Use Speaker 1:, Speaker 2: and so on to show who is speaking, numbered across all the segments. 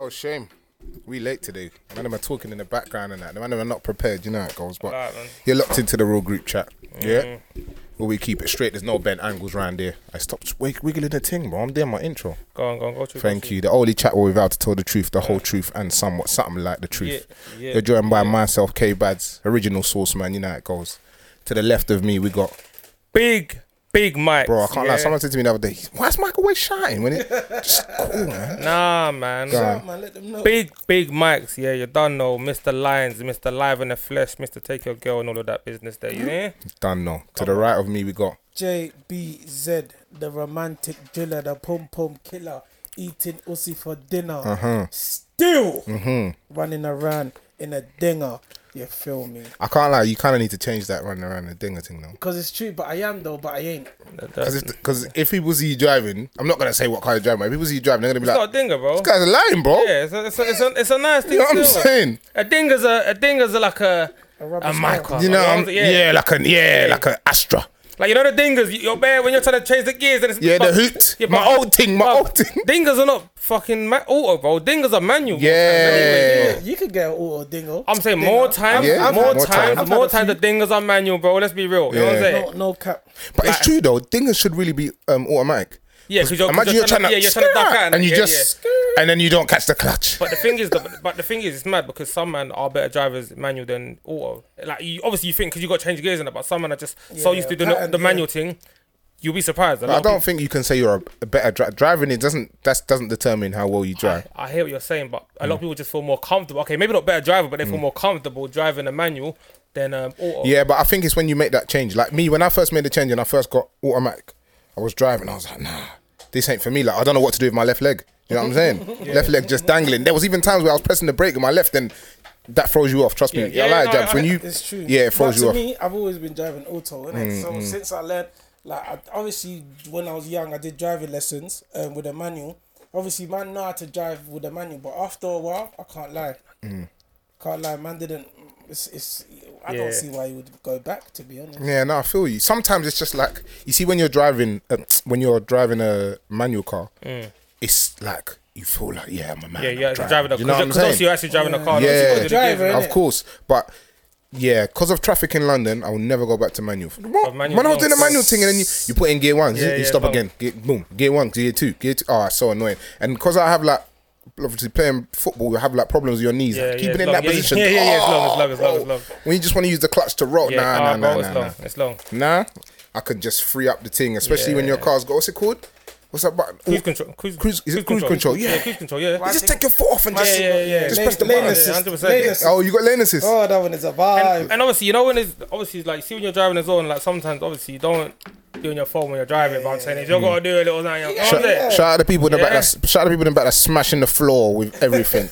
Speaker 1: Oh shame. We late today. Man, I'm talking in the background and that. The man are not prepared. You know how it goes. But
Speaker 2: Alright, man.
Speaker 1: you're locked into the real group chat. Yeah. Well, we keep it straight. There's no bent angles round here. I stopped wig- wiggling the thing, bro. I'm doing my intro.
Speaker 2: Go on, go on, go through.
Speaker 1: Thank you. The only chat where we've had to tell the truth, the whole truth, and somewhat something like the truth.
Speaker 2: Yeah, yeah,
Speaker 1: You're joined by myself, K Bads, original source man. You know how it goes. To the left of me, we got
Speaker 2: Big, big mic.
Speaker 1: bro. I can't lie. Someone said to me the other day, "Why's Michael always shouting when it just cool, man?"
Speaker 2: Nah, man.
Speaker 1: Go
Speaker 3: Man, let them know.
Speaker 2: Big, big mics. Yeah, you done know. Mr. Lions, Mr. Live in the Flesh, Mr. Take Your Girl, and all of that business there, you hear?
Speaker 1: Done. No. To the right of me, we got
Speaker 3: JBZ, the romantic driller, the pom pom killer, eating Uzi for dinner.
Speaker 2: Uh-huh.
Speaker 3: Still
Speaker 2: Mm-hmm.
Speaker 3: running around in a dinger. You feel me?
Speaker 1: I can't lie, you kind of need to change that running around the dinger thing though.
Speaker 3: Because it's true, but I am though, but I ain't.
Speaker 2: That-
Speaker 1: Because
Speaker 2: that-
Speaker 1: because if people see you driving, I'm not gonna say what car you're driving. But if people see you driving, they're gonna be
Speaker 2: It's
Speaker 1: like,
Speaker 2: not a dinger, bro.
Speaker 1: "This guy's lying, bro."
Speaker 2: Yeah, it's a, it's a, it's a, it's a nice thing.
Speaker 1: You know what I'm
Speaker 2: still.
Speaker 1: saying?
Speaker 2: A dinger's a, a dinger's a like a,
Speaker 3: A
Speaker 2: a,
Speaker 3: rubber
Speaker 2: a
Speaker 3: stamp.
Speaker 2: mic.
Speaker 1: You know,
Speaker 2: like,
Speaker 1: I'm, yeah. like a yeah, like an Astra.
Speaker 2: Like, you know the dingers, you- you're bare when you're trying to change the gears. And it's,
Speaker 1: Yeah, the
Speaker 2: but-
Speaker 1: hoot.
Speaker 2: yeah,
Speaker 1: my
Speaker 2: but-
Speaker 1: old thing, my
Speaker 2: Bruv,
Speaker 1: old thing.
Speaker 2: Dingers are not fucking ma- auto, bro. Dingers are manual.
Speaker 1: Yeah.
Speaker 2: Anyway,
Speaker 1: Yeah.
Speaker 3: You could get an auto dingo.
Speaker 2: I'm saying more times,
Speaker 1: Yeah, I've
Speaker 2: more
Speaker 1: had- I've
Speaker 2: times,
Speaker 1: had
Speaker 2: more
Speaker 3: a
Speaker 2: times the dingers are manual, bro. Let's be real. You know what I'm
Speaker 1: Yeah.
Speaker 2: saying?
Speaker 3: No, no cap.
Speaker 1: But it's true though. Dingers should really be um, automatic.
Speaker 2: Yeah, 'cause you're- 'cause
Speaker 1: imagine
Speaker 2: you're
Speaker 1: you're
Speaker 2: trying
Speaker 1: trying
Speaker 2: to-
Speaker 1: to
Speaker 2: yeah, you're trying to duck out and-
Speaker 1: and you
Speaker 2: yeah,
Speaker 1: just and then you don't catch the clutch.
Speaker 2: But the thing is, the, but the thing is, it's mad because some men are better drivers manual than auto. Like you, obviously you think because you got to change gears and that, but some men are just so
Speaker 3: Yeah,
Speaker 2: used to
Speaker 3: yeah,
Speaker 2: doing the,
Speaker 3: pattern,
Speaker 2: the
Speaker 3: yeah.
Speaker 2: manual thing. You'll be surprised. A lot
Speaker 1: I
Speaker 2: of
Speaker 1: don't think you can say you're a, a better dri- driving. It doesn't that doesn't determine how well you drive. Mm.
Speaker 2: people- I hear what you're saying, but a lot of people just feel more comfortable. Okay, maybe not better driver, but they feel more comfortable driving a manual than um, auto.
Speaker 1: Yeah, but I think it's when you make that change. Like me, when I first made the change and I first got automatic, I was driving. I was like, nah, this ain't for me. Like I don't know what to do with my left leg. You know what I'm saying? Left leg just dangling. There was even times where I was pressing the brake with my left, and that throws you off. Trust me.
Speaker 2: Yeah,
Speaker 1: Yeah, I
Speaker 2: yeah,
Speaker 1: like
Speaker 2: no,
Speaker 1: Jabs.
Speaker 2: I-
Speaker 1: When you,
Speaker 3: It's true.
Speaker 1: yeah, it
Speaker 3: But
Speaker 1: throws you
Speaker 3: to
Speaker 1: off. Mm,
Speaker 3: me, I've always been driving auto, innit? so since I learned, like, I, obviously when I was young, I did driving lessons um, with a manual. Obviously, man know how to drive with a manual, but after a while, I can't lie.
Speaker 1: Mm.
Speaker 3: Can't lie, man didn't. It's, it's I
Speaker 2: Yeah.
Speaker 3: don't see why you would go back. To be honest,
Speaker 1: Yeah, no, I feel you. Sometimes it's just like you see when you're driving uh, when you're driving a manual car, it's like you feel like yeah, I'm a man.
Speaker 2: Mm. yeah,
Speaker 1: I'm
Speaker 2: you're actually driving a
Speaker 1: You know what I'm
Speaker 2: because obviously
Speaker 1: saying?
Speaker 2: you're actually driving a car.
Speaker 1: Yeah.
Speaker 2: obviously you've got to do the gears
Speaker 3: Driver,
Speaker 2: and that.
Speaker 3: innit?
Speaker 1: Of course, but yeah, because of traffic in London, I will never go back to manual. What?
Speaker 2: manual
Speaker 1: when I was
Speaker 2: don't
Speaker 1: doing the
Speaker 2: stop.
Speaker 1: manual thing, and then you, you put in gear one,
Speaker 2: Yeah,
Speaker 1: you
Speaker 2: yeah,
Speaker 1: stop
Speaker 2: bang.
Speaker 1: again, gear, boom, gear one, gear two, gear two. Oh, it's so annoying. And because I have like obviously playing football, you have like problems with your knees, like,
Speaker 2: yeah,
Speaker 1: keeping
Speaker 2: it's
Speaker 1: in
Speaker 2: long.
Speaker 1: that
Speaker 2: Yeah, yeah,
Speaker 1: position.
Speaker 2: yeah, yeah, it's
Speaker 1: oh,
Speaker 2: long, it's long, it's long,
Speaker 1: bro.
Speaker 2: it's long.
Speaker 1: When you just want to use the clutch to roll,
Speaker 2: Yeah,
Speaker 1: nah, nah,
Speaker 2: ah,
Speaker 1: nah,
Speaker 2: bro, it's
Speaker 1: nah,
Speaker 2: long.
Speaker 1: nah.
Speaker 2: It's long.
Speaker 1: Nah, I could just free up the thing, especially when your
Speaker 2: Yeah.
Speaker 1: car's got what's it called? What's that button?
Speaker 2: Cruise control. Cruise,
Speaker 1: Cruise- is it cruise control? Yeah.
Speaker 2: Cruise control. Yeah.
Speaker 1: just take your foot off and just,
Speaker 2: yeah, yeah, yeah.
Speaker 1: just
Speaker 2: Lane-
Speaker 1: press the
Speaker 3: lane
Speaker 1: button.
Speaker 3: assist,
Speaker 2: Yeah, 100%.
Speaker 3: lane assist.
Speaker 1: Oh, you got lane assist.
Speaker 3: Oh, that one is a vibe.
Speaker 2: And obviously, you know when it's obviously like see when you're driving as well, and like sometimes obviously you don't do on your phone when you're driving. But I'm saying
Speaker 1: Mm.
Speaker 2: if you gotta do a little thing, you know what I'm
Speaker 1: Shout,
Speaker 2: saying?
Speaker 1: shout out to people in the back.
Speaker 2: Yeah.
Speaker 1: That's, shout out to people in the back that's smashing the floor with everything,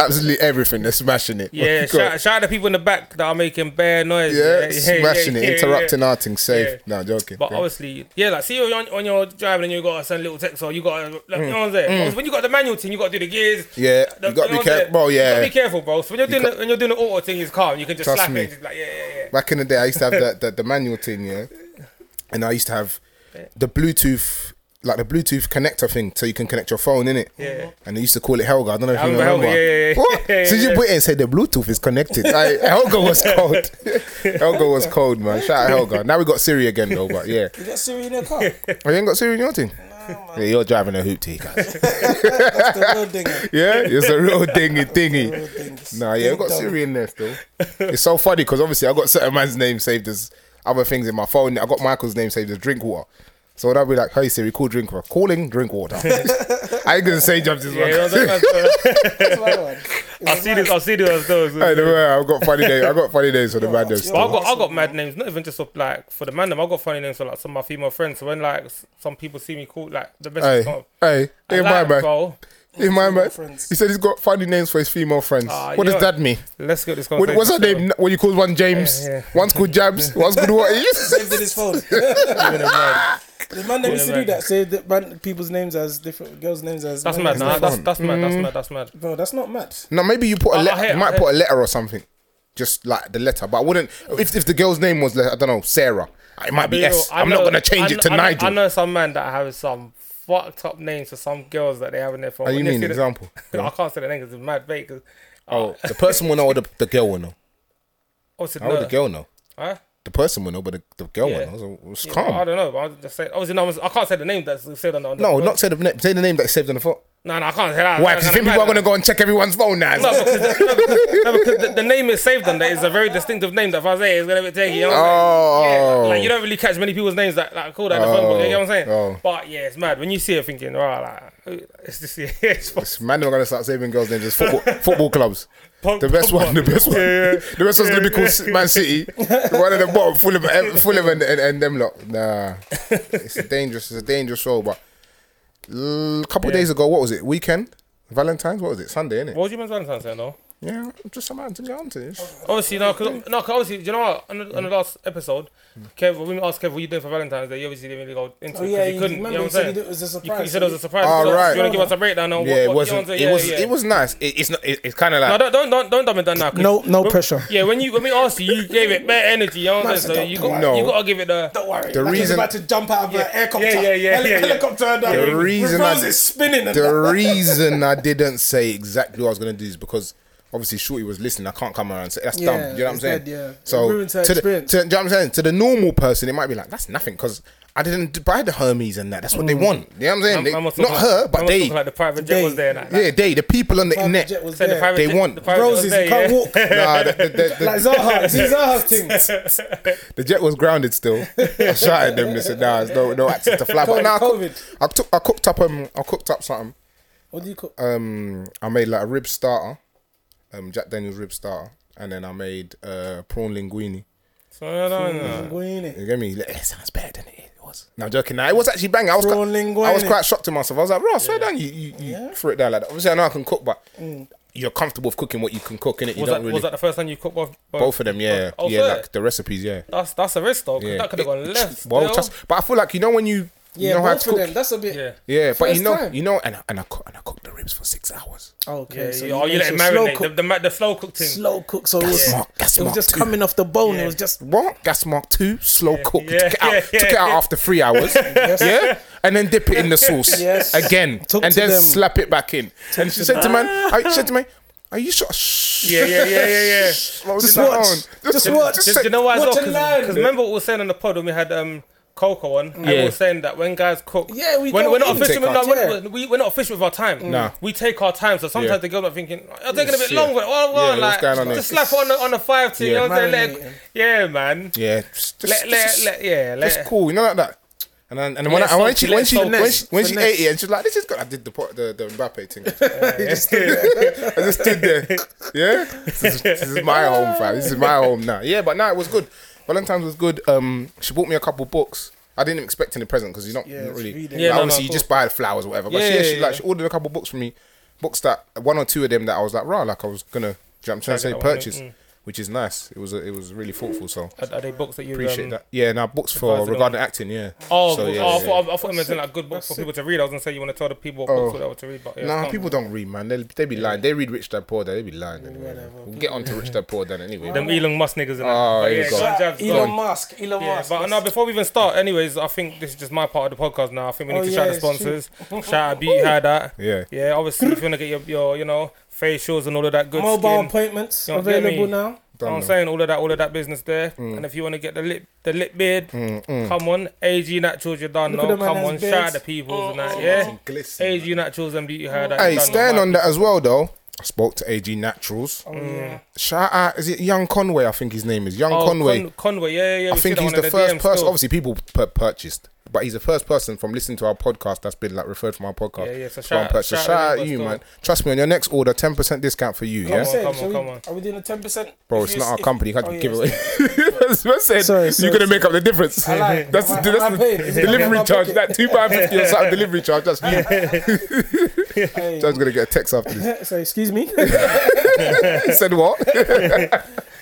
Speaker 1: absolutely everything. They're smashing it.
Speaker 2: Yeah,
Speaker 1: God.
Speaker 2: shout, shout out to people in the back that are making bare noise.
Speaker 1: yeah, smashing it,
Speaker 2: yeah, yeah.
Speaker 1: interrupting our thing. Safe.
Speaker 2: Yeah.
Speaker 1: No, joking.
Speaker 2: But
Speaker 1: Go.
Speaker 2: obviously, yeah, like see when you're, when you're driving and you gotta send little text or you gotta, like, you know what I'm saying. When you got the manual thing, you gotta do the gears.
Speaker 1: Mm. Yeah, you gotta be
Speaker 2: know what I'm
Speaker 1: care-
Speaker 2: saying?
Speaker 1: bro,
Speaker 2: You gotta
Speaker 1: yeah.
Speaker 2: be careful, bro. So when you're doing
Speaker 1: ca-
Speaker 2: the, when you're doing the auto thing, it's calm. You can just
Speaker 1: Trust
Speaker 2: slap
Speaker 1: me.
Speaker 2: it. Just like yeah, yeah, yeah.
Speaker 1: back in the day, I used to have the, the, the manual thing, yeah, and I used to have the Bluetooth, like the Bluetooth connector thing, so you can connect your phone in it.
Speaker 2: Yeah.
Speaker 1: And they used to call it Helga. I don't know if
Speaker 2: I
Speaker 1: you remember.
Speaker 2: remember Helga, yeah, yeah, yeah.
Speaker 1: What?
Speaker 2: Yeah,
Speaker 1: Since
Speaker 2: yeah.
Speaker 1: you put it and said the Bluetooth is connected, I, Helga was cold. Helga was cold, man. Shout out Helga. Now we got Siri again though, but yeah.
Speaker 3: You got Siri in your car. That's
Speaker 1: Oh, you ain't got Siri in your thing? Yeah, you're driving a hoopty, guys.
Speaker 3: the real dinger.
Speaker 1: yeah, it's a real dingy dingy.
Speaker 3: Real dingers.
Speaker 1: Nah, yeah, I
Speaker 3: Ding
Speaker 1: got
Speaker 3: dong.
Speaker 1: Siri in there still. It's so funny because obviously I got certain man's name saved as other things in my phone. I got Michael's name saved as drink water. So then I'll be like, hey Siri, call drink water. Calling drink water. I ain't gonna say jobs this
Speaker 2: yeah you know
Speaker 1: one.
Speaker 2: what I'm saying? uh,
Speaker 3: That's my one.
Speaker 2: I see this. I see this. I see this.
Speaker 1: Hey, the man, I've got funny names. I've got funny names for the man names
Speaker 2: But I
Speaker 1: still.
Speaker 2: got I got mad names, not even just of, like for the man them. I got funny names for like some of my female friends. So when like s- some people see me call like the best.
Speaker 1: Hey,
Speaker 2: oh,
Speaker 1: hey,
Speaker 2: I
Speaker 1: in my
Speaker 2: like,
Speaker 1: man.
Speaker 2: bro.
Speaker 1: In my man.
Speaker 3: friends.
Speaker 1: He said he's got funny names for his female friends.
Speaker 2: Ah,
Speaker 1: What
Speaker 2: you
Speaker 1: does
Speaker 2: know-
Speaker 1: that mean?
Speaker 2: Let's get this
Speaker 1: What,
Speaker 2: conversation.
Speaker 1: what's her name? What you call one James?
Speaker 2: Yeah, yeah.
Speaker 1: One's called Jabs. One's called what?
Speaker 3: Saved in his phone.
Speaker 2: That's
Speaker 3: The man that used to
Speaker 2: man.
Speaker 3: do that saved the man, people's names as different girls' names as. man
Speaker 2: mad.
Speaker 3: names.
Speaker 2: Nah, that's
Speaker 1: fun.
Speaker 2: that's mad. That's mad. That's mad.
Speaker 3: Bro, that's not mad.
Speaker 1: No, maybe you put a
Speaker 2: I- I
Speaker 1: letter.
Speaker 2: hear-
Speaker 1: You might
Speaker 2: I
Speaker 1: put a letter or something, just like the letter. But I wouldn't. If, if the girl's name was like, I don't know Sarah, it might be
Speaker 2: Be real,
Speaker 1: S.
Speaker 2: I
Speaker 1: I'm
Speaker 2: know-
Speaker 1: not gonna change
Speaker 2: I
Speaker 1: it to
Speaker 2: kn- I kn-
Speaker 1: Nigel.
Speaker 2: I know some man that have some fucked up names for some girls that they have in their phone.
Speaker 1: How you
Speaker 2: When they
Speaker 1: mean?
Speaker 2: see the-
Speaker 1: Example?
Speaker 2: I can't say the name 'cause it's mad fake. 'cause-
Speaker 1: Oh, the person will know or the, the girl will know?
Speaker 2: Obviously,
Speaker 1: How would
Speaker 2: no.
Speaker 1: the girl know?
Speaker 2: Huh?
Speaker 1: The person will know, but the, the girl
Speaker 2: Yeah.
Speaker 1: will know. So it's
Speaker 2: Yeah,
Speaker 1: calm.
Speaker 2: I don't know. But I just say obviously no, I can't say the name that's saved on the. on the-
Speaker 1: no, not say the name. Say the name that's saved on the phone.
Speaker 2: No, no, I can't say that.
Speaker 1: Why? Because
Speaker 2: That's
Speaker 1: you think
Speaker 2: kinda
Speaker 1: people are
Speaker 2: mad.
Speaker 1: going to go and check everyone's phone now?
Speaker 2: No, because, the, no, because- no, because the, the name is saved on there. It's a very distinctive name that if I say it, it's gonna be taken. You know what I'm saying?
Speaker 1: oh.
Speaker 2: Yeah, like you don't really catch many people's names that like called out the phone book. You know what I'm saying?
Speaker 1: Oh.
Speaker 2: But yeah, it's mad when you see it thinking, right, like it's just yeah, it's fucking
Speaker 1: It's- Man, they're gonna start saving girls' names as football, football clubs.
Speaker 2: Pog-
Speaker 1: The best
Speaker 2: Pogba.
Speaker 1: one, the best one,
Speaker 2: Yeah, yeah.
Speaker 1: the best one's gonna be called S- Man City. The one at the bottom, Fulham, eh, Fulham, and, and, and them lot. Nah, it's a dangerous, it's a dangerous role. But l- a couple of days ago, what was it? Weekend, Valentine's. What was it? Sunday, innit?
Speaker 2: What do you mean Valentine's Day though?
Speaker 1: Yeah, just some man to get onto. It's-
Speaker 2: Obviously, no, cause, no, 'cause obviously, do you know what? On the, on the last episode, Kev, when we asked Kev, what you doing for Valentine's Day? You obviously didn't really go into it.
Speaker 3: Oh
Speaker 2: 'cause
Speaker 3: yeah,
Speaker 2: you
Speaker 3: you
Speaker 2: couldn't.
Speaker 3: remember
Speaker 2: you know what
Speaker 3: you
Speaker 2: I'm
Speaker 3: said
Speaker 2: saying?
Speaker 3: you did- it was a
Speaker 2: You, you
Speaker 3: surprise.
Speaker 2: said it was a surprise.
Speaker 1: Oh,
Speaker 2: so
Speaker 1: right.
Speaker 2: You want to give us a breakdown on
Speaker 1: Yeah,
Speaker 2: Oh, what,
Speaker 1: it
Speaker 2: what, you know what I'm
Speaker 1: wasn't.
Speaker 2: saying?
Speaker 1: It
Speaker 2: Yeah,
Speaker 1: was.
Speaker 2: yeah.
Speaker 1: It was nice. It, it's not. It, it's kind of like.
Speaker 2: No, don't, don't, don't, don't dumb it down now. 'cause
Speaker 3: No- no
Speaker 2: when-
Speaker 3: pressure.
Speaker 2: Yeah, when you when we asked you, you gave it bare energy. You know what I'm
Speaker 3: Man
Speaker 2: saying? So
Speaker 3: said
Speaker 2: you
Speaker 3: don't
Speaker 2: got
Speaker 1: do it.
Speaker 2: you
Speaker 1: No.
Speaker 2: got to give it the.
Speaker 3: Don't worry.
Speaker 1: The
Speaker 3: like he's
Speaker 1: reason-
Speaker 3: about to jump out of an helicopter.
Speaker 2: yeah, yeah, yeah,
Speaker 3: Heli-
Speaker 2: yeah, yeah.
Speaker 3: helicopter. and, uh,
Speaker 1: The
Speaker 3: with
Speaker 1: reason I-
Speaker 3: roses spinning. And
Speaker 1: the reason I didn't say exactly what I was gonna do is because obviously Shorty was listening. I can't come around and say that's
Speaker 3: Yeah,
Speaker 1: dumb. You know what I'm
Speaker 3: it's
Speaker 1: saying?
Speaker 3: dead, yeah. It
Speaker 1: So
Speaker 3: ruins her
Speaker 1: to the,
Speaker 3: experience.
Speaker 1: to, do you know what I'm saying? To the normal person, it might be like that's nothing because I didn't d- buy the Hermes and that. That's what they
Speaker 3: Mm.
Speaker 1: want. You know what I'm saying? They-
Speaker 2: I must
Speaker 1: not
Speaker 2: look
Speaker 1: her,
Speaker 2: like- I
Speaker 1: but
Speaker 2: must
Speaker 1: they.
Speaker 2: look Like the private jet was
Speaker 3: They.
Speaker 2: there. and that, like,
Speaker 1: yeah, they. The people on the
Speaker 3: that
Speaker 1: net.
Speaker 3: jet was
Speaker 2: Said the
Speaker 3: there.
Speaker 2: private
Speaker 1: They
Speaker 2: jet,
Speaker 1: want
Speaker 2: the private jet
Speaker 3: Roses,
Speaker 2: was
Speaker 3: you
Speaker 2: there,
Speaker 3: can't
Speaker 2: yeah.
Speaker 3: walk.
Speaker 1: Nah, the, the, the, the,
Speaker 3: Like Zaha, see Zaha's thing.
Speaker 1: the jet was grounded still. I shouted at them. They said, "Nah, there's no no access to fly." But
Speaker 3: COVID,
Speaker 1: nah, I, cook,
Speaker 3: COVID.
Speaker 1: I, took, I cooked up um, I cooked up something.
Speaker 3: What do you call?
Speaker 2: Uh,
Speaker 1: um, I made like a rib starter, um, Jack Daniel's rib starter, and then I made uh, prawn linguine.
Speaker 2: So, no, no,
Speaker 3: Mm,
Speaker 2: no.
Speaker 3: Linguini.
Speaker 1: Mm. You get me? Like, It sounds better than it was. No, I'm joking. Now it was actually banging. I was
Speaker 3: Prawn
Speaker 1: quite, I was
Speaker 3: linguine.
Speaker 1: quite shocked to myself. I was like, bro, I swear down, you you, you threw it down like that. Obviously, I know I can cook, but you're comfortable with cooking what you can cook, innit? You
Speaker 2: Was
Speaker 1: don't
Speaker 2: that,
Speaker 1: really
Speaker 2: was that the first time you cooked both?
Speaker 1: both of them, yeah,
Speaker 2: Oh,
Speaker 1: yeah,
Speaker 2: fair.
Speaker 1: like the recipes, yeah.
Speaker 2: That's that's a risk though. 'cause
Speaker 1: Yeah.
Speaker 2: That could have gone
Speaker 1: It-
Speaker 2: left.
Speaker 1: Well,
Speaker 2: still.
Speaker 1: trust, but I feel like you know when you, you
Speaker 3: Yeah,
Speaker 1: know how
Speaker 3: both
Speaker 1: to
Speaker 3: of
Speaker 1: cook.
Speaker 3: them. That's a bit.
Speaker 2: yeah.
Speaker 1: Yeah, but
Speaker 3: First
Speaker 1: you know,
Speaker 3: time.
Speaker 1: you know, and I, and I cook, and I cooked the ribs for six hours.
Speaker 3: Oh,
Speaker 2: Yeah,
Speaker 3: okay. so
Speaker 2: you, oh, you
Speaker 3: made
Speaker 2: let it
Speaker 3: sure slow
Speaker 2: marinate. The,
Speaker 3: cook-
Speaker 2: the, ma- the slow cooked thing.
Speaker 3: Slow cook. So it was.
Speaker 1: Mark, that's
Speaker 3: It was
Speaker 1: Mark
Speaker 3: just
Speaker 1: two.
Speaker 3: coming off the bone. It was just.
Speaker 1: What? Gas Mark Two, slow cooked.
Speaker 2: yeah,
Speaker 1: took it out,
Speaker 2: yeah,
Speaker 1: took it out
Speaker 2: yeah.
Speaker 1: after three hours. Yeah, and then dip it in the sauce
Speaker 3: Yes.
Speaker 1: again,
Speaker 3: Talk
Speaker 1: and
Speaker 3: to
Speaker 1: then
Speaker 3: them.
Speaker 1: slap it back in. and she said to man, I she said to me, "Are you sure?" Shh.
Speaker 2: Yeah, yeah, yeah, yeah, yeah.
Speaker 1: Slow
Speaker 3: Just
Speaker 1: down.
Speaker 3: watch. Just watch.
Speaker 2: Just,
Speaker 1: say-
Speaker 2: you know why?
Speaker 3: Watch and learn.
Speaker 2: Because remember what we were saying on the pod when we had um Coco on, and we
Speaker 1: Yeah.
Speaker 2: were saying that when guys cook,
Speaker 3: Yeah, we
Speaker 2: when,
Speaker 3: go
Speaker 2: we're not
Speaker 3: in.
Speaker 2: efficient.
Speaker 1: Take
Speaker 2: with-
Speaker 1: our
Speaker 2: No,
Speaker 3: time.
Speaker 2: we're, we, we're not efficient with our time.
Speaker 1: Nah.
Speaker 2: we take our time. So sometimes
Speaker 1: Yeah.
Speaker 2: the girls are thinking, "I'm taking a bit
Speaker 1: Yeah.
Speaker 2: longer." Oh,
Speaker 1: Yeah,
Speaker 2: well,
Speaker 1: what's
Speaker 2: like
Speaker 1: going on
Speaker 2: just
Speaker 1: here?
Speaker 2: slap on the, on the five to you
Speaker 1: Yeah.
Speaker 2: know what I'm saying?
Speaker 3: Marinating.
Speaker 2: Let, yeah, man.
Speaker 1: yeah, just, just,
Speaker 2: Let let
Speaker 1: just-
Speaker 2: let yeah
Speaker 1: just
Speaker 2: let.
Speaker 1: cool. You know like that. And then, and when,
Speaker 2: Let
Speaker 1: I, when
Speaker 2: soak-
Speaker 1: she
Speaker 2: let
Speaker 1: when she
Speaker 2: soak
Speaker 1: when
Speaker 2: it.
Speaker 1: she, when she
Speaker 3: Finesse.
Speaker 1: ate it and she's like this is good I did the pot, the the Mbappe thing He just stood there. I just stood there yeah this is, this is my home fam this is my home now yeah but now it was good Valentine's was good um she bought me a couple books I didn't expect any present because you're not,
Speaker 3: Yeah,
Speaker 1: not
Speaker 3: it's
Speaker 1: really
Speaker 3: reading.
Speaker 1: yeah,
Speaker 2: Yeah, no, no,
Speaker 1: obviously
Speaker 2: of
Speaker 1: you just buy the flowers or whatever but
Speaker 2: Yeah,
Speaker 1: she,
Speaker 2: yeah,
Speaker 1: she
Speaker 2: yeah,
Speaker 1: like
Speaker 2: yeah.
Speaker 1: she ordered a couple books for me books that one or two of them that I was like rah like I was gonna do you know what I'm trying to
Speaker 2: Try
Speaker 1: say
Speaker 2: to get that one, Mm.
Speaker 1: purchase which is nice it was a, it was really thoughtful so
Speaker 2: Are, are they books that you
Speaker 1: appreciate
Speaker 2: um,
Speaker 1: that. Yeah, now books for
Speaker 2: advised it
Speaker 1: regarding acting. Yeah.
Speaker 2: Oh,
Speaker 1: So,
Speaker 2: oh,
Speaker 1: yeah,
Speaker 2: I,
Speaker 1: yeah. Oh.
Speaker 2: thought, I thought you meant like good books for people to read. I was gonna say you want to tell the people what books that were to read, but yeah,
Speaker 1: Nah,
Speaker 2: can't.
Speaker 1: people don't read, man. They they be lying. They read Rich Dad Poor Dad. They be lying. Anyway. We'll get on to Rich Dad Poor Dad anyway.
Speaker 2: them Elon Musk niggas. And
Speaker 1: Oh, here we go.
Speaker 2: jabs, go on.
Speaker 3: Elon Musk. Elon
Speaker 2: Yeah,
Speaker 3: Musk.
Speaker 2: but no, before we even start, anyways, I think this is just my part of the podcast now. I think we need
Speaker 3: Oh,
Speaker 2: to
Speaker 3: yeah,
Speaker 2: shout the
Speaker 3: it's
Speaker 2: sponsors. shout out Beauty How That.
Speaker 1: Yeah.
Speaker 2: Yeah, obviously, if you want to get your, your, you know, facials and all of that good
Speaker 3: Mobile
Speaker 2: skin.
Speaker 3: appointments
Speaker 2: You know, get
Speaker 3: available
Speaker 2: me.
Speaker 3: now.
Speaker 2: You know what I'm
Speaker 1: Done
Speaker 2: saying? All of that, all of that business there. And if you want to get the lip, the lip beard, come on. AG Naturals, you're done
Speaker 3: Look at
Speaker 2: now.
Speaker 3: them and
Speaker 2: Come
Speaker 3: those
Speaker 2: on,
Speaker 3: beards.
Speaker 2: shout out the peoples and that, yeah?
Speaker 1: Glisten,
Speaker 2: AG Naturals and Beauty How That.
Speaker 1: Hey,
Speaker 2: you're done now,
Speaker 1: stand
Speaker 2: man.
Speaker 1: on that as well though. I spoke to AG Naturals.
Speaker 3: Oh, yeah.
Speaker 1: Shout out, is it Young Conway? I think his name is Young
Speaker 2: Oh,
Speaker 1: Conway.
Speaker 2: Con- Conway, yeah, yeah, yeah.
Speaker 1: I
Speaker 2: we see
Speaker 1: think
Speaker 2: that
Speaker 1: he's
Speaker 2: one in
Speaker 1: the first
Speaker 2: DMs
Speaker 1: person.
Speaker 2: still.
Speaker 1: Obviously, people pur- purchased, but he's the first person from listening to our podcast that's been like referred from our podcast.
Speaker 2: Yeah, yeah, so
Speaker 1: to
Speaker 2: shout
Speaker 1: our
Speaker 2: out-
Speaker 1: purchase.
Speaker 2: shout out
Speaker 1: shout out
Speaker 2: to
Speaker 1: you,
Speaker 2: Nicholas
Speaker 1: man. Trust me, on your next order, ten percent discount for you.
Speaker 3: Come
Speaker 1: yeah,
Speaker 3: on,
Speaker 2: Come on,
Speaker 3: shall we-
Speaker 2: come on.
Speaker 3: Are we doing a ten percent?
Speaker 1: Bro, it's not our company. You can't give it away. That's said,
Speaker 3: Oh, Sorry,
Speaker 1: you're
Speaker 3: sorry,
Speaker 1: going to make up the difference.
Speaker 3: I lied.
Speaker 1: That's,
Speaker 3: Am I-
Speaker 1: the
Speaker 3: am
Speaker 1: that's
Speaker 3: I
Speaker 1: the
Speaker 3: paid? Is it coming out
Speaker 1: delivery
Speaker 3: my
Speaker 1: charge.
Speaker 3: pocket?
Speaker 1: That £2.50 or something delivery charge. That's
Speaker 3: Hey.
Speaker 1: John's going to get a text after this.
Speaker 3: So excuse me.
Speaker 1: He said what?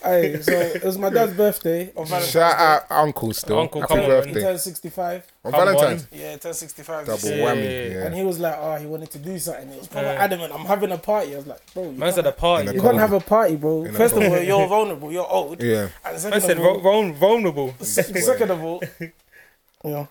Speaker 3: hey, so it was my dad's birthday on Valentine's.
Speaker 1: Shout out Uncle still.
Speaker 2: Uncle,
Speaker 1: Happy
Speaker 2: come on,
Speaker 3: He
Speaker 1: birthday.
Speaker 3: turned 65.
Speaker 1: On
Speaker 2: Come on.
Speaker 1: Valentine's.
Speaker 3: Yeah, turned 65.
Speaker 1: Double
Speaker 2: Yeah.
Speaker 1: whammy.
Speaker 3: And
Speaker 1: Yeah.
Speaker 3: he was like, oh, he wanted to do something. He was probably
Speaker 2: Yeah.
Speaker 3: adamant, I'm having a party. I was like, bro, you,
Speaker 2: Man's at
Speaker 3: can't,
Speaker 2: the party.
Speaker 1: In
Speaker 3: you
Speaker 1: the
Speaker 2: yeah.
Speaker 3: can't have a party, bro.
Speaker 1: In a
Speaker 3: First of
Speaker 1: cold.
Speaker 3: all, you're vulnerable. You're old.
Speaker 1: Yeah.
Speaker 3: And
Speaker 2: Man
Speaker 3: second
Speaker 2: said
Speaker 3: of all,
Speaker 2: vul- vul- vulnerable. Mm-hmm.
Speaker 3: second of all, yeah.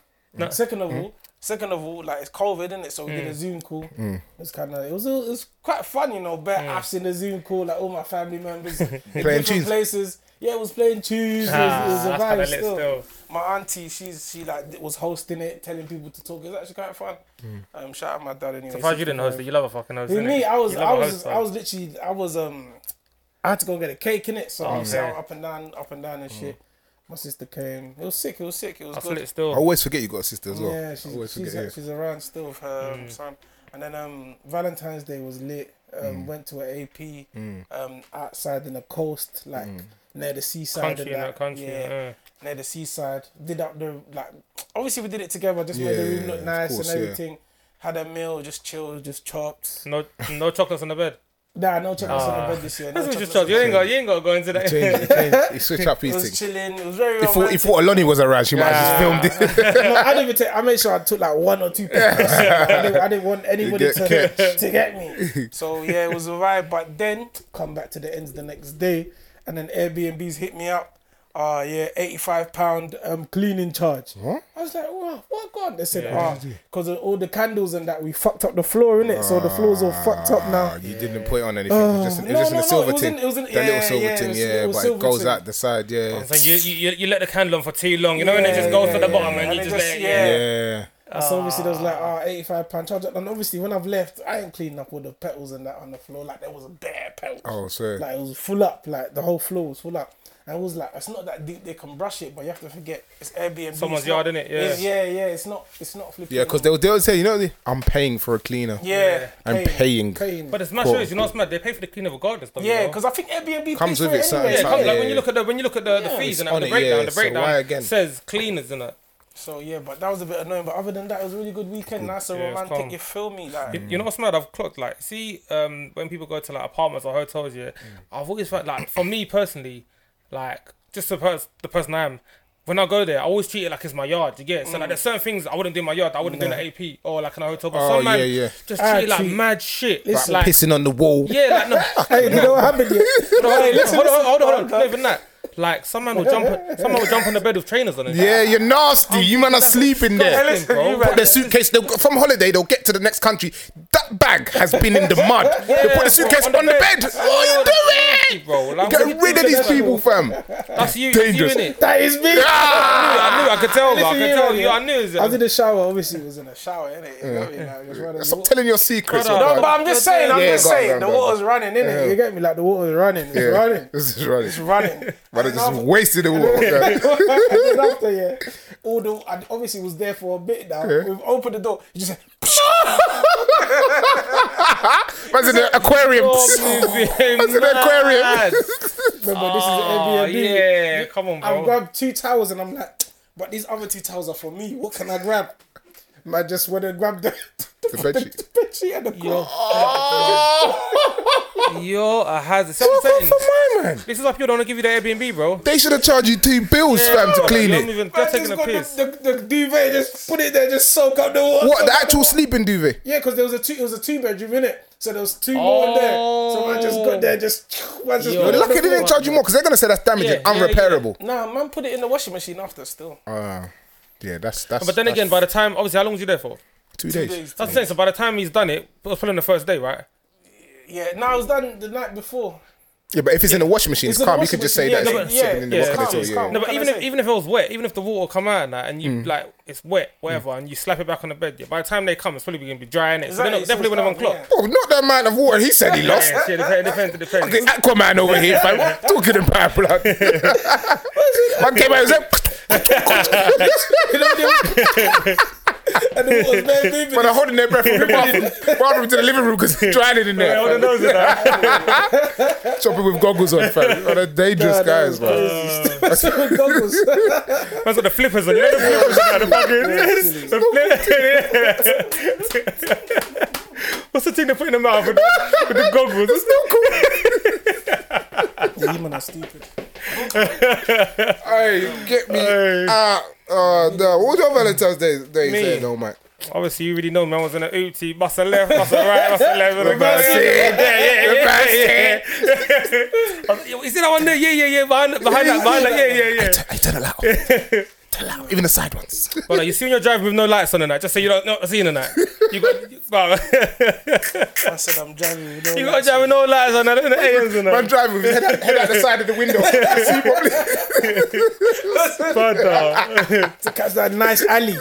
Speaker 3: Second of all, Second of all, like it's COVID, isn't it? So we did
Speaker 2: Mm.
Speaker 3: a Zoom call. It's kind of it was it was quite fun, you know. Bare
Speaker 2: Mm.
Speaker 3: apps in the Zoom call, like all my family members in different
Speaker 1: tunes.
Speaker 3: places. Yeah, it was playing tunes. it
Speaker 2: Ah,
Speaker 3: was, it was a
Speaker 2: that's kinda
Speaker 3: vibe
Speaker 2: lit
Speaker 3: still.
Speaker 2: still.
Speaker 3: My auntie, she's she like was hosting it, telling people to talk. It was actually quite fun. Um, shout out my dad anyway.
Speaker 2: Surprised you didn't host it. You love a fucking host.
Speaker 3: With
Speaker 2: innit?
Speaker 3: me, I was,
Speaker 2: You
Speaker 3: I
Speaker 2: love a
Speaker 3: was,
Speaker 2: host,
Speaker 3: I was literally, I was, um, I had to go and get a cake in it, so I was
Speaker 2: Okay.
Speaker 3: out up and down, up and down and
Speaker 2: Mm.
Speaker 3: shit. My sister came. It was sick. It was sick. It was
Speaker 2: That's
Speaker 3: good.
Speaker 2: lit
Speaker 1: I
Speaker 2: still.
Speaker 1: always forget you got a sister as well.
Speaker 3: Yeah,
Speaker 1: I
Speaker 3: she's
Speaker 1: always
Speaker 3: she's,
Speaker 1: forget. yeah.
Speaker 3: she's around still with her um,
Speaker 2: Mm.
Speaker 3: son. And then um, Valentine's Day was lit. Um,
Speaker 1: Mm.
Speaker 3: Went to an AP um, outside in the coast, like
Speaker 1: Mm.
Speaker 3: near the seaside. and
Speaker 2: Country in that country.
Speaker 3: Yeah,
Speaker 2: yeah.
Speaker 3: near the seaside. Did up the like. Obviously, we did it together. Just made the
Speaker 1: Yeah,
Speaker 3: room look
Speaker 1: of
Speaker 3: nice
Speaker 1: course, yeah.
Speaker 3: and everything. Had a meal, just chilled, just chopped.
Speaker 2: No, no chocolates on the bed.
Speaker 3: Nah, no chocolates on
Speaker 2: Ah.
Speaker 3: the bed this year. No
Speaker 2: That's what you
Speaker 3: chocolates
Speaker 2: just told. You
Speaker 3: on the
Speaker 2: ain't got, you ain't got to go into that.
Speaker 1: Change, change. You switch up
Speaker 3: bed. It was
Speaker 1: eating.
Speaker 3: chilling. It was very
Speaker 1: If thought, he
Speaker 3: romantic.
Speaker 1: thought Aloni was around, she might have just filmed it.
Speaker 3: no, I didn't even take. I made sure I took like one or two pictures. I, didn't, I didn't want anybody
Speaker 1: get
Speaker 3: to
Speaker 1: catch.
Speaker 3: to get me. So yeah, it was alright. But then come back to the ends the next day, and then Airbnbs hit me up. Uh yeah, eighty five pound um cleaning charge.
Speaker 1: What?
Speaker 3: I was like, wow, what God? They said, ah, because of all the candles and that we fucked up the floor in it, so the floor's all fucked up now.
Speaker 1: Ah, You didn't put it on anything. it was just, it was
Speaker 3: No,
Speaker 1: just in
Speaker 3: no,
Speaker 1: the
Speaker 3: no,
Speaker 1: silver
Speaker 3: it was
Speaker 1: tin.
Speaker 3: in- it was in-
Speaker 1: that
Speaker 3: yeah,
Speaker 1: little silver
Speaker 3: yeah, it
Speaker 1: tin,
Speaker 3: was-
Speaker 1: yeah,
Speaker 3: it was
Speaker 1: but it
Speaker 3: silver
Speaker 1: goes
Speaker 3: tin. Oh,
Speaker 1: out the side, yeah.
Speaker 2: So you, you, you let the candle on for too long, you know, and it just
Speaker 3: Yeah,
Speaker 2: goes
Speaker 3: yeah,
Speaker 2: to the
Speaker 3: yeah.
Speaker 2: bottom and,
Speaker 3: And
Speaker 2: you
Speaker 3: it
Speaker 2: just,
Speaker 3: just-
Speaker 2: let it,
Speaker 3: yeah.
Speaker 1: Yeah.
Speaker 3: And so obviously there was like ah, 85 pound charge and obviously when I've left I ain't cleaned up all the petals and that on the floor like there was a bare petals
Speaker 1: Oh, so
Speaker 3: like it was full up like the whole floor was full up and it was like it's not that deep they can brush it but you have to forget it's Airbnb
Speaker 2: Someone's
Speaker 3: it's not-
Speaker 2: yard, innit? Yeah.
Speaker 3: it's- yeah yeah it's not it's not flipping
Speaker 1: yeah, because they'll, they'll say, you know, they- I'm paying for a cleaner.
Speaker 3: yeah
Speaker 1: I'm paying.
Speaker 3: paying
Speaker 2: But it's mad
Speaker 1: Cool.
Speaker 2: shows, you know, it's mad. They pay for the cleaner regardless. Though,
Speaker 3: yeah
Speaker 2: you know?
Speaker 3: because I think Airbnb
Speaker 1: Comes with
Speaker 3: pays for
Speaker 1: it,
Speaker 3: anyway.
Speaker 1: something,
Speaker 2: Yeah,
Speaker 1: Yeah,
Speaker 2: come, like when
Speaker 1: yeah.
Speaker 2: you look at the when you look at the, the
Speaker 1: It's
Speaker 2: fees and, that,
Speaker 1: on
Speaker 2: the
Speaker 1: it,
Speaker 2: breakdown,
Speaker 1: yeah,
Speaker 2: the
Speaker 1: so why
Speaker 2: breakdown
Speaker 1: again?
Speaker 2: says cleaners in it.
Speaker 3: so yeah but that was a bit annoying but other than that it was a really good weekend nice and
Speaker 2: Yeah, it's calm.
Speaker 3: romantic you feel me like
Speaker 2: You
Speaker 1: Mm.
Speaker 2: know what's mad? I've clocked like see um when people go to like apartments or hotels,
Speaker 1: Mm.
Speaker 2: yeah. I've always felt like for me personally, like just the pers- the person I am. When I go there, I always treat it like it's my yard. You get it? so
Speaker 1: Mm.
Speaker 2: like there's certain things I wouldn't do in my yard. I wouldn't do in the AP or like in a hotel. But
Speaker 1: Oh,
Speaker 2: some man
Speaker 1: yeah, yeah.
Speaker 2: just
Speaker 3: I
Speaker 2: treat it like
Speaker 3: treat-
Speaker 2: mad shit.
Speaker 1: Like
Speaker 2: like,
Speaker 1: pissing on the wall.
Speaker 2: yeah, like no,
Speaker 3: hey you know what happened here
Speaker 2: no, hey, listen, hold on, hold on, hold on. Not even that. Like some man will jump, some man will jump on the bed with trainers on it.
Speaker 1: Yeah, you're nasty. You man are
Speaker 2: that's
Speaker 1: sleeping
Speaker 2: disgusting,
Speaker 1: there.
Speaker 3: Hey, listen,
Speaker 2: bro.
Speaker 3: you
Speaker 1: Put their suitcase. They'll go from holiday. They'll get to the next country. That bag has been in the mud. They put the suitcase on the bed. What are you doing?
Speaker 2: bro. Like, what you
Speaker 1: Get rid of
Speaker 2: doing
Speaker 1: these
Speaker 2: there?
Speaker 1: people, fam.
Speaker 2: That's you. That's you
Speaker 1: Dangerous.
Speaker 2: in it.
Speaker 3: that is me
Speaker 2: I
Speaker 1: Ah!
Speaker 2: knew, I could tell, bro. I
Speaker 3: Listen
Speaker 2: could
Speaker 3: here,
Speaker 2: tell
Speaker 3: man.
Speaker 2: you. I knew it.
Speaker 3: I was in the shower obviously it was in a shower innit you know what I mean like, it was one of those-
Speaker 1: Stop telling your secrets.
Speaker 2: Brother.
Speaker 1: your
Speaker 3: No,
Speaker 1: man.
Speaker 3: but I'm just
Speaker 2: Yeah,
Speaker 3: saying, I'm
Speaker 1: go
Speaker 3: just
Speaker 1: on, go
Speaker 3: saying,
Speaker 1: on,
Speaker 3: the
Speaker 1: go on.
Speaker 3: water's running, innit? You get me? Like, the water's running, it's
Speaker 1: Yeah.
Speaker 3: running,
Speaker 1: This is running.
Speaker 3: it's running.
Speaker 1: But
Speaker 3: And
Speaker 1: it's just
Speaker 3: after-
Speaker 1: wasted the water.
Speaker 3: and then after, yeah, all the, I obviously was there for a bit now. We've opened the door, you just
Speaker 1: Man's in the aquarium.
Speaker 2: That's
Speaker 1: in the aquarium.
Speaker 3: remember, this is
Speaker 2: Oh,
Speaker 3: an Airbnb.
Speaker 2: yeah, come on,
Speaker 3: I
Speaker 2: bro.
Speaker 3: grabbed two towels and I'm like, but these other two towels are for me. What can I grab? I just want to grab the,
Speaker 1: The bedsheet.
Speaker 3: the bedsheet and the cloth.
Speaker 2: You're a hazard. See what I'm saying?
Speaker 1: my man.
Speaker 2: This is why people don't wanna give you the Airbnb, bro.
Speaker 1: They should have charged you two bills, fam, to clean
Speaker 2: You're
Speaker 1: it.
Speaker 2: not even-
Speaker 3: I
Speaker 2: They're
Speaker 3: just
Speaker 2: taking a
Speaker 3: got
Speaker 2: piss.
Speaker 3: The, the, the duvet, just put it there, just soak up the water.
Speaker 1: What
Speaker 3: soak
Speaker 1: the
Speaker 3: up
Speaker 1: actual sleeping duvet?
Speaker 3: Yeah, because there was a two, it was a two bedroom in it, so there was two more in there. So I just
Speaker 2: Oh.
Speaker 3: got there, just man just.
Speaker 2: Yo.
Speaker 1: But lucky they didn't charge you more because they're gonna say that's damaging,
Speaker 2: Yeah, yeah, yeah.
Speaker 1: unrepairable.
Speaker 3: Nah, man, put it in the washing machine after. Still,
Speaker 1: Ah, yeah, that's that's.
Speaker 2: But then
Speaker 1: that's
Speaker 2: again, by the time, obviously, how long was you there for?
Speaker 1: two days.
Speaker 3: days.
Speaker 2: That's the thing. So by the time he's done it, it was probably on the first day, right?
Speaker 3: yeah. No, I was done the night before.
Speaker 1: Yeah, but if it's in a washing machine,
Speaker 3: It's
Speaker 1: it's
Speaker 3: in
Speaker 1: calm.
Speaker 3: the
Speaker 1: You could
Speaker 3: washing
Speaker 1: just say
Speaker 3: machine.
Speaker 1: that it's
Speaker 3: Yeah, no, but-
Speaker 1: sitting in the
Speaker 2: yeah,
Speaker 1: washing
Speaker 2: it's
Speaker 1: machine.
Speaker 3: calm,
Speaker 1: yeah.
Speaker 3: it's calm.
Speaker 2: No,
Speaker 3: What
Speaker 2: but
Speaker 3: can I
Speaker 2: even if
Speaker 3: say? Mm.
Speaker 2: even if it was wet, even if the water come out and that, and you like it's wet, whatever, and you slap it back on the bed, yeah, by the time they come, it's probably gonna be dry in it. So
Speaker 3: Exactly,
Speaker 2: they're not,
Speaker 3: it's
Speaker 2: definitely wouldn't
Speaker 3: all
Speaker 2: have unclogged.
Speaker 3: dry,
Speaker 1: Oh, not that amount of water he said he
Speaker 2: Yeah,
Speaker 1: lost.
Speaker 2: yeah, yeah, depends, depends, it depends.
Speaker 1: The Aquaman over here, fam. Talking about blood. Man came out and said,
Speaker 3: You know what I mean? and the water's bare moving.
Speaker 1: but they're holding their breath from the bathroom, bathroom to the living room because it's drying in there. fam. Shopping with goggles on, fam. What a dangerous
Speaker 3: Nah, that
Speaker 1: guys,
Speaker 3: was
Speaker 1: man.
Speaker 3: crazy. With goggles.
Speaker 2: That's what the flippers on. You know the flippers on the fucking. the flip- What's the thing they put in the mouth with the, with the goggles? It's not cool.
Speaker 3: Yeah, you man are stupid.
Speaker 1: Hey, get me out. Uh, no. What was your Valentine's Day, day
Speaker 2: Me.
Speaker 1: saying, though, mate?
Speaker 2: Obviously, you already know, man. I was in a ooty, bust a left, bust a right, bust a left.
Speaker 1: Look at us here. Look at us here.
Speaker 2: Oh, Is it that one there? Yeah, yeah, yeah. Behind, behind that, behind that. Yeah, yeah, yeah.
Speaker 1: Hey, turn the light off. Turn loud, even the side ones.
Speaker 2: But like, you see when you're driving with no lights on and that, just say you don't not seeing the night. You got, you, bro,
Speaker 3: I said I'm driving. You, know,
Speaker 2: you got to drive with no lights on and that, and the AMs and
Speaker 1: Man
Speaker 2: that.
Speaker 1: driving with his head out, head out the side of the window. See properly.
Speaker 2: But, uh,
Speaker 3: to catch that nice alley.
Speaker 1: He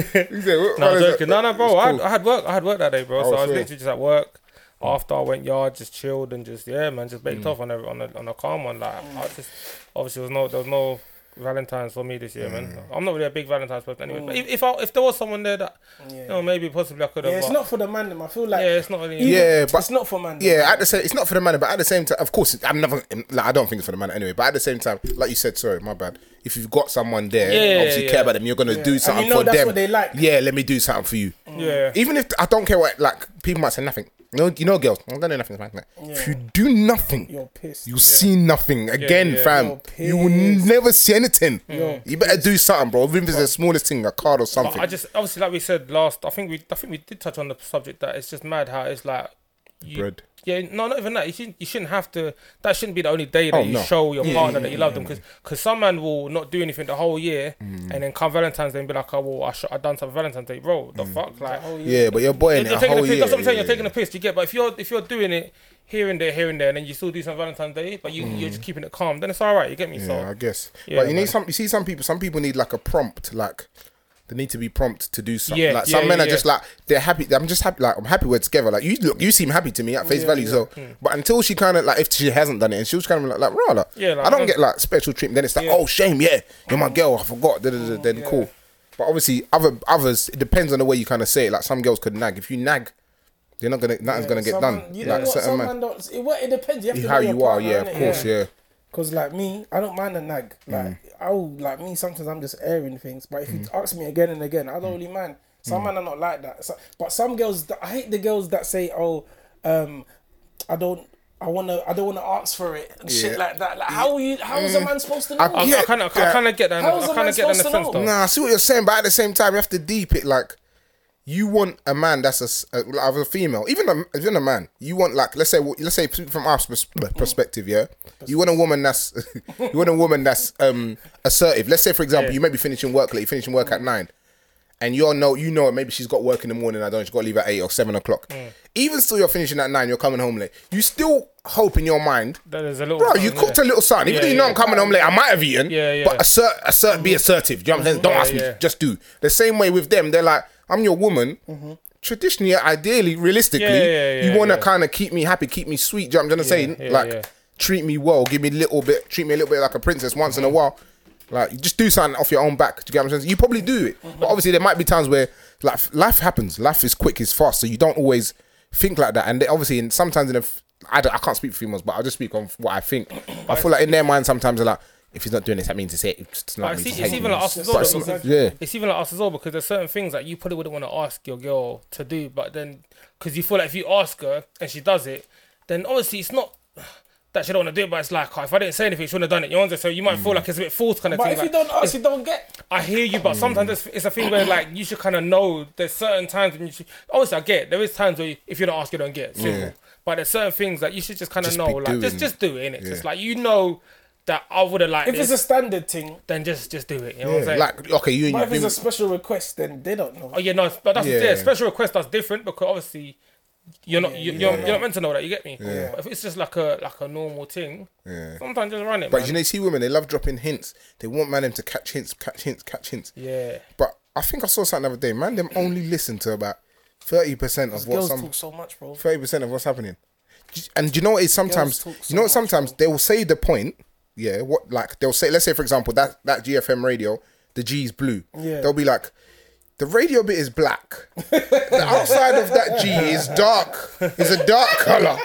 Speaker 1: said, what-
Speaker 2: no,
Speaker 1: what is
Speaker 2: I'm
Speaker 1: that?
Speaker 2: joking. No, no, bro.
Speaker 1: It's
Speaker 2: I, had,
Speaker 1: cool.
Speaker 2: I had work. I had work that day, bro. so I was
Speaker 1: swear.
Speaker 2: literally just at work. After I went yard, just chilled and just yeah, man, just baked off on a, on a on a calm one. Like I just obviously there was no there was no Valentine's for me this year, man. I'm not really a big Valentine's person anyway. But if if, I, if there was someone there that
Speaker 3: Yeah.
Speaker 2: you know maybe possibly I could have.
Speaker 3: Yeah, it's
Speaker 2: but-
Speaker 3: not for the man. them. I feel like
Speaker 2: Yeah, it's not really.
Speaker 3: even-
Speaker 1: Yeah, but-
Speaker 3: it's not for man. them.
Speaker 1: Yeah, at the same, it's not for the man, but at the same time, of course, I'm never. Like, I don't think it's for the man anyway. But at the same time, like you said, sorry, my bad. If you've got someone there, you
Speaker 2: Yeah, yeah,
Speaker 1: obviously
Speaker 2: yeah.
Speaker 1: care about them, you're gonna do
Speaker 3: And
Speaker 1: something
Speaker 3: you know
Speaker 1: for
Speaker 3: that's
Speaker 1: them.
Speaker 3: what they like.
Speaker 1: Yeah, let me do something for you.
Speaker 2: Yeah.
Speaker 1: Even if I don't care what, like people might say nothing. No, you know, girls, I'm gonna do nothing. man. Like, If you do nothing,
Speaker 3: You're pissed.
Speaker 1: You see nothing again,
Speaker 2: yeah.
Speaker 1: fam.
Speaker 3: You're
Speaker 1: You will
Speaker 3: pissed.
Speaker 1: never see anything.
Speaker 3: You're
Speaker 1: You better do something, bro. Even if it's the smallest thing, a card or
Speaker 2: But
Speaker 1: something.
Speaker 2: I just obviously like we said last. I think we I think we did touch on the subject that it's just mad how it's like. You,
Speaker 1: Bread.
Speaker 2: Yeah, no, not even that. You shouldn't, you shouldn't have to. That shouldn't be the only day that
Speaker 1: Oh,
Speaker 2: you
Speaker 1: no.
Speaker 2: show your partner that you love them, because some man will not do anything the whole year,
Speaker 1: Mm.
Speaker 2: and then come Valentine's Day and be like, "Oh, well, I, sh- I done something Valentine's Day, bro. The fuck, like,
Speaker 3: Oh, yeah.
Speaker 1: yeah, but you're boying Mm.
Speaker 2: you're
Speaker 1: it a
Speaker 2: taking a
Speaker 1: whole
Speaker 2: piss.
Speaker 1: year.
Speaker 2: That's what I'm saying.
Speaker 1: yeah,
Speaker 2: You're taking a piss. You get, but if you're if you're doing it here and there, here and there, and then you still do some Valentine's Day, but you you're just keeping it calm, then it's all right. You get me?
Speaker 1: Mm. yeah, I
Speaker 2: so
Speaker 1: guess.
Speaker 2: Yeah,
Speaker 1: but you
Speaker 2: man.
Speaker 1: need some. You see, some people. Some people need like a prompt. Like they need to be prompt to do something.
Speaker 2: Yeah,
Speaker 1: like
Speaker 2: yeah,
Speaker 1: some men
Speaker 2: yeah,
Speaker 1: are just
Speaker 2: yeah.
Speaker 1: like they're happy. I'm just happy. Like I'm happy we're together. Like you look, you seem happy to me at face value. So,
Speaker 2: Hmm.
Speaker 1: but until she kind of like if she hasn't done it, and she was kind of like, like rah, like,
Speaker 2: Yeah, like,
Speaker 1: I
Speaker 2: I
Speaker 1: don't
Speaker 2: don't-
Speaker 1: get like special treatment. Then it's like, oh shame, yeah, you're my girl. I forgot. Da, da,
Speaker 2: Hmm,
Speaker 1: da, then cool. But obviously, other others. It depends on the way you kind of say it. Like some girls could nag. If you nag, you're not gonna. Nothing's gonna get
Speaker 3: Some
Speaker 1: done.
Speaker 3: man- You know
Speaker 1: like
Speaker 3: what?
Speaker 1: certain
Speaker 3: Some
Speaker 1: man.
Speaker 3: man don't. It, well, it depends. You have to
Speaker 1: How
Speaker 3: know your
Speaker 1: you are,
Speaker 3: partner,
Speaker 1: yeah, of
Speaker 3: innit?
Speaker 1: course, yeah. Mm.
Speaker 3: Cause like me, I don't mind a nag. Like I will, like me, sometimes I'm just airing things. But if you
Speaker 1: Mm.
Speaker 3: ask me again and again, I don't really mind. Some men are not like that. So, but some girls, that, I hate the girls that say, "Oh, um, I don't, I wanna, I don't wanna ask for it and shit
Speaker 1: Yeah. Mm.
Speaker 3: like that." Like how are you? How is a man supposed to know?
Speaker 1: I
Speaker 2: I,
Speaker 1: Yeah,
Speaker 2: I kind of I
Speaker 1: that-
Speaker 2: kind of get that. in-
Speaker 3: How
Speaker 2: I
Speaker 3: is a
Speaker 2: kind
Speaker 3: man
Speaker 2: of get that in
Speaker 3: supposed
Speaker 2: the
Speaker 3: to
Speaker 2: sense
Speaker 3: know?
Speaker 2: though.
Speaker 1: Nah, I see what you're saying, but at the same time, you have to deep it. Like, you want a man that's a s- a, like, of a female, even a even a man. You want like let's say let's say from our pers- perspective, yeah. You want a woman that's you want a woman that's um assertive. Let's say for example,
Speaker 2: Yeah.
Speaker 1: you may be finishing work late, finishing work at nine. And you're no, you know it. Maybe she's got work in the morning. I don't. She's got to leave at eight or seven o'clock. Even still, you're finishing at nine. You're coming home late. You still hope in your mind
Speaker 2: That is a little.
Speaker 1: Bro,
Speaker 2: something,
Speaker 1: you cooked
Speaker 2: yeah.
Speaker 1: a little something. Even
Speaker 2: Yeah,
Speaker 1: though you know
Speaker 2: yeah.
Speaker 1: I'm coming home late, I might have eaten.
Speaker 2: Yeah, yeah.
Speaker 1: But assert, assert, be assertive. Do you know what I'm saying? Don't
Speaker 2: Yeah,
Speaker 1: ask me,
Speaker 2: yeah.
Speaker 1: just do. The same way with them, they're like, I'm your woman. Traditionally, ideally, realistically,
Speaker 2: Mm-hmm. Yeah, yeah, yeah,
Speaker 1: you want to
Speaker 2: yeah.
Speaker 1: kind of keep me happy, keep me sweet. Do you know what I'm saying?
Speaker 2: yeah,
Speaker 1: like,
Speaker 2: yeah.
Speaker 1: treat me well, give me a little bit, treat me a little bit like a princess once
Speaker 2: Mm-hmm.
Speaker 1: in a while. Like, you just do something off your own back. Do you get what I'm saying? You probably do it,
Speaker 2: Mm-hmm.
Speaker 1: but obviously there might be times where life life happens. Life is quick, it's fast, so you don't always think like that. And they, obviously, in, sometimes in a, f- I don't, I can't speak for females, but I'll just speak on f- what I think. I feel like in their mind sometimes they're like, if he's not doing this, that means it's it. It's not.
Speaker 2: Like,
Speaker 1: me,
Speaker 2: see,
Speaker 1: it's
Speaker 2: it's
Speaker 1: hate
Speaker 2: even
Speaker 1: me.
Speaker 2: like us as
Speaker 1: But
Speaker 2: well.
Speaker 1: it's
Speaker 2: though,
Speaker 1: not-
Speaker 2: because-
Speaker 1: Yeah.
Speaker 2: It's even like us as well because there's certain things that you probably wouldn't want to ask your girl to do, but then because you feel like if you ask her and she does it, then obviously it's not that she don't want to do it, but it's like oh, if I didn't say anything, she wouldn't have done it. You understand? So you might
Speaker 1: Mm.
Speaker 2: feel like it's a bit forced kind of
Speaker 3: but
Speaker 2: thing.
Speaker 3: if
Speaker 2: like,
Speaker 3: you don't ask, you don't get.
Speaker 2: I hear you, but sometimes it's, it's a thing where like you should kind of know there's certain times when you should. Obviously, I get there is times where you, if you don't ask, you don't get. Simple.
Speaker 1: Yeah.
Speaker 2: But there's certain things that you should just kind of
Speaker 1: Just
Speaker 2: know,
Speaker 1: be
Speaker 2: like
Speaker 1: doing-
Speaker 2: just just do it, innit? Just
Speaker 1: Yeah.
Speaker 2: like you know that I would have liked
Speaker 3: If it's
Speaker 2: this,
Speaker 3: a standard thing,
Speaker 2: then just just do it. You know what I'm
Speaker 1: Yeah,
Speaker 2: saying?
Speaker 1: Like, okay, you and
Speaker 3: but if
Speaker 1: your
Speaker 3: it's a special request, then they don't know.
Speaker 2: Oh yeah, no, it's- but that's yeah.
Speaker 1: Yeah.
Speaker 2: special request. That's different because obviously you're not you, you're, you're not meant to know that. You get me?
Speaker 1: Yeah.
Speaker 2: But if it's just like a like a normal thing,
Speaker 1: Yeah.
Speaker 2: sometimes just run it.
Speaker 1: But
Speaker 2: man.
Speaker 1: you know, you see women, they love dropping hints. They want man them to catch hints, catch hints, catch hints.
Speaker 2: yeah,
Speaker 1: But I think I saw something the other day. Man, them only listen to about thirty percent of what
Speaker 3: Girls
Speaker 1: some
Speaker 3: talk so much, bro.
Speaker 1: thirty percent of what's happening. D- And do you know what it is sometimes?
Speaker 3: talk so
Speaker 1: you know what
Speaker 3: much,
Speaker 1: sometimes they will say the point. Yeah, what like they'll say. Let's say for example that that GFM radio, the G's blue.
Speaker 3: Yeah.
Speaker 1: they'll be like. The radio bit is black. the outside of that G is dark. Is a dark color.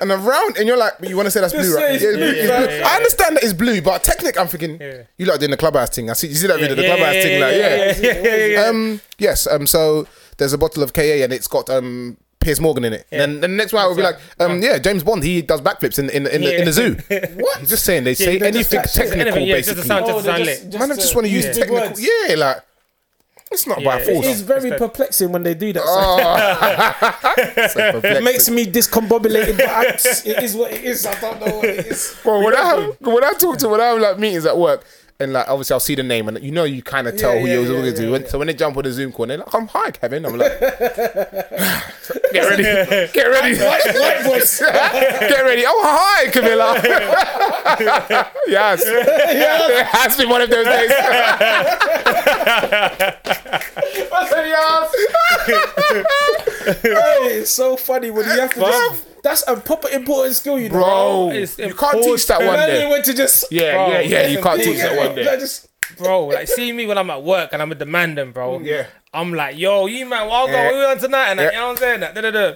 Speaker 1: And around, and you're like, but you want to say that's
Speaker 3: Just
Speaker 1: blue,
Speaker 3: say
Speaker 1: right?
Speaker 3: it's
Speaker 1: Yeah, it's
Speaker 3: blue,
Speaker 1: blue, it's
Speaker 3: yeah,
Speaker 1: blue.
Speaker 2: yeah, yeah,
Speaker 1: I understand that it's blue, but technique, I'm thinking,
Speaker 2: Yeah.
Speaker 1: you like doing the clubhouse thing. I see, you see that video, the
Speaker 2: yeah,
Speaker 1: clubhouse
Speaker 2: yeah,
Speaker 1: thing,
Speaker 2: yeah,
Speaker 1: like,
Speaker 2: yeah,
Speaker 1: yeah,
Speaker 2: yeah,
Speaker 1: um, yes. Um, so there's a bottle of KA and it's got um Piers Morgan in it. And then the next one will be like, um, yeah, James Bond, he does backflips in in, in, the, in the zoo. what? He's just saying they say
Speaker 2: they're
Speaker 1: anything
Speaker 3: just-
Speaker 1: technical,
Speaker 2: anything, yeah, just the
Speaker 1: basically.
Speaker 2: sound, just-
Speaker 3: Oh, they
Speaker 1: Man, I just want to use
Speaker 3: uh, big
Speaker 1: technical.
Speaker 3: words.
Speaker 1: Yeah, like it's not by
Speaker 2: Yeah,
Speaker 1: force.
Speaker 3: It's very
Speaker 2: Instead-
Speaker 3: perplexing when they do that. so
Speaker 1: Ah, So
Speaker 3: it
Speaker 1: perplexing.
Speaker 3: makes me discombobulated, but I, it is what it is. I don't know what it is.
Speaker 1: Bro, when I have, when I talk to when I have like meetings at work, and like obviously I'll see the name and you know you kind of tell who
Speaker 3: yeah,
Speaker 1: you're
Speaker 3: yeah,
Speaker 1: talking to.
Speaker 3: yeah,
Speaker 1: When- So when they jump on the Zoom call, and they're like, "I'm hi, Kevin." I'm like, "Get ready, get ready,
Speaker 3: white voice.
Speaker 1: get ready." Oh, hi, Camilla. yes, it has been one of those days.
Speaker 3: Hey, it's so funny when you have to just. That's a proper important skill, you know.
Speaker 1: bro.
Speaker 2: It's
Speaker 1: you can't teach that one
Speaker 3: Imagine
Speaker 1: day.
Speaker 3: when to just.
Speaker 1: Yeah,
Speaker 2: Bro.
Speaker 1: yeah, yeah. You can't teach that one
Speaker 3: Like,
Speaker 1: day.
Speaker 3: just-
Speaker 2: bro. Like, see me when I'm at work and I'm a demanding, bro.
Speaker 1: yeah.
Speaker 2: I'm like, yo, you man, what I got?
Speaker 1: Yeah.
Speaker 2: we on tonight? And
Speaker 1: Yeah.
Speaker 2: like, you know what I'm saying? Like, da, da, da.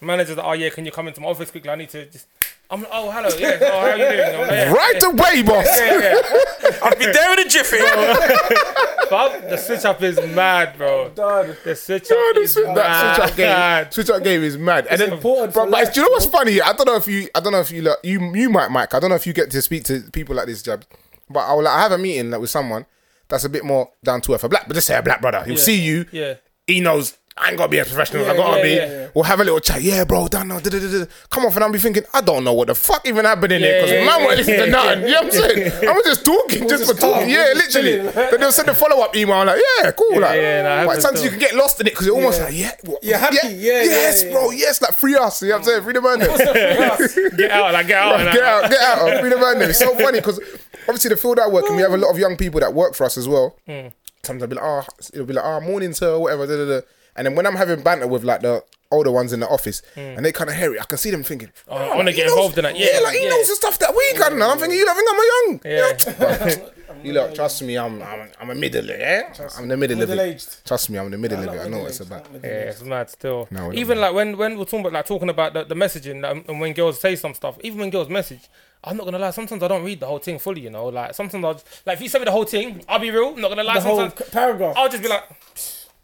Speaker 2: Manager's like, oh yeah, can you come into my office quickly? I need to just. I'm like, oh hello, yeah, oh, how you doing? I'm like, yeah.
Speaker 1: Right away, boss.
Speaker 4: I'll be there in a jiffy.
Speaker 2: But the switch up is mad, bro.
Speaker 3: Done.
Speaker 2: The switch
Speaker 1: Yo,
Speaker 2: up
Speaker 1: the
Speaker 2: is
Speaker 1: switch, that switch up game,
Speaker 2: mad.
Speaker 1: switch up game is mad. And then,
Speaker 3: important
Speaker 1: but,
Speaker 3: for
Speaker 1: but
Speaker 3: life,
Speaker 1: do you know what's funny? I don't know if you, I don't know if you, like, you, you might, Mike. I don't know if you get to speak to people like this, Jab. But I will. Like, I have a meeting like, with someone that's a bit more down to earth. A black, but just say a black brother. He'll see you.
Speaker 2: Yeah.
Speaker 1: He knows. I ain't gotta be as professional. as I gotta
Speaker 2: yeah,
Speaker 1: be.
Speaker 2: yeah, yeah.
Speaker 1: We'll have a little chat. Yeah, bro, down now. da, da, da, da. Come off, and I'll be thinking, I don't know what the fuck even happened in there because
Speaker 2: yeah,
Speaker 1: man
Speaker 2: yeah,
Speaker 1: won't listen to nothing. You know what I'm saying? I'm just talking, just,
Speaker 3: just
Speaker 1: for talking.
Speaker 3: calm,
Speaker 1: Yeah,
Speaker 3: we're just
Speaker 1: literally.
Speaker 3: chilling.
Speaker 1: But they'll send a follow up email like, yeah, cool. like,
Speaker 2: yeah, nah, I
Speaker 1: but
Speaker 2: haven't
Speaker 1: sometimes you
Speaker 2: still.
Speaker 1: can get lost in it because you're almost like, yeah, what,
Speaker 3: You're happy, yeah, yeah,
Speaker 1: yes,
Speaker 3: yeah,
Speaker 1: bro, yes, like free us. You know what I'm saying? Free the man. then.
Speaker 2: Get out, like get out, like,
Speaker 1: get out, get out. Free the man. then. It's so funny because obviously the field I work and we have a lot of young people that work for us as well.
Speaker 2: Hmm.
Speaker 1: Sometimes I'll be like, oh, it'll be like, oh, morning, sir, whatever. Da, da, da. And then when I'm having banter with like the older ones in the office and they kind of hear it, I can see them thinking, oh,
Speaker 2: Hmm. I wanna
Speaker 1: like,
Speaker 2: get
Speaker 1: he knows-
Speaker 2: involved in that. Yeah,
Speaker 1: like he
Speaker 2: yeah.
Speaker 1: knows the stuff that we can. And I'm thinking, you don't think I'm a young. you
Speaker 2: Yeah.
Speaker 1: know? But You look, trust me, I'm I'm, I'm a middle, yeah. I'm the middle of it.
Speaker 3: Middle-aged.
Speaker 1: Trust me, I'm the middle of it. I know
Speaker 3: middle
Speaker 1: what it's
Speaker 3: aged,
Speaker 1: about.
Speaker 3: not middle
Speaker 2: Yeah, it's mad still.
Speaker 1: No, we don't
Speaker 2: even
Speaker 1: know.
Speaker 2: like when when we're talking about like talking about the, the messaging like, and when girls say some stuff, even when girls message, I'm not gonna lie. Sometimes I don't read the whole thing fully. You know, like sometimes I will like if you send me the whole thing, I'll be real. I'm not gonna lie.
Speaker 3: The whole
Speaker 2: sometimes
Speaker 3: c- paragraph.
Speaker 1: Oh,
Speaker 2: I'll just be like,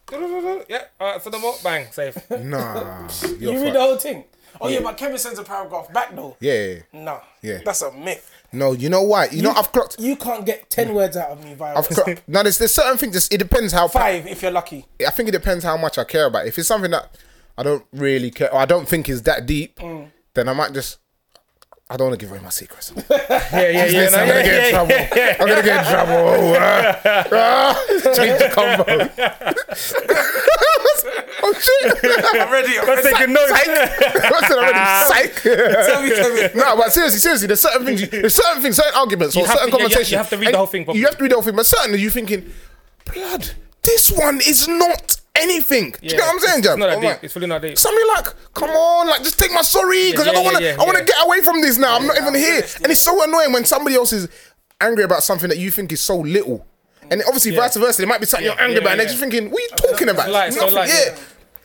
Speaker 2: yeah, all right, so the more bang safe.
Speaker 1: Nah, you're
Speaker 3: you
Speaker 1: fucked.
Speaker 3: read the whole thing. Oh yeah, but Kevin sends a paragraph back though.
Speaker 1: Yeah.
Speaker 3: Nah.
Speaker 1: Yeah.
Speaker 3: That's a myth.
Speaker 1: No, you know why? You, know I've clocked.
Speaker 3: You can't get ten words out of me via
Speaker 1: I've clocked. no, there's, there's certain things. Just, it depends how.
Speaker 3: five if you're lucky.
Speaker 1: I think it depends how much I care about. it. If it's something that I don't really care, or I don't think is that deep, then I might just. I don't want to give away my secrets.
Speaker 2: Mm. Yeah, yeah, yeah.
Speaker 1: Listen,
Speaker 2: no,
Speaker 1: I'm gonna
Speaker 2: yeah,
Speaker 1: get in
Speaker 2: yeah,
Speaker 1: trouble. I'm gonna get in trouble. Uh, uh, change the combo. oh shit!
Speaker 4: I'm ready. I'm
Speaker 2: Let's
Speaker 4: ready.
Speaker 2: take a note.
Speaker 1: What's it already? Psych.
Speaker 4: Tell me, tell me.
Speaker 1: no, but seriously, seriously, there's certain things, you- there's certain things, certain arguments, or
Speaker 2: have
Speaker 1: certain
Speaker 2: to- yeah, you have- you
Speaker 1: conversations.
Speaker 2: have to read the
Speaker 1: and
Speaker 2: whole thing properly.
Speaker 1: You have to read the whole thing, but certainly you're thinking, blood, this one is not anything. Do you know what I'm saying, Oh
Speaker 2: it's, it's
Speaker 1: Jab?
Speaker 2: not that
Speaker 1: I'm
Speaker 2: deep.
Speaker 1: like-
Speaker 2: It's really not that deep.
Speaker 1: Something like, come on, like just take my sorry, because
Speaker 2: yeah,
Speaker 1: I don't
Speaker 2: yeah,
Speaker 1: want to.
Speaker 2: yeah,
Speaker 1: I want to
Speaker 2: yeah.
Speaker 1: get away from this now. I'm not even here, and it's so annoying when somebody else is angry about something that you think is so little, and obviously vice versa. There might be something you're angry
Speaker 2: yeah,
Speaker 1: about, and they're
Speaker 2: yeah.
Speaker 1: just thinking, what are you talking about?
Speaker 2: light, so
Speaker 1: Nothing.
Speaker 2: light,
Speaker 1: yeah.
Speaker 2: yeah.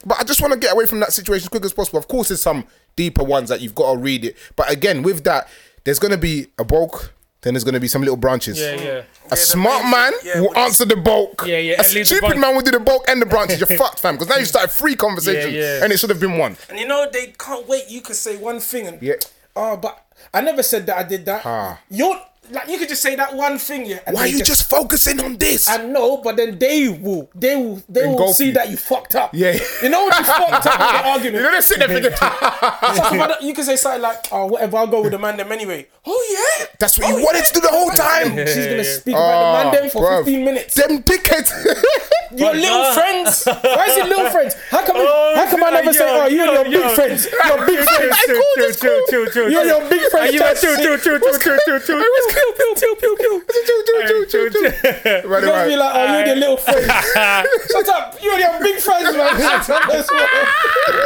Speaker 1: But I just want to get away from that situation as quick as possible. Of course, there's some deeper ones that you've got to read it, but again, with that, there's gonna be a bulk. Then there's gonna be some little branches.
Speaker 2: Yeah, yeah.
Speaker 1: A smart man
Speaker 4: yeah,
Speaker 1: will
Speaker 4: but-
Speaker 1: answer the bulk.
Speaker 2: Yeah, yeah,
Speaker 1: A
Speaker 2: and leave the
Speaker 1: stupid
Speaker 2: bunch.
Speaker 1: man will do the bulk and the branches. You're fucked, fam. Because now you started three conversations,
Speaker 2: yeah.
Speaker 1: and it should have been one.
Speaker 3: And you know they can't wait. You can say one thing and
Speaker 1: Yeah.
Speaker 3: Oh, but I never said that I did that.
Speaker 1: Ah.
Speaker 3: You're like you could just say that one thing, yeah. and
Speaker 1: Why are
Speaker 3: they
Speaker 1: you just focusing on this?
Speaker 3: I know, but then they will, they will, they
Speaker 1: Engulf
Speaker 3: will see
Speaker 1: you.
Speaker 3: that you fucked up.
Speaker 1: Yeah.
Speaker 3: you know when you fucked up with the argument.
Speaker 1: You know, they're sitting there thinking, Ah,
Speaker 3: Something about that- you can say something like, "Oh, whatever, I'll go with the man them anyway." Oh yeah,
Speaker 1: that's what
Speaker 3: Oh,
Speaker 1: you wanted to do the whole time. Ah,
Speaker 3: yeah. She's gonna speak about the man them for
Speaker 1: bruv.
Speaker 3: fifteen minutes.
Speaker 1: Them dickheads.
Speaker 3: Your little friends. Why is it little friends? How come? how come I
Speaker 2: like,
Speaker 3: never say,
Speaker 2: yo,
Speaker 3: "Oh, you and
Speaker 2: yo,
Speaker 3: your big
Speaker 2: yo.
Speaker 3: friends, your big friends,
Speaker 1: It's cool, it's cool.
Speaker 2: chill.
Speaker 3: you and your big
Speaker 2: Are
Speaker 3: friends"?
Speaker 2: you like
Speaker 3: just
Speaker 2: chill,
Speaker 3: sit-
Speaker 2: chill, chill, chill, chill, chill, chill?
Speaker 1: Choo, choo, choo, choo, choo. Right,
Speaker 3: You guys be
Speaker 1: right.
Speaker 3: like, "Oh, you and your little friends." Shut up! You and your big friends, man. That's what-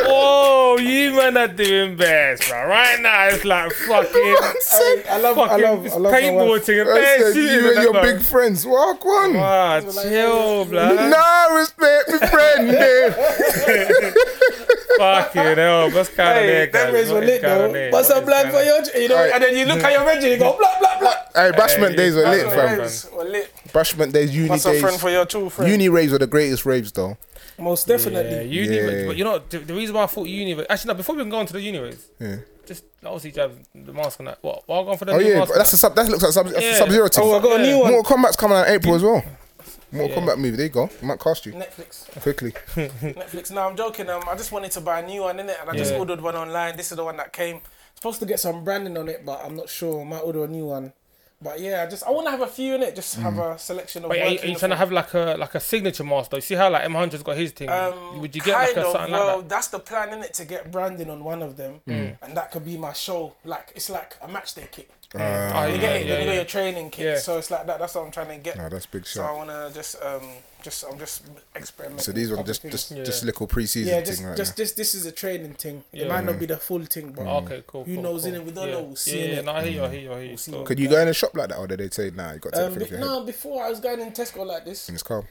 Speaker 2: Oh, you man are doing best, bro. Right now, it's like fucking.
Speaker 3: I, I love, I
Speaker 2: fucking
Speaker 3: love, I love my
Speaker 2: paintball
Speaker 3: wife.
Speaker 2: thing and
Speaker 1: I
Speaker 2: bear
Speaker 1: said,
Speaker 2: shooting
Speaker 1: you
Speaker 2: with
Speaker 1: and
Speaker 2: that
Speaker 1: your
Speaker 2: bro.
Speaker 1: big friends, walk one.
Speaker 2: Ah, chill, blood.
Speaker 1: No respect, my friend. eh.
Speaker 2: Fucking hell. What's kind of
Speaker 3: Hey,
Speaker 2: there, guys?
Speaker 3: them rays were
Speaker 2: What is
Speaker 3: lit
Speaker 2: going on
Speaker 3: though.
Speaker 2: there?
Speaker 3: What's
Speaker 2: What
Speaker 3: up,
Speaker 2: is
Speaker 3: blood
Speaker 2: going
Speaker 3: for
Speaker 2: on?
Speaker 3: your? You know,
Speaker 1: Alright.
Speaker 3: and then you look at your veg and you go, blah blah blah.
Speaker 1: Hey, bashment days were
Speaker 2: Mm. that's
Speaker 1: lit,
Speaker 2: what
Speaker 1: fam.
Speaker 2: it is.
Speaker 3: Friends were lit.
Speaker 1: Bashment days, uni
Speaker 3: What's up,
Speaker 1: days.
Speaker 3: friend for your true friend?
Speaker 1: Uni raves are the greatest raves, though.
Speaker 3: Most
Speaker 2: Yeah,
Speaker 3: definitely.
Speaker 2: uni,
Speaker 1: Yeah.
Speaker 2: but you know what, the, the reason why I thought uni. was- Actually, no. Before we can go on to the uni, was
Speaker 1: Yeah.
Speaker 2: just obviously jab the mask on that. What? While going for the
Speaker 1: Oh
Speaker 2: new
Speaker 1: yeah,
Speaker 2: mask
Speaker 1: that's a sub. That looks like sub, that's a
Speaker 2: Yeah.
Speaker 1: sub-zero team.
Speaker 3: Oh, I got a new one.
Speaker 1: Mortal Kombat's coming out in April as well. Mortal Kombat movie. There you go. Might cost you
Speaker 3: Netflix,
Speaker 1: quickly.
Speaker 3: Netflix. No, I'm joking. Um, I just wanted to buy a new one, innit? And I just
Speaker 2: Yeah.
Speaker 3: ordered one online. This is the one that came. Supposed to get some branding on it, but I'm not sure. Might order a new one. But yeah, I just I want to have a few in it. Just have a selection of.
Speaker 2: Mm. Wait, are you,
Speaker 3: working
Speaker 2: are you trying to have like a like a signature master? You see how like M100's got his thing.
Speaker 3: Um,
Speaker 2: Would you get
Speaker 3: kind
Speaker 2: like Mm. a
Speaker 3: of,
Speaker 2: something
Speaker 3: well,
Speaker 2: like
Speaker 3: that's the plan, innit? To get branding on one of them, and that could be my show. Like it's like a match day kit.
Speaker 1: Uh,
Speaker 2: that? Oh,
Speaker 3: you
Speaker 2: yeah,
Speaker 3: get it,
Speaker 2: yeah,
Speaker 3: you know
Speaker 2: yeah.
Speaker 3: your training kit.
Speaker 2: Yeah.
Speaker 3: So it's like that. That's what I'm trying to get.
Speaker 1: Nah, that's big
Speaker 3: so I
Speaker 1: shot.
Speaker 3: wanna just um just I'm just experimenting.
Speaker 1: So these are just
Speaker 3: with
Speaker 1: just
Speaker 3: things.
Speaker 1: just little preseason
Speaker 3: yeah, just
Speaker 1: thing right Mm.
Speaker 3: just this this is a training thing. It
Speaker 2: Yeah.
Speaker 3: might not be the full thing, but
Speaker 2: Oh,
Speaker 3: um,
Speaker 2: Okay, cool.
Speaker 3: Who
Speaker 2: cool,
Speaker 3: knows,
Speaker 2: cool.
Speaker 3: innit? We don't
Speaker 2: yeah.
Speaker 3: know, we'll see,
Speaker 2: Yeah, yeah,
Speaker 3: innit?
Speaker 2: no, I hear you. I hear you. I hear you.
Speaker 3: see
Speaker 2: So-
Speaker 3: what-
Speaker 1: Could you go in a shop like that, or did they say nah? You got to take
Speaker 3: Um,
Speaker 1: it
Speaker 3: be-
Speaker 1: from your head
Speaker 3: no, before I was going in Tesco like this,
Speaker 1: and it's calm.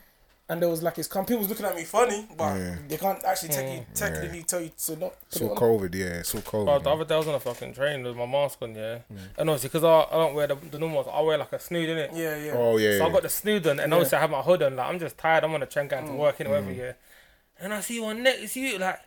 Speaker 3: and there was like his company was looking at me funny, but
Speaker 1: Yeah.
Speaker 3: they can't actually take you,
Speaker 2: Mm.
Speaker 3: technically tell you to not.
Speaker 1: It's
Speaker 3: put it
Speaker 1: all
Speaker 3: on.
Speaker 1: COVID, yeah. It's all COVID.
Speaker 2: Bro, the
Speaker 1: man.
Speaker 2: other day I was on a fucking train with my mask on, yeah.
Speaker 3: Mm.
Speaker 2: And obviously, because I, I don't wear the, the normal ones, I wear like a snood in it.
Speaker 3: Yeah, yeah.
Speaker 1: Oh yeah.
Speaker 2: So I
Speaker 1: yeah.
Speaker 2: got the snood on, and obviously I have my hood on. Like I'm just tired. I'm on a train going to
Speaker 3: Mm.
Speaker 2: work in whatever, yeah. And I see one next to you, like,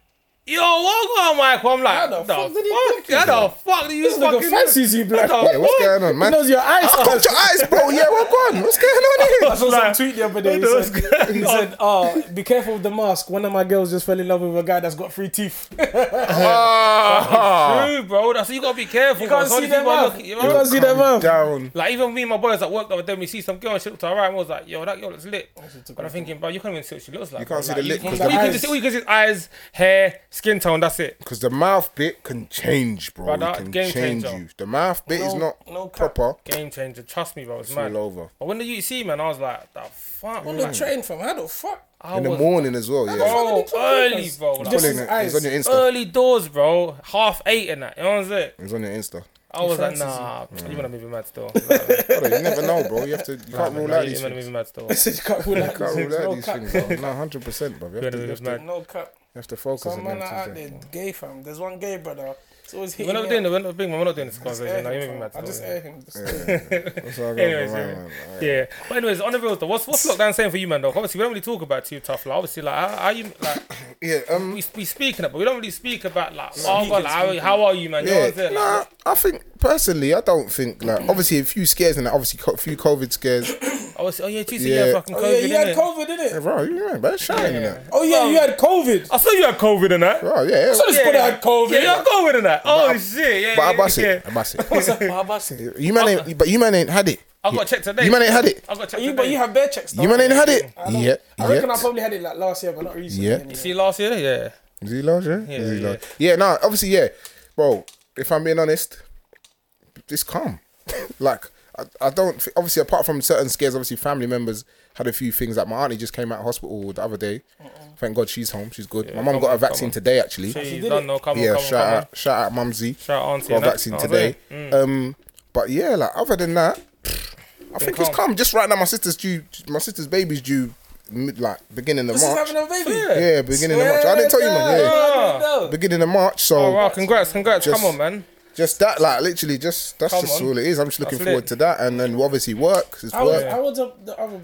Speaker 2: yo, what going, on, Michael? I'm like,
Speaker 3: How the fuck did he think
Speaker 2: fuck? How the fuck do you
Speaker 3: This nigga
Speaker 2: fucking?
Speaker 3: fancies you, black.
Speaker 2: What the
Speaker 1: Yeah, what's going on,
Speaker 3: He
Speaker 1: man?
Speaker 3: knows your eyes.
Speaker 1: Got your eyes, bro. Yeah, what going? What's going
Speaker 3: I
Speaker 1: on
Speaker 3: saw some tweet the other day. He
Speaker 2: What
Speaker 3: said,
Speaker 2: the-
Speaker 3: he said, "Oh, be careful with the mask. One of my girls just fell in love with a guy that's got three teeth. you Ah.
Speaker 1: here?
Speaker 2: True, bro. That's you gotta be careful. You
Speaker 3: can't see their mouth. You can't see their
Speaker 1: Ah,
Speaker 3: mouth.
Speaker 1: down.
Speaker 2: Like even me and my boys at work the other day, we see some girl and she looked alright, and I was like, "Yo, that girl looks lit." But I'm thinking, bro, you can't even see what she looks like. You
Speaker 1: can't see the lip 'cause
Speaker 2: because
Speaker 1: the
Speaker 2: you can
Speaker 3: eyes-
Speaker 2: just see all you can see is eyes, hair, skin tone. That's it.
Speaker 1: Because the mouth bit can change, bro.
Speaker 2: Brother,
Speaker 1: it can
Speaker 2: game
Speaker 1: change
Speaker 2: changer.
Speaker 1: you. The mouth bit is
Speaker 3: No-
Speaker 1: not
Speaker 3: no cap.
Speaker 1: proper.
Speaker 2: Game changer. Trust me, bro. It's,
Speaker 1: It's
Speaker 2: mad.
Speaker 1: all over.
Speaker 2: But when the UC man, I was like, "The fuck."
Speaker 3: On the
Speaker 2: Like,
Speaker 3: train from how the fuck?
Speaker 2: I
Speaker 1: In the
Speaker 2: was
Speaker 1: morning as well, yeah.
Speaker 2: bro,
Speaker 3: Fuck,
Speaker 2: Oh, early, bro. Like,
Speaker 3: Just-
Speaker 1: Pulling it. It's on your Insta.
Speaker 2: early doors, bro. Half eight and that. You know what I'm saying?
Speaker 1: It's on your Insta.
Speaker 2: I was like,
Speaker 3: fancies you.
Speaker 2: "Nah, you wanna move me mad still."
Speaker 1: Brother, you never know, bro. You have to. You can't rule
Speaker 2: Nah,
Speaker 1: out
Speaker 2: You
Speaker 1: these
Speaker 2: you wanna move
Speaker 1: things.
Speaker 2: me mad still?
Speaker 3: I said you can't rule out
Speaker 1: Can't
Speaker 3: these
Speaker 1: rule out these
Speaker 3: things.
Speaker 1: things, bro. No, hundred percent, bro. You have to- you have to- you
Speaker 3: No cut.
Speaker 1: have to focus
Speaker 3: Some
Speaker 1: on them
Speaker 3: man are out
Speaker 1: things.
Speaker 3: there
Speaker 1: yeah.
Speaker 3: gay fam. There's one gay brother. It's always
Speaker 2: We're
Speaker 3: hitting.
Speaker 2: not
Speaker 3: me
Speaker 2: doing
Speaker 3: up.
Speaker 2: the we're not, big man, we're not doing this
Speaker 3: Just air
Speaker 2: conversation. Nah, you
Speaker 3: him,
Speaker 2: make me
Speaker 3: fam.
Speaker 2: mad
Speaker 3: I
Speaker 2: still,
Speaker 3: just
Speaker 2: yeah.
Speaker 3: air him. Just-
Speaker 1: That's all I got,
Speaker 2: Anyways,
Speaker 1: bro.
Speaker 2: yeah.
Speaker 1: Man, man.
Speaker 2: Yeah, but anyways, on the real though, what's what's lockdown saying for you, man? Though obviously we don't really talk about too tough. Like obviously, like how, how you like
Speaker 1: Yeah, um,
Speaker 2: we we speaking it, but we don't really speak about like
Speaker 3: he
Speaker 2: oh
Speaker 3: can
Speaker 2: god, like, how, how are you, man? You know what I'm
Speaker 1: Yeah,
Speaker 2: saying?
Speaker 1: nah,
Speaker 2: Like,
Speaker 1: I think personally, I don't think like obviously a few scares and that, obviously co- a few COVID scares.
Speaker 2: obviously, oh yeah, Jesus,
Speaker 1: Yeah.
Speaker 2: yeah, fucking COVID.
Speaker 3: Oh yeah, you had
Speaker 2: innit?
Speaker 3: COVID, didn't it?
Speaker 1: bro, you right, bro, shine in that.
Speaker 3: Oh yeah, you had COVID.
Speaker 2: I saw you had COVID and that.
Speaker 1: Bro, yeah,
Speaker 3: So this
Speaker 2: Yeah.
Speaker 3: brother had COVID.
Speaker 2: Yeah, you had COVID and that. Oh shit, yeah.
Speaker 1: but I
Speaker 2: yeah,
Speaker 1: bust
Speaker 2: yeah.
Speaker 1: it, I bust it.
Speaker 3: How about you?
Speaker 1: You man ain't, but you man ain't had it.
Speaker 2: I got checked today.
Speaker 1: You man ain't had it.
Speaker 2: I got checked
Speaker 3: You,
Speaker 2: today.
Speaker 3: but you have bear checks.
Speaker 1: You man ain't had it.
Speaker 3: I don't-
Speaker 1: Yeah,
Speaker 3: I reckon I
Speaker 1: yeah.
Speaker 3: probably had it like last year, but not recently.
Speaker 1: Yeah.
Speaker 3: anyway.
Speaker 2: see last year, yeah.
Speaker 1: Is he large? Yeah, Is he
Speaker 2: yeah,
Speaker 1: large? yeah. No, obviously, yeah, bro. If I'm being honest, it's calm. like I, I don't thi- obviously apart from certain scares, obviously family members had a few things. Like my auntie just came out of hospital the other day. Thank God she's home. She's good. my mum got a vaccine today, actually.
Speaker 2: She's
Speaker 3: did it.
Speaker 2: done no come on,
Speaker 1: yeah,
Speaker 2: come on,
Speaker 1: shout
Speaker 2: come on.
Speaker 1: out, shout out, Mumsy.
Speaker 2: Shout out Oh, auntie.
Speaker 1: Got a
Speaker 2: and that.
Speaker 1: vaccine
Speaker 2: You know what I'm
Speaker 1: today.
Speaker 2: saying?
Speaker 1: Um, but yeah, like other than that, I think it's
Speaker 2: calm.
Speaker 1: calm. Just right now, my sister's due. My sister's baby's due, mid, like beginning of
Speaker 3: This is
Speaker 1: March.
Speaker 3: having a baby.
Speaker 1: yeah, beginning of March. I didn't tell you, man. Yeah,
Speaker 3: man.
Speaker 1: beginning of March. So
Speaker 2: Oh wow, congrats, congrats.
Speaker 1: Just-
Speaker 2: come on, man.
Speaker 1: just that, like literally, just that's
Speaker 2: Come
Speaker 1: just
Speaker 2: on.
Speaker 1: all it is. I'm just looking
Speaker 2: That's
Speaker 1: forward
Speaker 2: lit.
Speaker 1: to that, and then obviously work. It's
Speaker 3: I was,
Speaker 1: work.
Speaker 3: I was up the other.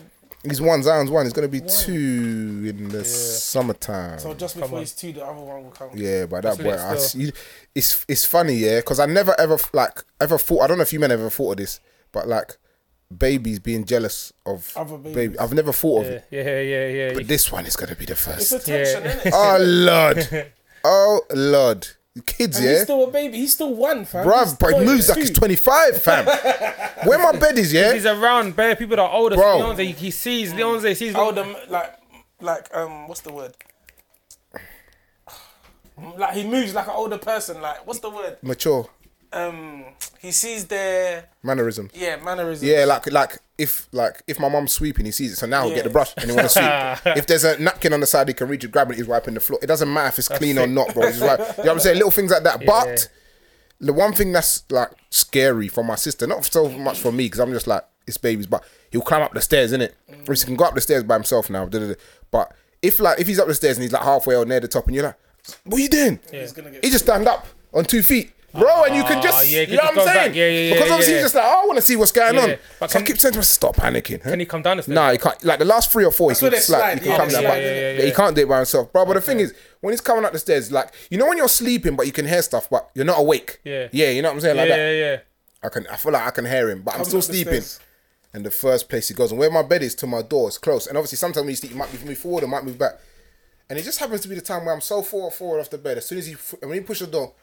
Speaker 1: He's one, Zion's one. It's gonna be two in the summertime.
Speaker 3: So just before he's two, the other one will come.
Speaker 1: Yeah, but that
Speaker 2: That's
Speaker 1: boy,
Speaker 2: lit
Speaker 1: I,
Speaker 2: still.
Speaker 1: you, it's it's funny, yeah, because I never ever like ever thought. I don't know if you men ever thought of this, but like babies being jealous of
Speaker 3: Other
Speaker 1: baby,
Speaker 3: babies.
Speaker 1: I've never thought of
Speaker 2: Yeah,
Speaker 1: it.
Speaker 2: yeah, yeah, yeah.
Speaker 1: But this one is gonna be the
Speaker 3: It's
Speaker 1: first.
Speaker 3: attention, isn't it?
Speaker 1: oh lord, oh lord, kids,
Speaker 3: He's
Speaker 1: yeah,
Speaker 3: still a baby. He's still one, fam. He's
Speaker 1: bruv, but
Speaker 3: still
Speaker 1: he moves like he's
Speaker 3: two.
Speaker 1: twenty five, fam. Where my bed is, yeah,
Speaker 2: He's around bare people that are older.
Speaker 1: Bro.
Speaker 2: Bro. Leonze, he, he sees
Speaker 3: Mm.
Speaker 2: Leonze, he sees
Speaker 3: I would um, like, like um, what's the word? Like he moves like an older person. Like what's the word?
Speaker 1: mature
Speaker 3: Um, he sees their
Speaker 1: mannerisms.
Speaker 3: yeah mannerisms.
Speaker 1: Yeah, like like if like if my mum's sweeping, he sees it, so now he'll get
Speaker 3: Yeah.
Speaker 1: the brush and he want to sweep. if there's a napkin on the side, he can reach it, grab it, he's wiping the floor. It doesn't matter if it's clean or not, bro. He's right. You know what I'm saying? Little things like that. But the one thing that's like scary for my sister, not so much for me, because I'm just like it's babies, but he'll climb up the stairs, innit?
Speaker 2: Mm.
Speaker 1: Or he can go up the stairs by himself now. da, da, da. But if like if he's up the stairs and he's like halfway or near the top, and you're like, what are you doing?
Speaker 3: He's gonna get.
Speaker 1: He just stand up on two feet. Bro, and you can just,
Speaker 2: Ah, yeah, he
Speaker 1: you know
Speaker 2: just
Speaker 1: what I'm
Speaker 2: goes
Speaker 1: saying?
Speaker 2: back. Yeah, yeah, yeah,
Speaker 1: because obviously
Speaker 2: yeah.
Speaker 1: he's just like, oh, I want to see what's going
Speaker 2: Yeah,
Speaker 1: on.
Speaker 2: but
Speaker 1: so I
Speaker 2: can-
Speaker 1: keep saying to myself, stop panicking. huh?
Speaker 2: Can he come down the stairs?
Speaker 1: Nah, he can't. Like the last three or four, he
Speaker 3: where
Speaker 1: can
Speaker 3: they
Speaker 1: slide.
Speaker 3: slide,
Speaker 1: He can
Speaker 3: yeah,
Speaker 1: come
Speaker 3: yeah,
Speaker 1: down, but
Speaker 3: yeah,
Speaker 2: yeah,
Speaker 1: he can't do it by himself, bro. But the thing is, when he's coming up the stairs, like you know, when you're sleeping but you can hear stuff, but you're not awake.
Speaker 2: Yeah.
Speaker 1: yeah, you know what I'm saying,
Speaker 2: yeah,
Speaker 1: like
Speaker 2: yeah,
Speaker 1: that.
Speaker 2: yeah.
Speaker 1: I can, I feel like I can hear him, but I'm still
Speaker 3: up the
Speaker 1: sleeping.
Speaker 3: stairs.
Speaker 1: And the first place he goes, and where my bed is to my door is close. And obviously, sometimes when you sleep, you might move forward, or might move back. And it just happens to be the time where I'm so far forward off the bed. As soon as he, f- and when he pushes the door,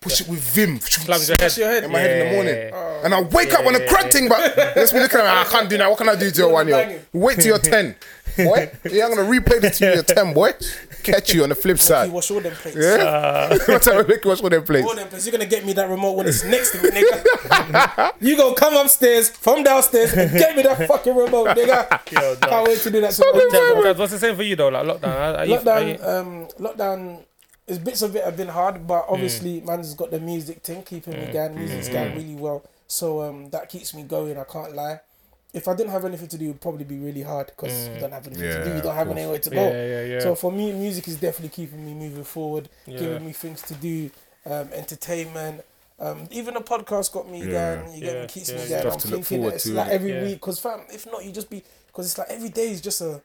Speaker 1: push it with vim.
Speaker 2: Slams your head.
Speaker 3: your head.
Speaker 1: In my head in the morning. Oh. and I wake up on a
Speaker 2: Yeah.
Speaker 1: crack thing, but let's be looking at me. I can't do that. What can I do to your one year? Wait till you're 10. Boy, yeah, I'm gonna replay this till you're 10, boy. Catch you on the flip
Speaker 3: You
Speaker 1: side.
Speaker 3: wash all them plates.
Speaker 1: Yeah? What's up, Rick? What's with them plays?
Speaker 3: All them plates. You're gonna get me that remote when it's next to me, nigga. you gonna come upstairs from downstairs and get me that fucking remote, nigga.
Speaker 2: Yo, no.
Speaker 3: Can't wait to do that.
Speaker 1: Something
Speaker 3: tomorrow.
Speaker 1: wrong with-
Speaker 2: Guys, What's the same for you though? Like lockdown. Are, are you, are you-
Speaker 3: lockdown, um, lockdown. Is bits of it have been hard,
Speaker 2: Mm.
Speaker 3: but obviously, man's got the music thing keeping me going. Music's
Speaker 2: mm.
Speaker 3: going really well, so um, that keeps me going. I can't lie. If I didn't have anything to do, it'd probably be really hard because you don't have anything to do.
Speaker 1: Yeah,
Speaker 3: You
Speaker 1: of
Speaker 3: don't have
Speaker 1: course.
Speaker 3: anywhere to go.
Speaker 2: Mm. yeah, yeah, yeah.
Speaker 3: So for me, music is definitely keeping me moving forward,
Speaker 2: Yeah.
Speaker 3: giving me things to do, um, entertainment. Um, even the podcast got me
Speaker 1: Yeah.
Speaker 3: going. You yeah.
Speaker 2: Yeah,
Speaker 3: get keeps
Speaker 2: yeah,
Speaker 3: me
Speaker 2: yeah.
Speaker 3: going.
Speaker 1: Stuff
Speaker 3: I'm
Speaker 1: to look
Speaker 3: thinking
Speaker 1: forward
Speaker 3: that it's
Speaker 1: to,
Speaker 3: like
Speaker 1: innit?
Speaker 3: every
Speaker 2: Yeah.
Speaker 3: week because fam, if not, you just be because it's like every day is just a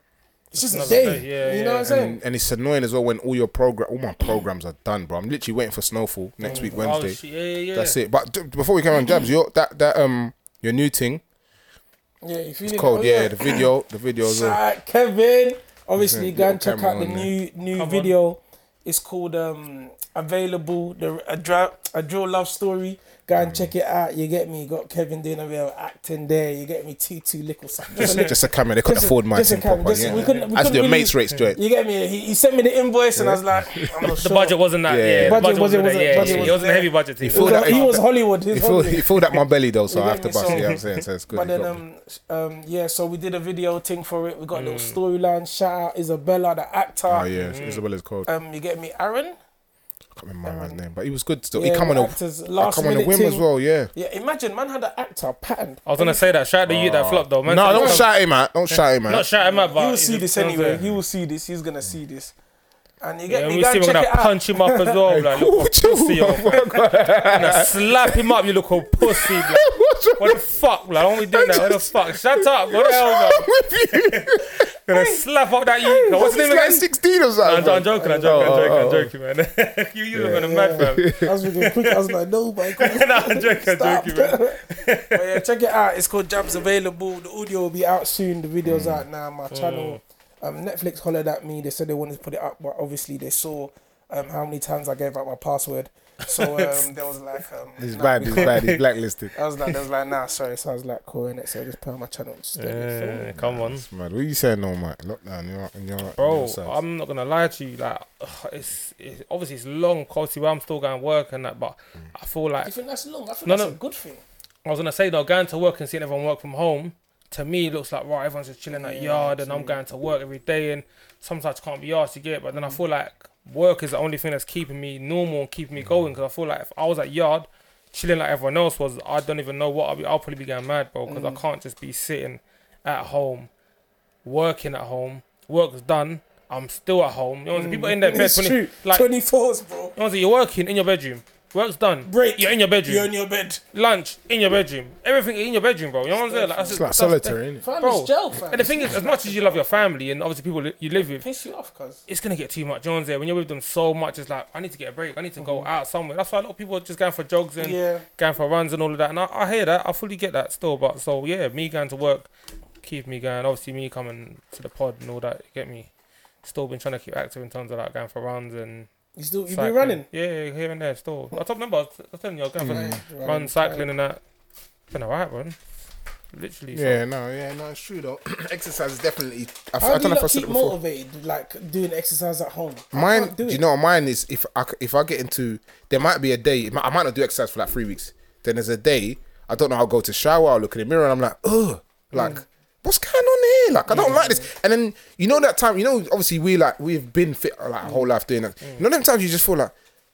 Speaker 3: it's just a
Speaker 2: Another
Speaker 3: day.
Speaker 2: day, yeah,
Speaker 3: you know
Speaker 2: yeah.
Speaker 3: what I'm saying?
Speaker 1: And, and it's annoying as well when all your program, all my programs are done, bro. I'm literally waiting for snowfall next week,
Speaker 2: oh,
Speaker 1: Wednesday.
Speaker 2: shit, yeah, yeah, yeah.
Speaker 1: That's it. But d- before we come on, Jabs, your that that um your new thing,
Speaker 3: Yeah, if you didn't- oh,
Speaker 1: called yeah, the video, the video as well.
Speaker 3: Shout out Kevin. Obviously,
Speaker 1: Yeah,
Speaker 3: go and
Speaker 1: little
Speaker 3: check out
Speaker 1: camera
Speaker 3: the
Speaker 1: on there.
Speaker 3: new new
Speaker 2: Come on.
Speaker 3: video. It's called um available the a draw a draw love story. Go
Speaker 1: Mm.
Speaker 3: and check it out. You get me. You got Kevin doing a real acting there. You get me. Two two little something. Just a little-
Speaker 1: Just a camera, they couldn't
Speaker 3: Just a-
Speaker 1: afford my
Speaker 3: just a
Speaker 1: thing
Speaker 3: camera,
Speaker 1: proper.
Speaker 3: just-
Speaker 1: yeah.
Speaker 3: we couldn't- we
Speaker 1: As
Speaker 3: couldn't
Speaker 1: the
Speaker 3: really-
Speaker 1: mates rates joint.
Speaker 3: You get me? He, he sent me the invoice and I was like, I'm
Speaker 2: The
Speaker 3: not sure.
Speaker 2: budget wasn't that.
Speaker 1: Yeah,
Speaker 2: Yeah,
Speaker 1: yeah.
Speaker 2: the budget,
Speaker 3: Budget
Speaker 2: wasn't,
Speaker 3: wasn't-
Speaker 2: that. Yeah,
Speaker 3: budget
Speaker 2: yeah,
Speaker 3: wasn't
Speaker 2: it wasn't
Speaker 3: there.
Speaker 2: heavy budget.
Speaker 1: You
Speaker 2: He
Speaker 1: feel
Speaker 2: was
Speaker 1: that-
Speaker 2: like-
Speaker 3: he was Hollywood. He
Speaker 1: He
Speaker 3: was
Speaker 1: filled,
Speaker 3: Hollywood.
Speaker 1: he filled up my belly though, so
Speaker 3: You
Speaker 1: I
Speaker 3: get
Speaker 1: have to
Speaker 3: me?
Speaker 1: bust.
Speaker 3: So-
Speaker 1: yeah, I'm saying, so it's good.
Speaker 3: But
Speaker 1: you
Speaker 3: then,
Speaker 1: got me. Mm.
Speaker 3: um, sh- um, yeah, so we did a video thing for it. We got a little storyline. Shout out Isabella, the actor.
Speaker 1: oh yeah, Isabella's called. I
Speaker 3: Um, you get me, Aaron.
Speaker 1: can't remember my man's name, but he was good still.
Speaker 3: Yeah,
Speaker 1: he come on a,
Speaker 3: actors,
Speaker 1: I
Speaker 3: last
Speaker 1: come on a
Speaker 3: minute
Speaker 1: whim
Speaker 3: thing.
Speaker 1: as well. Yeah.
Speaker 3: Yeah, imagine man had an actor patterned.
Speaker 2: I was gonna say that. Shout out to you that flopped though. Man,
Speaker 1: No,
Speaker 2: said-
Speaker 1: Ah. don't shout him out. Don't shout him
Speaker 2: Not
Speaker 1: out.
Speaker 2: shout him out, but
Speaker 3: You will see
Speaker 2: it's-
Speaker 3: this
Speaker 2: it's-
Speaker 3: anyway. You will see this. He's gonna see this, and you
Speaker 2: Yeah,
Speaker 3: get
Speaker 2: and
Speaker 3: me.
Speaker 2: we
Speaker 3: Go
Speaker 2: see
Speaker 3: and
Speaker 2: we're
Speaker 3: check
Speaker 2: gonna
Speaker 3: it out.
Speaker 2: punch him up as well. Like, look, what
Speaker 1: Chill,
Speaker 2: pussy, yo.
Speaker 1: bro.
Speaker 2: gonna slap him up, you look all pussy. Like, what the fuck? Like, why are we doing that? What the fuck? Shut up. What the hell, man?
Speaker 1: What's wrong with you?
Speaker 2: Gonna slap up that you. What's his
Speaker 1: This Oh,
Speaker 2: name
Speaker 1: guy's
Speaker 2: again?
Speaker 1: 16 or
Speaker 2: I'm,
Speaker 1: something.
Speaker 2: I'm joking, I'm joking, I'm joking, I'm joking, man. you you look a mad fam.
Speaker 3: I was looking quick. I was like, no, my God.
Speaker 2: no, I'm joking, I'm
Speaker 3: Stop.
Speaker 2: joking, man.
Speaker 3: But yeah, check it out. It's called Jabs Available. The audio will be out soon. The video's
Speaker 2: Mm.
Speaker 3: out now. My channel, um, Netflix hollered at me. They said they wanted to put it up, but obviously they saw um, how many times I gave out my password. So um, there was like, um,
Speaker 1: He's
Speaker 3: nah,
Speaker 1: bad.
Speaker 3: we
Speaker 1: He's
Speaker 3: can't.
Speaker 1: bad. He's blacklisted.
Speaker 3: I was like, I was like, nah, sorry. So I was like, cool, innit? So I just put on my channel. and Just yeah.
Speaker 2: Yeah, come on.
Speaker 1: It's mad. What are you saying, no, mate? Lockdown. You're in your
Speaker 2: Bro,
Speaker 1: Yourself.
Speaker 2: I'm not gonna lie to you. Like, ugh, it's, it's obviously it's long, cozy. Where I'm still going to work and that, but I feel
Speaker 3: You
Speaker 2: like
Speaker 3: think that's long? I think
Speaker 2: No,
Speaker 3: that's
Speaker 2: no.
Speaker 3: a good thing.
Speaker 2: I was gonna say though, going to work and seeing everyone work from home, to me it looks like right, everyone's just chilling at yard and I'm going to work every day and sometimes can't be asked to get. But then
Speaker 3: Mm.
Speaker 2: I feel like work is the only thing that's keeping me normal and keeping me
Speaker 3: Mm.
Speaker 2: going because I feel like if I was at yard chilling like everyone else was, I don't even know what I'll, be, I'll probably be going mad, bro, because
Speaker 3: Mm.
Speaker 2: I can't just be sitting at home, working at home. Work's done. I'm still at home. You know, people in their bed,
Speaker 3: Mm. It's
Speaker 2: 20,
Speaker 3: true.
Speaker 2: like you know,
Speaker 3: Twenty fours, bro.
Speaker 2: what I'm saying, you're working in your bedroom. Work's done.
Speaker 3: Break.
Speaker 2: You're in your bedroom
Speaker 3: You're in your bed.
Speaker 2: lunch in your bedroom. Everything in your bedroom, bro. You know what I'm saying? Like, that's-
Speaker 1: It's like
Speaker 2: that's-
Speaker 1: solitary, innit?
Speaker 3: Fam,
Speaker 2: Bro,
Speaker 3: it's jail, fam.
Speaker 2: And the thing is, as much as you love your family and obviously people li- you live with,
Speaker 3: piss you off, cause
Speaker 2: it's gonna get too much. You know what I'm saying? When you're with them so much, it's like I need to get a break. I need to go out somewhere. That's why a lot of people are just going for jogs and
Speaker 3: Yeah.
Speaker 2: going for runs and all of that. And I, I hear that. I fully get that still. But so yeah, me going to work, keep me going. Obviously me coming to the pod and all that. you Get me. Still been trying to keep active in terms of like going for runs and
Speaker 3: you still you be
Speaker 2: cycling.
Speaker 3: running. Mm.
Speaker 2: Yeah, here and there still. I top number. I was telling you, I was going for
Speaker 3: Right,
Speaker 2: Mm. run, cycling, and that. Been alright, man. Literally. so-
Speaker 1: Yeah, no, yeah, no, it's true though. Exercise is definitely. I, f-
Speaker 3: How
Speaker 1: I don't
Speaker 3: do you
Speaker 1: know if I
Speaker 3: not
Speaker 1: said it
Speaker 3: keep
Speaker 1: before.
Speaker 3: motivated, like doing exercise at home? I
Speaker 1: Mine,
Speaker 3: can't do
Speaker 1: do
Speaker 3: it.
Speaker 1: you know, what mine is if I c- if I get into there might be a day it might- I might not do exercise for like three weeks. Then there's a day I don't know. I'll go to shower. I'll look in the mirror and I'm like, ugh, like
Speaker 3: Mm.
Speaker 1: what's going on here? Like I don't like this. And then you know that time, you know, obviously we like we've been fit like
Speaker 3: Mm.
Speaker 1: our whole life doing that. You know, them times you just feel like.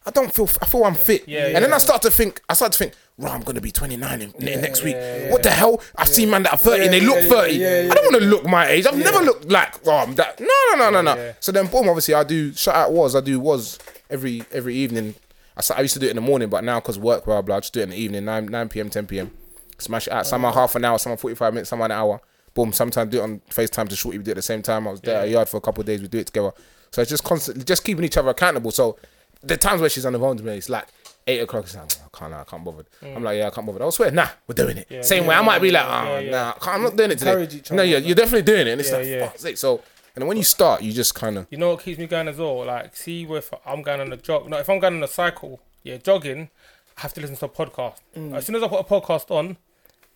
Speaker 1: I don't feel. f- I feel I'm fit,
Speaker 2: Yeah,
Speaker 1: and
Speaker 2: yeah,
Speaker 1: then I
Speaker 2: yeah.
Speaker 1: start to think. I start to think. Right, I'm gonna be 29 in, ne- next week. what the hell? I've seen man that are 30 and they
Speaker 3: Yeah,
Speaker 1: look
Speaker 3: yeah,
Speaker 1: 30.
Speaker 3: yeah, yeah,
Speaker 1: I don't want to look my age. I've never looked like oh, I'm that. No, no, no, no, no.
Speaker 2: Yeah.
Speaker 1: So then, boom. Obviously, I do shout out was I do was every every evening. I s- I used to do it in the morning, but now because work, blah blah, I just do it in the evening, nine nine p.m., ten p.m. Smash it out. Some are half an hour, some are forty-five minutes, some are an hour. Boom. Sometimes do it on Facetime to shorty. We do it at the same time. I was there at a yard for a couple of days. We do it together. So it's just constantly just keeping each other accountable. So the times where she's on the phone to me, it's like. Eight o'clock. It's like, "Oh, I can't. I can't bother. I'm like, yeah, I can't bother. I swear, nah, we're doing it. Same way, I might be like, oh, nah, I can't- I'm not doing it today.
Speaker 3: Encourage each
Speaker 1: No,
Speaker 3: other.
Speaker 1: yeah, you're definitely doing it, and it's like,
Speaker 2: yeah.
Speaker 1: fuck's sake. So, and then when you start, you just kind of
Speaker 2: You know what keeps me going as well? Like, see if I'm going on a jog. No, if I'm going on a cycle, yeah, jogging, I have to listen to a podcast.
Speaker 3: Mm.
Speaker 2: As soon as I put a podcast on,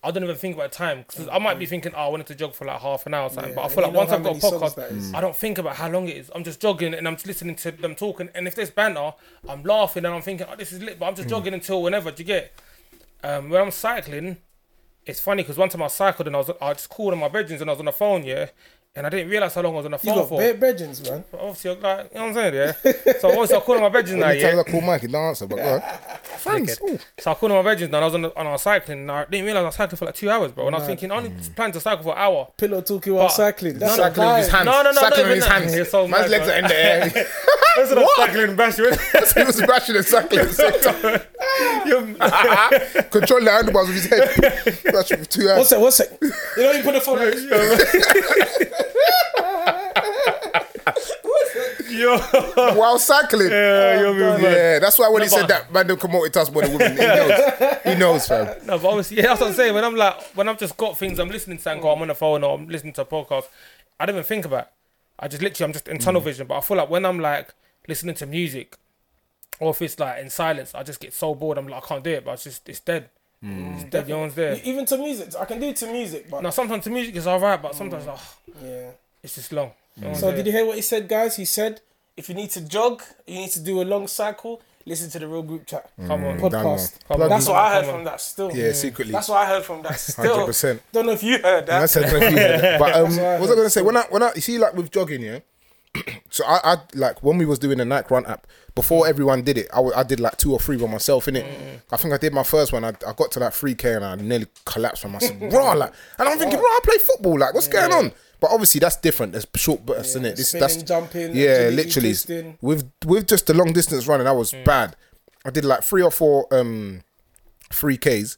Speaker 2: I don't even think about time because I might be thinking, oh, I wanted to jog for like half an hour or something.
Speaker 3: Yeah,
Speaker 2: but I
Speaker 3: and
Speaker 2: feel
Speaker 3: you
Speaker 2: like
Speaker 3: know
Speaker 2: once
Speaker 3: how
Speaker 2: I've got a
Speaker 3: many songs that
Speaker 2: podcast,
Speaker 3: is.
Speaker 2: I don't think about how long it is. I'm just jogging and I'm just listening to them talking. And if there's banter, I'm laughing and I'm thinking, oh, this is lit. But I'm just
Speaker 3: Mm.
Speaker 2: jogging until whenever. Do you get? Um, when I'm cycling, it's funny because one time I cycled and I was I just called on my bedrooms and I was on the phone, yeah, and I didn't realize how long I was on the
Speaker 3: You
Speaker 2: phone
Speaker 3: got
Speaker 2: for.
Speaker 3: bare bedrins, man.
Speaker 2: But obviously, like, you know what I'm saying, yeah. so obviously, I called on my bedrooms now,
Speaker 1: Every time
Speaker 2: yeah.
Speaker 1: I call Mike, he don't answer. But go on. thanks. Ooh.
Speaker 2: So I called on my bedrooms now. And I was on, the, and I was cycling, and I didn't realize I was cycling for like two hours, bro. And I was thinking, I only planned to cycle for an hour.
Speaker 3: Pillow talking while
Speaker 2: But-
Speaker 3: cycling. That's a
Speaker 1: Cycling with his
Speaker 3: vibe.
Speaker 1: hands.
Speaker 2: No, no, no,
Speaker 1: Cycling
Speaker 2: not
Speaker 1: with his
Speaker 2: even that.
Speaker 1: hands.
Speaker 2: You're so
Speaker 1: Man's
Speaker 2: mad,
Speaker 1: legs
Speaker 2: bro.
Speaker 1: are in the air.
Speaker 2: That's what? cycling bash. you-
Speaker 1: he was smashing and cycling at the same time.
Speaker 2: you-
Speaker 1: Controlling the handlebars with his head. That's with two hands.
Speaker 3: What's that? What's that? You know, you put the phone.
Speaker 2: Yo,
Speaker 1: While cycling.
Speaker 2: yeah, you're being mad.
Speaker 1: Yeah, that's why when he
Speaker 2: No,
Speaker 1: said that, man don't commodity task more than women. He knows. He knows, fam.
Speaker 2: No, but obviously, yeah, that's what I'm saying. When I'm like, when I've just got things, I'm listening to something, or I'm on the phone, or I'm listening to a podcast, I don't even think about it. I just literally, I'm just in tunnel vision. But I feel like when I'm like listening to music, or if it's like in silence, I just get so bored. I'm like, I can't do it, but it's just, it's dead. It's dead, no one's there.
Speaker 3: Even to music, I can do it to music, but
Speaker 2: Now, sometimes the music is alright, but sometimes, oh,
Speaker 3: yeah.
Speaker 2: it's just long. No one's
Speaker 3: So
Speaker 2: there.
Speaker 3: did you hear what he said, guys? He said if you need to jog, you need to do a long cycle. Listen to the real group chat
Speaker 1: Mm,
Speaker 2: Come on.
Speaker 1: Damn, man.
Speaker 3: podcast.
Speaker 2: Come on.
Speaker 1: Bloody-
Speaker 3: That's what I heard
Speaker 2: Come on.
Speaker 3: from that. Still,
Speaker 1: Yeah, secretly.
Speaker 3: That's what I heard from that. Still,
Speaker 1: 100%.
Speaker 3: don't know if you heard that.
Speaker 1: That's a confusing. But um,
Speaker 3: why I
Speaker 1: what was I gonna say? When I when I you see like with jogging, yeah. so I, I like when we was doing the Nike Run app before everyone did it. I, w- I did like two or three by myself in it.
Speaker 3: Mm.
Speaker 1: I think I did my first one. I, I got to like three k and I nearly collapsed from myself. Raw like, and I'm thinking, raw, I play football. Like, what's going on? But obviously that's different. There's short bursts in it. This
Speaker 3: spinning,
Speaker 1: that's
Speaker 3: jumping,
Speaker 1: Yeah,
Speaker 3: agility,
Speaker 1: literally.
Speaker 3: twisting. Mm.
Speaker 1: With with just the long distance running, I was bad. I did like three or four um three Ks.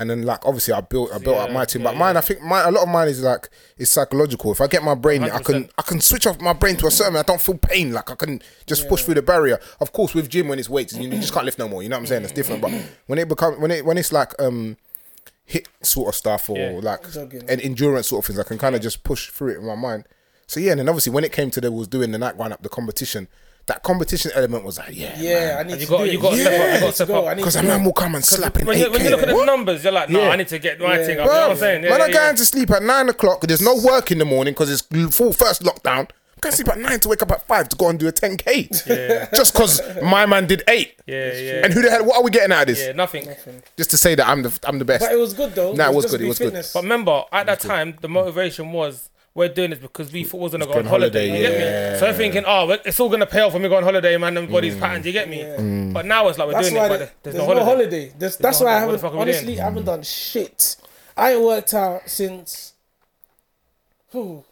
Speaker 1: And then, like, obviously, I built, I built up
Speaker 2: Yeah,
Speaker 1: my team,
Speaker 2: yeah,
Speaker 1: but mine, I think, mine, a lot of mine is like, it's psychological. If I get my brain, I can,
Speaker 2: 100%.
Speaker 1: I can switch off my brain to a certain. I don't feel pain. Like I can just push through the barrier. Of course, with gym when it's weights, you, you just can't lift no more. You know what I'm saying? It's different. But when it become when it when it's like um hit sort of stuff or
Speaker 2: Yeah.
Speaker 1: like
Speaker 3: Jogging.
Speaker 1: an endurance sort of things, I can kind of just push through it in my mind. So yeah, and then obviously when it came to the was doing the night round up the competition, that competition element was like yeah,
Speaker 3: yeah, I need
Speaker 2: you
Speaker 3: to
Speaker 2: got-
Speaker 3: do
Speaker 2: you
Speaker 3: it.
Speaker 2: got to step up, you got to
Speaker 3: Yeah, I need to
Speaker 2: step
Speaker 3: go.
Speaker 2: up.
Speaker 3: I need
Speaker 1: because
Speaker 3: to
Speaker 1: a
Speaker 3: go.
Speaker 1: man will come and slap in
Speaker 2: When you,
Speaker 1: 8K.
Speaker 2: when you look at the
Speaker 1: What?
Speaker 2: numbers, you're like, no,
Speaker 1: Yeah.
Speaker 2: I need to get my
Speaker 3: Yeah.
Speaker 2: thing up. You know what
Speaker 1: Bro,
Speaker 2: I'm saying? Yeah,
Speaker 1: man, I'm
Speaker 2: yeah,
Speaker 1: going to sleep at nine o'clock. There's no work in the morning because it's full first lockdown. I'm going to sleep at nine to wake up at five to go and do a 10K. Just because my man did eight.
Speaker 2: yeah, yeah, yeah.
Speaker 1: And who the hell, what are we getting out of this?
Speaker 2: yeah, nothing.
Speaker 1: Just to say that I'm the, I'm the best.
Speaker 3: But it was good though.
Speaker 1: Nah, it was
Speaker 3: just
Speaker 1: good, it
Speaker 3: good
Speaker 1: was good.
Speaker 3: fitness.
Speaker 2: But remember, at that time, the motivation was we're doing this because we thought we was gonna go on
Speaker 1: going
Speaker 2: holiday.
Speaker 1: holiday,
Speaker 2: you get
Speaker 1: yeah.
Speaker 2: me? So we're thinking, oh, well, it's all gonna pay off when we go on holiday, man. And bodies patterned. You get me? Mm. But now it's like we're
Speaker 3: That's
Speaker 2: doing
Speaker 3: why
Speaker 2: it,
Speaker 3: the-
Speaker 2: but there's, no holiday.
Speaker 3: There's- that's
Speaker 2: no
Speaker 3: why I
Speaker 2: holiday. What the
Speaker 3: haven't.
Speaker 2: fuck are we doing?
Speaker 3: Honestly, I haven't done shit. I ain't worked out since. Whew,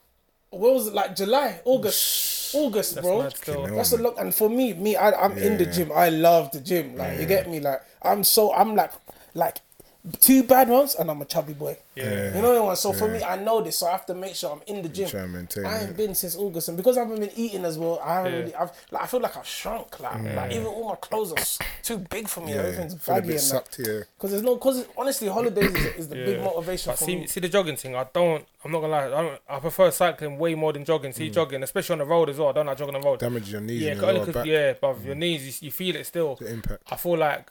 Speaker 3: what was it like? July, August, August, bro.
Speaker 2: mad still. Fucking
Speaker 3: That's a lot. And for me, me, I, I'm in the gym. I love the gym. Like you get me. Like I'm so I'm like like two bad ones, and I'm a chubby boy.
Speaker 2: Yeah.
Speaker 3: You know what I mean? So for me, I know this, so I have to make sure I'm in the gym.
Speaker 1: try and maintain
Speaker 3: I
Speaker 1: it.
Speaker 3: ain't been since August, and because I haven't been eating as well, I haven't really. I've like I feel like I've shrunk. Like, like even all my clothes are s- too big for me. Everything's
Speaker 1: feel a
Speaker 3: baggy
Speaker 1: bit
Speaker 3: and
Speaker 1: sucked, yeah.
Speaker 3: Because there's no. Because honestly, holidays is, is the big motivation
Speaker 2: But
Speaker 3: for
Speaker 2: see,
Speaker 3: me.
Speaker 2: see the jogging thing. I don't. I'm not gonna lie. I don't. I prefer cycling way more than jogging. See jogging, especially on the road as well. I don't like jogging on the road.
Speaker 1: Damage your knees
Speaker 2: yeah,
Speaker 1: and your
Speaker 2: only
Speaker 1: lower
Speaker 2: 'cause-
Speaker 1: back.
Speaker 2: yeah, but your knees, you, you feel it still.
Speaker 1: The impact.
Speaker 2: I feel like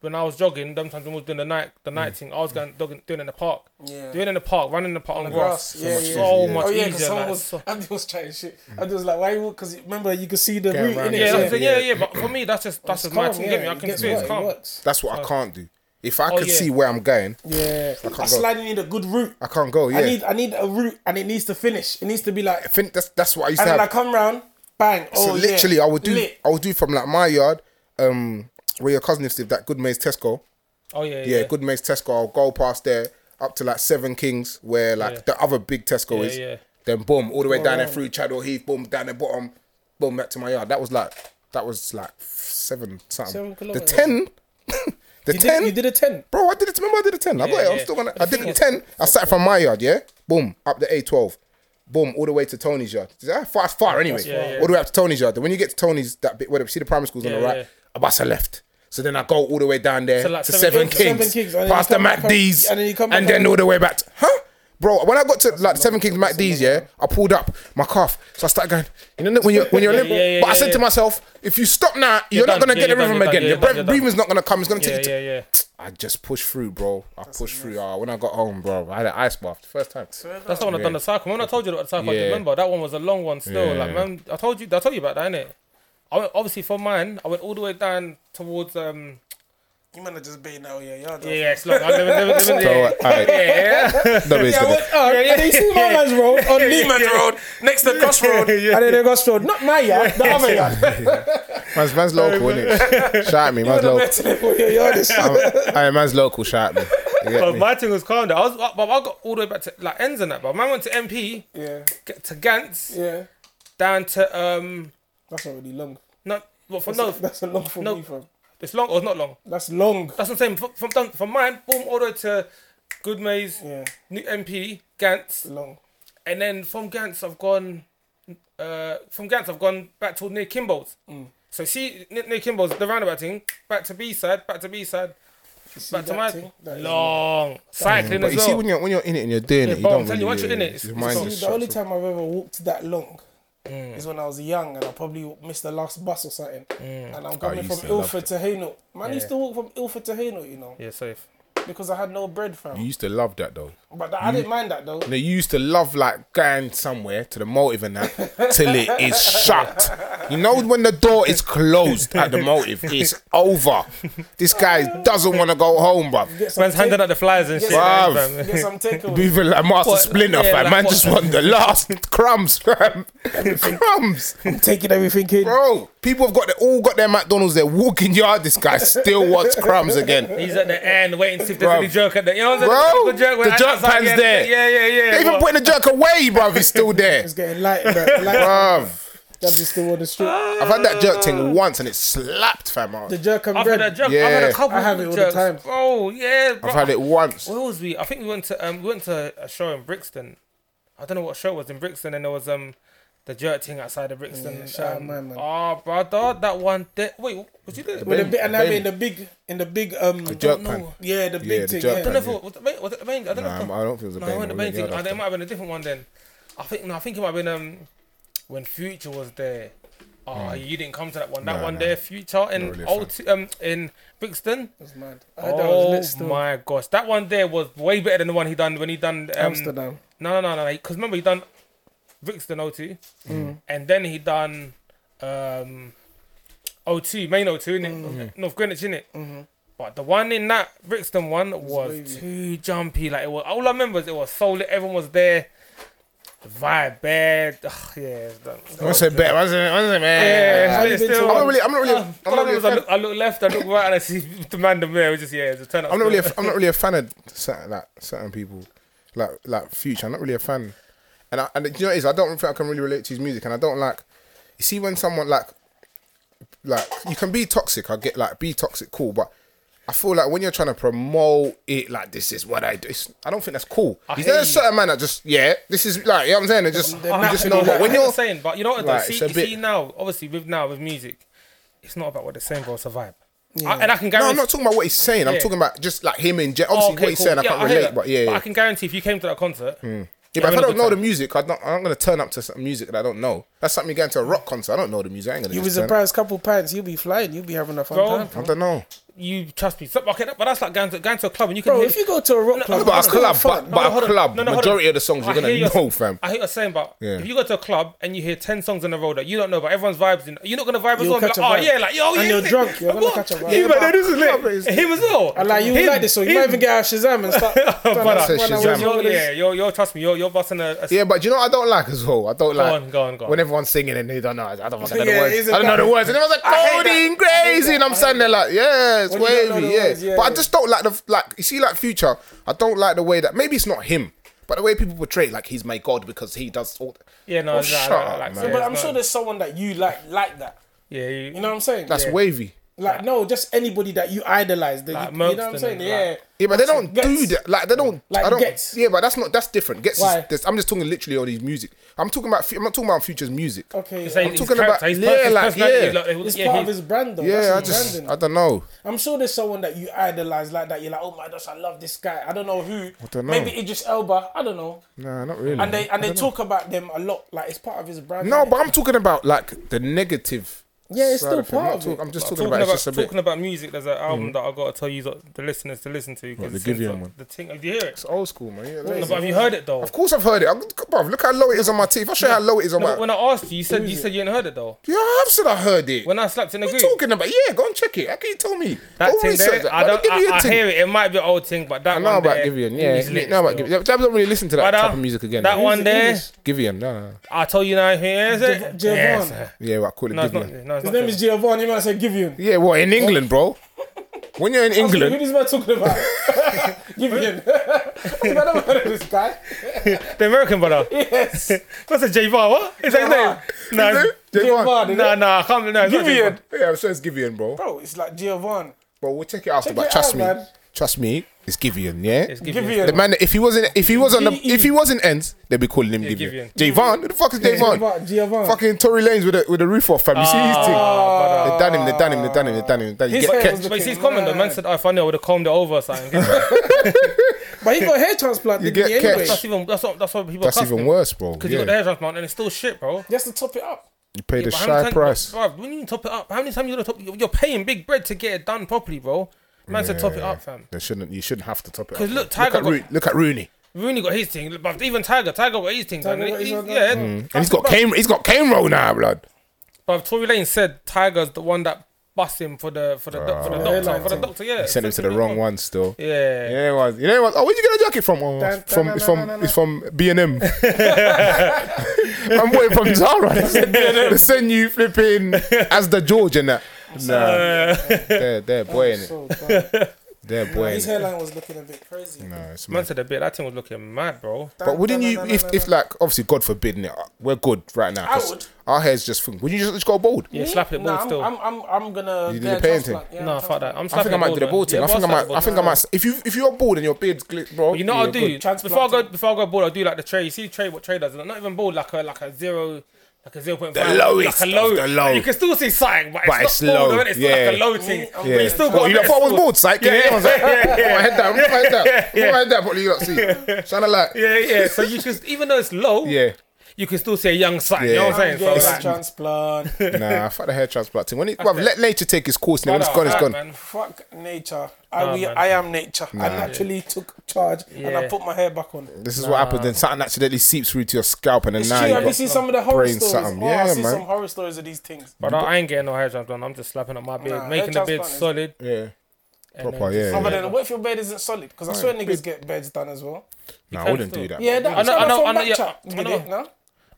Speaker 2: when I was jogging, them times I was doing the night, the night
Speaker 1: Mm.
Speaker 2: thing. I was going doing, doing it in the park.
Speaker 3: Yeah.
Speaker 2: Doing it in the park, running in the park on, grass.
Speaker 3: grass,
Speaker 2: so
Speaker 3: yeah,
Speaker 2: much,
Speaker 3: yeah.
Speaker 2: so
Speaker 1: Yeah.
Speaker 2: much
Speaker 3: Oh yeah, because
Speaker 2: easier.
Speaker 3: someone
Speaker 2: like,
Speaker 3: was
Speaker 2: so-
Speaker 3: Andy was trying shit. Andy was like, "Why you?" Because remember, you could see the
Speaker 1: Get
Speaker 3: root
Speaker 1: around
Speaker 3: in
Speaker 1: it.
Speaker 3: it.
Speaker 2: Yeah,
Speaker 1: Yeah.
Speaker 2: I'm saying, yeah, yeah, but for me, that's just that's
Speaker 3: It's
Speaker 2: just my
Speaker 3: calm,
Speaker 2: team. Get me?
Speaker 3: yeah,
Speaker 2: I
Speaker 3: it
Speaker 2: can
Speaker 3: gets
Speaker 2: do it. It's
Speaker 3: work,
Speaker 2: calm.
Speaker 3: works.
Speaker 1: That's what I can't do. If I
Speaker 2: Oh,
Speaker 1: could
Speaker 2: yeah.
Speaker 1: see where I'm going,
Speaker 3: Yeah, I
Speaker 1: go.
Speaker 3: slide need a good route.
Speaker 1: I can't go. Yeah,
Speaker 3: I need I need a route, and it needs to finish. It needs to be like,
Speaker 1: I think that's that's what I used
Speaker 3: and
Speaker 1: to
Speaker 3: then
Speaker 1: have.
Speaker 3: I come round, bang.
Speaker 1: So
Speaker 3: oh,
Speaker 1: literally,
Speaker 3: yeah,
Speaker 1: I would do.
Speaker 3: Lit.
Speaker 1: I would do from like my yard, um, where your cousin used to live, that Good Maze Tesco.
Speaker 2: Oh yeah,
Speaker 1: Yeah,
Speaker 2: yeah.
Speaker 1: Good Maze Tesco. I'll go past there up to like Seven Kings, where like
Speaker 2: Yeah.
Speaker 1: the other big Tesco
Speaker 2: Yeah,
Speaker 1: is.
Speaker 2: yeah.
Speaker 1: Then boom, all the way down there through Chadwell Heath, boom down the bottom, boom back to my yard. That was like that was like seven something.
Speaker 3: Seven
Speaker 1: the
Speaker 3: kilometers.
Speaker 1: ten, the
Speaker 3: You
Speaker 1: ten.
Speaker 3: did, you did a ten.
Speaker 1: Bro, I did it. Remember, I did a 10. I got
Speaker 2: Yeah,
Speaker 1: it. I'm
Speaker 2: yeah.
Speaker 1: still gonna.
Speaker 2: But
Speaker 1: I
Speaker 2: the
Speaker 1: did
Speaker 2: thing
Speaker 1: a
Speaker 2: is-
Speaker 1: 10. I started from my yard, yeah? Boom, up the A12. Boom, all the way to Tony's yard. Is that far? It's far anyway.
Speaker 2: Yeah, yeah.
Speaker 1: All the way up to Tony's yard. Then when you get to Tony's, that bit where you see the primary schools on the
Speaker 2: Yeah,
Speaker 1: right,
Speaker 2: yeah.
Speaker 1: a bus a left. So then I go all the way down there
Speaker 2: So like
Speaker 1: to Seven,
Speaker 2: Seven Kings.
Speaker 1: Kings,
Speaker 3: Seven Kings, and then you
Speaker 1: past the
Speaker 3: come back
Speaker 1: Mac
Speaker 3: up-
Speaker 1: D's,
Speaker 3: and then you come back
Speaker 1: and then
Speaker 3: up-
Speaker 1: all the way back. To, huh? Bro, when I got to like Seven Kings MacD's, yeah, I pulled up my calf, so I started going. You know when you're when you're
Speaker 2: Yeah,
Speaker 1: limp.
Speaker 2: yeah, yeah,
Speaker 1: but I
Speaker 2: yeah,
Speaker 1: said to
Speaker 2: yeah.
Speaker 1: myself, if you stop now, you're, not
Speaker 2: done.
Speaker 1: gonna
Speaker 2: Yeah,
Speaker 1: get the
Speaker 2: you're done,
Speaker 1: rhythm
Speaker 2: you're
Speaker 1: again.
Speaker 2: done, yeah,
Speaker 1: Your
Speaker 2: you're done,
Speaker 1: breath,
Speaker 2: you're done.
Speaker 1: breathing's not gonna come. It's gonna
Speaker 2: Yeah,
Speaker 1: take you.
Speaker 2: yeah,
Speaker 1: to-
Speaker 2: yeah.
Speaker 1: I just pushed through, bro. I pushed through. Ah, when I got home, bro, I had an ice bath first time.
Speaker 2: That's the one I've done the cycle. When I told you about the cycle,
Speaker 1: Yeah.
Speaker 2: I remember that one was a long one still.
Speaker 1: Yeah.
Speaker 2: Like man, I told you, I told you about that, innit? I went obviously for mine. I went all the way down towards um.
Speaker 3: You might have just been out here, yeah.
Speaker 2: Yeah, yeah, it's long. I never, never, never,
Speaker 1: So,
Speaker 2: yeah.
Speaker 1: alright.
Speaker 2: yeah, yeah.
Speaker 1: No, but it's
Speaker 3: I
Speaker 1: gonna-
Speaker 3: went up, and then you see my man's road on Lehman
Speaker 4: Lehman Road, next to Crossroad.
Speaker 3: Road, and then they got strolled. Not my yard, the other yard.
Speaker 1: Man's, man's local, innit? Shout at me, man's
Speaker 3: I'm
Speaker 1: local.
Speaker 3: better than for your yard. it's-
Speaker 1: Hey, man's local, shout at me. You get
Speaker 2: But
Speaker 1: me?
Speaker 2: my thing was calm down. I was, but I got all the way back to like ends and that. But man went to MP,
Speaker 3: Yeah,
Speaker 2: g- to Gantz,
Speaker 3: yeah.
Speaker 2: down to um.
Speaker 3: That's not really long.
Speaker 2: No, what for
Speaker 3: That's,
Speaker 2: no?
Speaker 3: that's a long for
Speaker 2: no.
Speaker 3: me, fam.
Speaker 2: It's long or it's not long.
Speaker 3: That's long.
Speaker 2: That's what I'm saying. From from, done- from mine, boom, all the way to Good Maze,
Speaker 3: Yeah,
Speaker 2: New MP, Gantz,
Speaker 3: long.
Speaker 2: And then from Gantz, I've gone. Uh, from Gantz, I've gone back to near Kimbo's.
Speaker 3: Mm.
Speaker 2: So see, near, near Kimbo's, the roundabout thing, back to B side, back to B side,
Speaker 3: You see
Speaker 2: back to
Speaker 3: that
Speaker 2: my
Speaker 3: thing? That is long.
Speaker 2: long cycling
Speaker 1: But
Speaker 2: as
Speaker 1: you see,
Speaker 2: well.
Speaker 1: when you're when you're in it and you're doing
Speaker 2: Yeah,
Speaker 1: it, you
Speaker 2: but
Speaker 1: don't
Speaker 2: I'm
Speaker 1: really.
Speaker 2: telling you, once you're in it, it's-
Speaker 1: your
Speaker 2: it's
Speaker 1: mind
Speaker 2: not-
Speaker 1: just
Speaker 3: See, the
Speaker 1: shuts
Speaker 3: only
Speaker 1: off.
Speaker 3: time I've ever walked that long is when I was young and I probably missed the last bus or something. And I'm coming
Speaker 1: used
Speaker 3: from
Speaker 1: to love
Speaker 3: Ilford to Hainault. Man, I used to walk from Ilford to Hainault, you know,
Speaker 2: yeah, safe.
Speaker 3: because I had no bread, fam.
Speaker 1: You used to love that though.
Speaker 3: But that, I didn't mind that though.
Speaker 1: No, you used to love like going somewhere to the motive and that till it is shut. You know when the door is closed at the motive, it's over. This guy doesn't want to go home, bruv.
Speaker 3: Get some
Speaker 2: Man's handing
Speaker 3: take-
Speaker 2: out the flyers and shit.
Speaker 1: Bruv.
Speaker 2: man, fam.
Speaker 3: Get some takeaway.
Speaker 1: Even like Master
Speaker 2: What-
Speaker 1: Splinter,
Speaker 2: yeah,
Speaker 1: fam.
Speaker 2: like
Speaker 1: man
Speaker 2: what-
Speaker 1: just want the last crumbs, fam. crumbs,
Speaker 3: taking everything in.
Speaker 1: bro. People have got their, all got their McDonald's. They're walking yard. This guy still wants crumbs again.
Speaker 2: He's at the end waiting to see if there's
Speaker 1: Bruv.
Speaker 2: any jerk at the. You know what I'm
Speaker 1: Bro,
Speaker 2: saying? Typical
Speaker 1: the
Speaker 2: where
Speaker 1: jerk
Speaker 2: outside
Speaker 1: pan's
Speaker 2: again.
Speaker 1: there.
Speaker 2: Yeah, yeah, yeah.
Speaker 1: They even
Speaker 2: Well,
Speaker 1: putting the jerk away, bruv. He's still there,
Speaker 3: It's getting light, but light
Speaker 1: bruv.
Speaker 3: that is still on the street.
Speaker 2: Ah.
Speaker 1: I've had that jerk thing once and it slapped, fam.
Speaker 3: The
Speaker 1: I've
Speaker 3: jerk and
Speaker 2: I've had a
Speaker 3: bread.
Speaker 2: jerk. I've had
Speaker 1: Yeah.
Speaker 2: a couple
Speaker 3: I
Speaker 2: of
Speaker 3: have it all the
Speaker 2: jerks.
Speaker 3: time.
Speaker 2: Oh yeah, bro.
Speaker 1: had it once.
Speaker 2: Where was we? I think we went to um we went to a show in Brixton. I don't know what show it was in Brixton, and there was um the jerk thing outside of Brixton.
Speaker 3: Yeah, shout out
Speaker 2: um,
Speaker 3: my man.
Speaker 2: Oh, brother, that one. There. Wait, was you there?
Speaker 3: With the
Speaker 1: Bend,
Speaker 3: big, and I
Speaker 1: bend.
Speaker 3: mean the big, in the big, um,
Speaker 1: jerk
Speaker 2: know.
Speaker 1: pan.
Speaker 3: yeah, the big
Speaker 1: Yeah, the
Speaker 3: thing.
Speaker 1: jerk
Speaker 2: I
Speaker 3: yeah.
Speaker 2: don't know if it was it main- was it the main. I don't
Speaker 1: Nah,
Speaker 2: know. if-
Speaker 1: I don't think it was a
Speaker 2: no,
Speaker 1: Bane.
Speaker 2: it wasn't the main thing.
Speaker 1: Yard
Speaker 2: I, it
Speaker 1: after.
Speaker 2: might have been a different one then. I think no, I think it might have been um when Future was there. Oh, you didn't come to that one. That
Speaker 1: Hmm. Nah,
Speaker 2: one
Speaker 1: nah.
Speaker 2: there, Future in
Speaker 1: Not really a
Speaker 2: old um in Brixton.
Speaker 3: It was mad. I heard that was
Speaker 2: Oh
Speaker 3: lit still.
Speaker 2: my gosh, that one there was way better than the one he done when he done um,
Speaker 3: Amsterdam.
Speaker 2: No, no, no, no. Because remember he done Brixton O2,
Speaker 1: Mm.
Speaker 2: and then he done um, O2 main O2 in
Speaker 1: Mm.
Speaker 2: North Greenwich in it.
Speaker 1: Mm-hmm.
Speaker 2: But the one in that Brixton one was,
Speaker 3: wavy.
Speaker 2: too jumpy. Like it was. All I remember is it was so lit. Everyone was there. The vibe bad. Ugh, yeah. it's done.
Speaker 1: I said bet. I said, I said man.
Speaker 2: Yeah,
Speaker 3: I've
Speaker 2: it's
Speaker 3: been to
Speaker 2: still-
Speaker 1: I'm not really. I'm not really.
Speaker 2: Uh,
Speaker 1: I'm
Speaker 2: all I
Speaker 1: not
Speaker 2: remember
Speaker 1: really.
Speaker 2: is
Speaker 1: A
Speaker 2: I
Speaker 1: fan,
Speaker 2: look, I look left, I look right, and I see the man there. It was just yeah, just turn up.
Speaker 1: I'm not really. A,
Speaker 2: still.
Speaker 1: f- I'm not really a fan of certain, like certain people, like like Future. I'm not really a fan, and I, and do you know what it is I don't think I can really relate to his music, and I don't like. You see, when someone like, like you can be toxic. I get like be toxic, cool, but. I feel like when you're trying to promote it, like this is what I do. It's, I don't think that's cool. Is
Speaker 2: I hear
Speaker 1: there a
Speaker 2: you.
Speaker 1: certain man that just yeah, this is like you know what I'm saying? They just, they
Speaker 2: Oh, I
Speaker 1: just
Speaker 2: hear
Speaker 1: know.
Speaker 2: you,
Speaker 1: But when
Speaker 2: I hear what
Speaker 1: you're
Speaker 2: saying, but you know what? though,
Speaker 1: Right,
Speaker 2: see,
Speaker 1: it's a
Speaker 2: you
Speaker 1: bit-
Speaker 2: see now, obviously with now with music, it's not about what they're saying, but it's a vibe.
Speaker 3: Yeah.
Speaker 2: I, and I can
Speaker 1: No,
Speaker 2: guarantee.
Speaker 1: I'm not talking about what he's saying. I'm
Speaker 2: Yeah. Oh,
Speaker 1: talking about just like him in general. Obviously, what he's saying, I can't
Speaker 2: hear
Speaker 1: relate,
Speaker 2: that.
Speaker 1: but yeah. yeah. Hmm.
Speaker 2: I can guarantee if you came to that concert,
Speaker 1: Yeah, but if I
Speaker 2: having a
Speaker 1: don't
Speaker 2: good
Speaker 1: know the
Speaker 2: time.
Speaker 1: music, I don't, I'm not going to turn up to some music that I don't know. That's something going to a rock concert. I don't know the music. I ain't going to
Speaker 3: You
Speaker 1: just
Speaker 3: was
Speaker 1: turn up.
Speaker 3: surprised, couple pints, you'll be flying, you'll be having a fun
Speaker 2: Bro.
Speaker 3: time.
Speaker 1: I don't know.
Speaker 2: you trust me. So, okay, that, but that's like going to going to a club and you can.
Speaker 3: Bro,
Speaker 2: hear-
Speaker 3: if you go to a rock club,
Speaker 1: No, but
Speaker 3: it's
Speaker 1: a
Speaker 3: still
Speaker 1: club,
Speaker 3: fun.
Speaker 1: but, but a
Speaker 2: hold on.
Speaker 1: club,
Speaker 2: No, no, hold on.
Speaker 1: majority of the songs you're
Speaker 2: I
Speaker 1: going
Speaker 2: hear
Speaker 1: to
Speaker 2: your-
Speaker 1: know, fam.
Speaker 2: I hear what you're saying, but
Speaker 1: Yeah.
Speaker 2: if you go to a club and you hear ten songs in a row that you don't know, but everyone's vibes in, you're not gonna vibe as
Speaker 3: You'll
Speaker 2: well. and
Speaker 3: catch
Speaker 2: be
Speaker 3: a
Speaker 2: Like, oh
Speaker 3: vibe.
Speaker 2: yeah, like yo,
Speaker 3: And
Speaker 2: yeah,
Speaker 3: you're
Speaker 2: lit.
Speaker 3: drunk, you're gonna
Speaker 2: What?
Speaker 3: catch a vibe.
Speaker 2: Yeah,
Speaker 3: But
Speaker 2: man, this is lit. Him as well.
Speaker 3: I like you
Speaker 2: Him,
Speaker 3: like this one. You
Speaker 2: him.
Speaker 3: might even get out Shazam and start.
Speaker 2: Brother,
Speaker 1: Says
Speaker 3: When I was
Speaker 1: Shazam.
Speaker 3: younger,
Speaker 2: You're, yeah, you're, you're, trust me, you're, you're busting a, a
Speaker 1: Yeah, but you know what I don't like as well? I don't like
Speaker 2: on, go on, go on.
Speaker 1: when everyone's singing and they don't know. I don't fucking know
Speaker 3: Yeah,
Speaker 1: the words.
Speaker 3: it's a
Speaker 1: I don't know the
Speaker 3: bad-
Speaker 1: words. And everyone's like,
Speaker 3: I hate
Speaker 1: Cody and crazy. And I'm standing there like, yeah, it's
Speaker 3: When you don't know
Speaker 1: wavy.
Speaker 3: the
Speaker 1: Yeah.
Speaker 3: words, yeah,
Speaker 1: But I
Speaker 3: yeah.
Speaker 1: just don't like the, like, you see, like Future, I don't like the way that, maybe it's not him, but the way people portray it, like he's my God because he does all.
Speaker 2: Yeah, no,
Speaker 1: Oh,
Speaker 2: no,
Speaker 1: shut
Speaker 2: no,
Speaker 1: up,
Speaker 2: like,
Speaker 1: man.
Speaker 2: yeah,
Speaker 3: But I'm
Speaker 2: it's
Speaker 3: sure
Speaker 2: not-
Speaker 3: there's someone that you like like that.
Speaker 2: Yeah, you,
Speaker 3: You know what I'm saying?
Speaker 1: That's wavy.
Speaker 3: Like no, just anybody that you idolize. That
Speaker 2: Like
Speaker 3: you, you
Speaker 2: Merks
Speaker 3: know what I'm
Speaker 2: and
Speaker 3: saying?
Speaker 2: them,
Speaker 3: yeah.
Speaker 2: like-
Speaker 1: Yeah, but they don't
Speaker 3: Gets.
Speaker 1: do that. Like they don't.
Speaker 3: Like
Speaker 1: I don't.
Speaker 3: Gets.
Speaker 1: Yeah, but that's not. That's different. Gets. Is,
Speaker 3: Why?
Speaker 1: this, I'm just talking literally on his music. I'm talking about. fu- I'm not talking about Future's music.
Speaker 3: Okay.
Speaker 2: He's saying
Speaker 1: I'm
Speaker 2: his
Speaker 1: talking
Speaker 2: character,
Speaker 1: about-
Speaker 2: his
Speaker 1: yeah,
Speaker 2: pers- his
Speaker 1: like,
Speaker 2: personality,
Speaker 1: yeah.
Speaker 2: like,
Speaker 3: it's
Speaker 2: yeah,
Speaker 3: part
Speaker 2: he-
Speaker 3: of his brand though.
Speaker 1: Yeah, I
Speaker 3: That's his
Speaker 1: just.
Speaker 3: branding.
Speaker 1: I don't know.
Speaker 3: I'm sure there's someone that you idolize like that. You're like, oh my gosh, I love this guy. I don't know who. I
Speaker 1: don't know.
Speaker 3: Maybe Idris Elba. I don't know.
Speaker 1: Nah, not really.
Speaker 3: And they and they talk about them a lot. Like it's part of his brand.
Speaker 1: no,
Speaker 3: isn't it?
Speaker 1: but I'm talking about like the negative.
Speaker 3: Yeah, it's
Speaker 1: side
Speaker 3: still
Speaker 1: of him. I'm
Speaker 3: part
Speaker 1: not
Speaker 3: of
Speaker 1: talk-
Speaker 3: it.
Speaker 1: I'm just talking
Speaker 2: Talking
Speaker 1: about. It's
Speaker 2: about,
Speaker 1: just a bit.
Speaker 2: talking about music, there's an album that I gotta tell you the the listeners to listen to. 'cause
Speaker 1: What, the
Speaker 2: it's in
Speaker 1: Gideon one?
Speaker 2: The thing, have you hear it?
Speaker 1: It's old school, man. Yeah,
Speaker 2: No,
Speaker 1: that
Speaker 2: but
Speaker 1: is-
Speaker 2: have you heard it though?
Speaker 1: Of course, I've heard it. I'm, bruv, look how low it is on my teeth. I'll show you how low it is on
Speaker 2: No,
Speaker 1: my.
Speaker 2: but when I asked you, you said you said you hadn't heard it though.
Speaker 1: yeah, I've said I heard it.
Speaker 2: When I slept in the
Speaker 1: what are
Speaker 2: group,
Speaker 1: you talking about? Yeah, go and check it. How can you tell me?
Speaker 2: that
Speaker 1: go
Speaker 2: thing
Speaker 1: research
Speaker 2: there,
Speaker 1: that.
Speaker 2: I
Speaker 1: Brother,
Speaker 2: don't.
Speaker 1: give me
Speaker 2: I,
Speaker 1: a
Speaker 2: I
Speaker 1: ting.
Speaker 2: hear it. It might be an old thing, but that
Speaker 1: I
Speaker 2: one
Speaker 1: know about
Speaker 2: there,
Speaker 1: Givian, yeah.
Speaker 2: he's
Speaker 1: yeah,
Speaker 2: lit
Speaker 1: know about
Speaker 2: still.
Speaker 1: Givian. I don't really listen to that
Speaker 2: Brother,
Speaker 1: type of music again.
Speaker 2: that
Speaker 1: Who's
Speaker 2: one
Speaker 1: it?
Speaker 2: there-
Speaker 1: Givian, no, no. no.
Speaker 2: I told you now here, is it?
Speaker 3: Jav-
Speaker 2: Yes.
Speaker 3: Javon.
Speaker 1: Yeah, well, I call it
Speaker 2: No, it's not.
Speaker 1: Givian.
Speaker 2: No, it's
Speaker 3: His
Speaker 2: not.
Speaker 3: name is Giovanni. You might say Givian.
Speaker 1: Yeah, well, in England, bro. When you're in
Speaker 3: Who
Speaker 1: England,
Speaker 3: this man talking about? Givian. I never heard of this guy.
Speaker 2: The American brother.
Speaker 3: Yes.
Speaker 2: That's a Javon. What is that
Speaker 3: Javon.
Speaker 2: his name? No,
Speaker 1: Givian.
Speaker 3: Giovanni.
Speaker 2: no, no. I can't. No, it's not
Speaker 3: Givian.
Speaker 1: eh? Yeah, I'm sure it's Givian, bro.
Speaker 3: Bro, it's like Giovanni.
Speaker 1: But we'll check it after.
Speaker 3: Check
Speaker 1: but
Speaker 3: it
Speaker 1: trust
Speaker 3: out,
Speaker 1: me,
Speaker 3: man.
Speaker 1: trust me, it's Givian, yeah.
Speaker 2: It's Givian. E.
Speaker 1: the
Speaker 3: Givian.
Speaker 1: man, that- if he wasn't, if he was on the, if he wasn't ends, they'd be calling him Givian.
Speaker 2: Givian.
Speaker 1: Javon, who the fuck is Javon?
Speaker 3: Giovanni. Giovanni.
Speaker 1: Fucking Tory Lanes with a with a roof off, fam. You see his thing?
Speaker 3: Uh,
Speaker 2: Ah,
Speaker 1: They done him, they done him, they done him, they done him. They done him.
Speaker 3: His
Speaker 1: Get
Speaker 3: hair
Speaker 1: kept.
Speaker 3: was
Speaker 2: But you see his
Speaker 3: Looking
Speaker 2: comment, the man
Speaker 3: mad.
Speaker 2: said, oh, if I knew, I would have combed it over or something. that's,
Speaker 3: But he got a hair transplant,
Speaker 1: You
Speaker 3: didn't he,
Speaker 1: get
Speaker 3: anyway?
Speaker 1: catch.
Speaker 2: even, that's, what, that's what people
Speaker 1: That's
Speaker 2: are
Speaker 1: even worse, bro.
Speaker 2: Because you got the
Speaker 1: Yeah.
Speaker 2: hair transplant and it's still shit, bro.
Speaker 3: Just to top it up.
Speaker 1: You paid a
Speaker 2: But how many
Speaker 1: shy
Speaker 2: times-
Speaker 1: price.
Speaker 2: Bro, we need to top it up. How many times you gonna top? You're paying big bread to get it done properly, bro. Man said top it
Speaker 1: Yeah,
Speaker 2: up, fam.
Speaker 1: They shouldn't. You shouldn't have to top it. up.
Speaker 2: 'Cause look,
Speaker 1: look
Speaker 2: Tiger
Speaker 1: at,
Speaker 2: got-
Speaker 1: Rooney, look at Rooney,
Speaker 2: Rooney got his thing, but even Tiger, Tiger got his thing,
Speaker 3: Tiger
Speaker 2: man.
Speaker 3: got his
Speaker 2: He-
Speaker 3: own thing.
Speaker 2: yeah,
Speaker 1: and he's got Cam. He's got Cam roll now, blood.
Speaker 2: But Tory Lane said Tiger's the one that bust him for the for the, doc for the
Speaker 3: yeah,
Speaker 2: doctor
Speaker 3: like-
Speaker 2: for the doctor. Yeah,
Speaker 1: Sent him to the wrong one still. Yeah.
Speaker 2: Yeah.
Speaker 1: it was. You know it was. Oh, where'd you get a jacket from? Oh,
Speaker 3: Dun,
Speaker 1: from
Speaker 3: dun,
Speaker 1: it's
Speaker 3: dun,
Speaker 1: from
Speaker 3: dun,
Speaker 1: it's from B and M. I'm waiting from Zara. They send, they send you flipping as the George and that. Nah, they're they're boy in it.
Speaker 3: So, bro,
Speaker 1: They're boy
Speaker 3: his
Speaker 1: in it.
Speaker 3: hairline was looking a bit crazy.
Speaker 1: No, it's
Speaker 2: Man
Speaker 1: mad.
Speaker 2: said a bit. That thing was looking mad, bro.
Speaker 1: But wouldn't you, if, if like, obviously, God forbid, innit, we're good right now. 'cause
Speaker 3: would.
Speaker 1: Our hair's just, thin. would you just, just go bald?
Speaker 2: Yeah, slap it
Speaker 3: nah,
Speaker 2: bald
Speaker 3: I'm,
Speaker 2: still.
Speaker 3: I'm, I'm, I'm gonna.
Speaker 1: You
Speaker 3: get
Speaker 1: did
Speaker 3: a
Speaker 1: the painting?
Speaker 3: transplant. Yeah,
Speaker 2: nah, fuck
Speaker 3: transplant.
Speaker 2: that. I'm
Speaker 1: I
Speaker 2: slapping
Speaker 1: think I might do the ball thing. I think I might. I think I might. If you if you're bald and your beard's glit, bro.
Speaker 2: You know what I'll
Speaker 1: you're
Speaker 2: do?
Speaker 1: good.
Speaker 2: Before I go before I go board, I'll do like the tray. You see trade what trade does? Not even board like a like a zero like a zero point five.
Speaker 1: The lowest
Speaker 2: like a low.
Speaker 1: of the low.
Speaker 2: You can still see something, but,
Speaker 1: But it's
Speaker 2: it's, not
Speaker 1: low,
Speaker 2: low. Bold, innit? it's
Speaker 1: yeah.
Speaker 2: like a low thing.
Speaker 3: Yeah.
Speaker 2: But you still
Speaker 1: What,
Speaker 2: got.
Speaker 1: you know,
Speaker 2: a
Speaker 1: thought I was
Speaker 2: bit of
Speaker 1: bald, psych. Yeah, yeah, My head down. My head down. My head down. Probably you not see. Shine a light.
Speaker 2: Yeah, yeah. So you can even though it's low,
Speaker 1: Yeah.
Speaker 2: you can still see a young sign. You know what
Speaker 3: I'm
Speaker 2: I'm saying?
Speaker 3: getting
Speaker 2: So
Speaker 3: a
Speaker 2: like,
Speaker 3: transplant.
Speaker 1: Nah, fuck the hair transplant thing. When it, bruv, let nature take its course. and When it's
Speaker 2: nah,
Speaker 1: gone, it's
Speaker 2: nah,
Speaker 1: gone.
Speaker 2: man.
Speaker 3: Fuck nature. I, we,
Speaker 2: man.
Speaker 3: I am nature. I naturally took charge and I
Speaker 2: Yeah.
Speaker 3: put my hair back on.
Speaker 1: This is what happens. Then something accidentally seeps through to your scalp, and then
Speaker 3: It's
Speaker 1: now
Speaker 3: true.
Speaker 1: you
Speaker 3: Have you
Speaker 1: got-
Speaker 3: seen some of the horror
Speaker 1: brain
Speaker 3: stories?
Speaker 1: something.
Speaker 3: Oh,
Speaker 1: Yeah,
Speaker 3: I see
Speaker 1: man.
Speaker 3: some horror stories of these things.
Speaker 2: But I ain't getting no hair transplant. I'm just slapping up my beard,
Speaker 3: Nah,
Speaker 2: making
Speaker 3: hair
Speaker 2: the beard
Speaker 3: transplant
Speaker 2: solid.
Speaker 3: is-
Speaker 1: yeah.
Speaker 2: and
Speaker 1: Proper,
Speaker 2: then
Speaker 1: yeah.
Speaker 2: just-
Speaker 3: Oh, but then what if your bed isn't solid? Because I swear niggas get beds done as well.
Speaker 1: Nah, I
Speaker 2: can
Speaker 1: wouldn't
Speaker 2: still.
Speaker 1: do that.
Speaker 3: Yeah, that,
Speaker 2: know-
Speaker 3: I know.
Speaker 2: I know- I
Speaker 3: I
Speaker 2: know-
Speaker 3: know.
Speaker 2: yeah, I
Speaker 3: I
Speaker 2: know.
Speaker 3: know.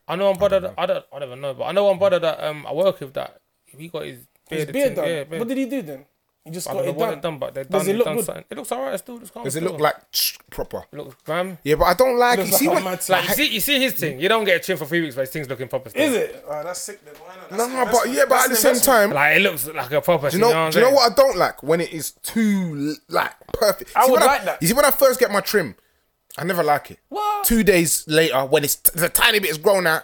Speaker 2: I know one brother. that- I don't. I don't know, but I know one brother that um I work with that he got his
Speaker 3: His
Speaker 2: beard.
Speaker 3: beard done.
Speaker 2: Yeah, beard.
Speaker 3: What did he do then? He just
Speaker 2: I
Speaker 3: got
Speaker 2: don't know
Speaker 3: it
Speaker 2: what they've
Speaker 3: done.
Speaker 2: done, but they've
Speaker 3: Does
Speaker 2: done,
Speaker 3: it look
Speaker 2: done
Speaker 3: good?
Speaker 2: something. It looks alright. It's still. It's calm,
Speaker 1: Does it
Speaker 2: still.
Speaker 1: look like tch, proper?
Speaker 2: It looks bam.
Speaker 1: Yeah, but I don't like.
Speaker 3: Looks
Speaker 1: You see
Speaker 3: like a
Speaker 1: what?
Speaker 3: mad
Speaker 2: Like
Speaker 3: thing.
Speaker 2: you see, you see his thing. You don't get a chin for three weeks, but his thing's looking proper. Still.
Speaker 3: Is it? Oh, that's sick then. Why not? That's
Speaker 1: Nah,
Speaker 3: an
Speaker 1: but yeah,
Speaker 3: investment.
Speaker 1: but at the
Speaker 3: That's
Speaker 1: same
Speaker 3: an investment.
Speaker 1: time,
Speaker 2: Like it looks like a proper.
Speaker 1: Do you
Speaker 2: thing,
Speaker 1: know,
Speaker 2: what I'm
Speaker 1: do you know
Speaker 2: saying?
Speaker 1: what I don't like when it is too like perfect?
Speaker 3: I would
Speaker 1: when
Speaker 3: like that.
Speaker 1: You see, when I first get my trim, I never like it.
Speaker 3: What?
Speaker 1: Two days later, when it's the tiny bit is grown out,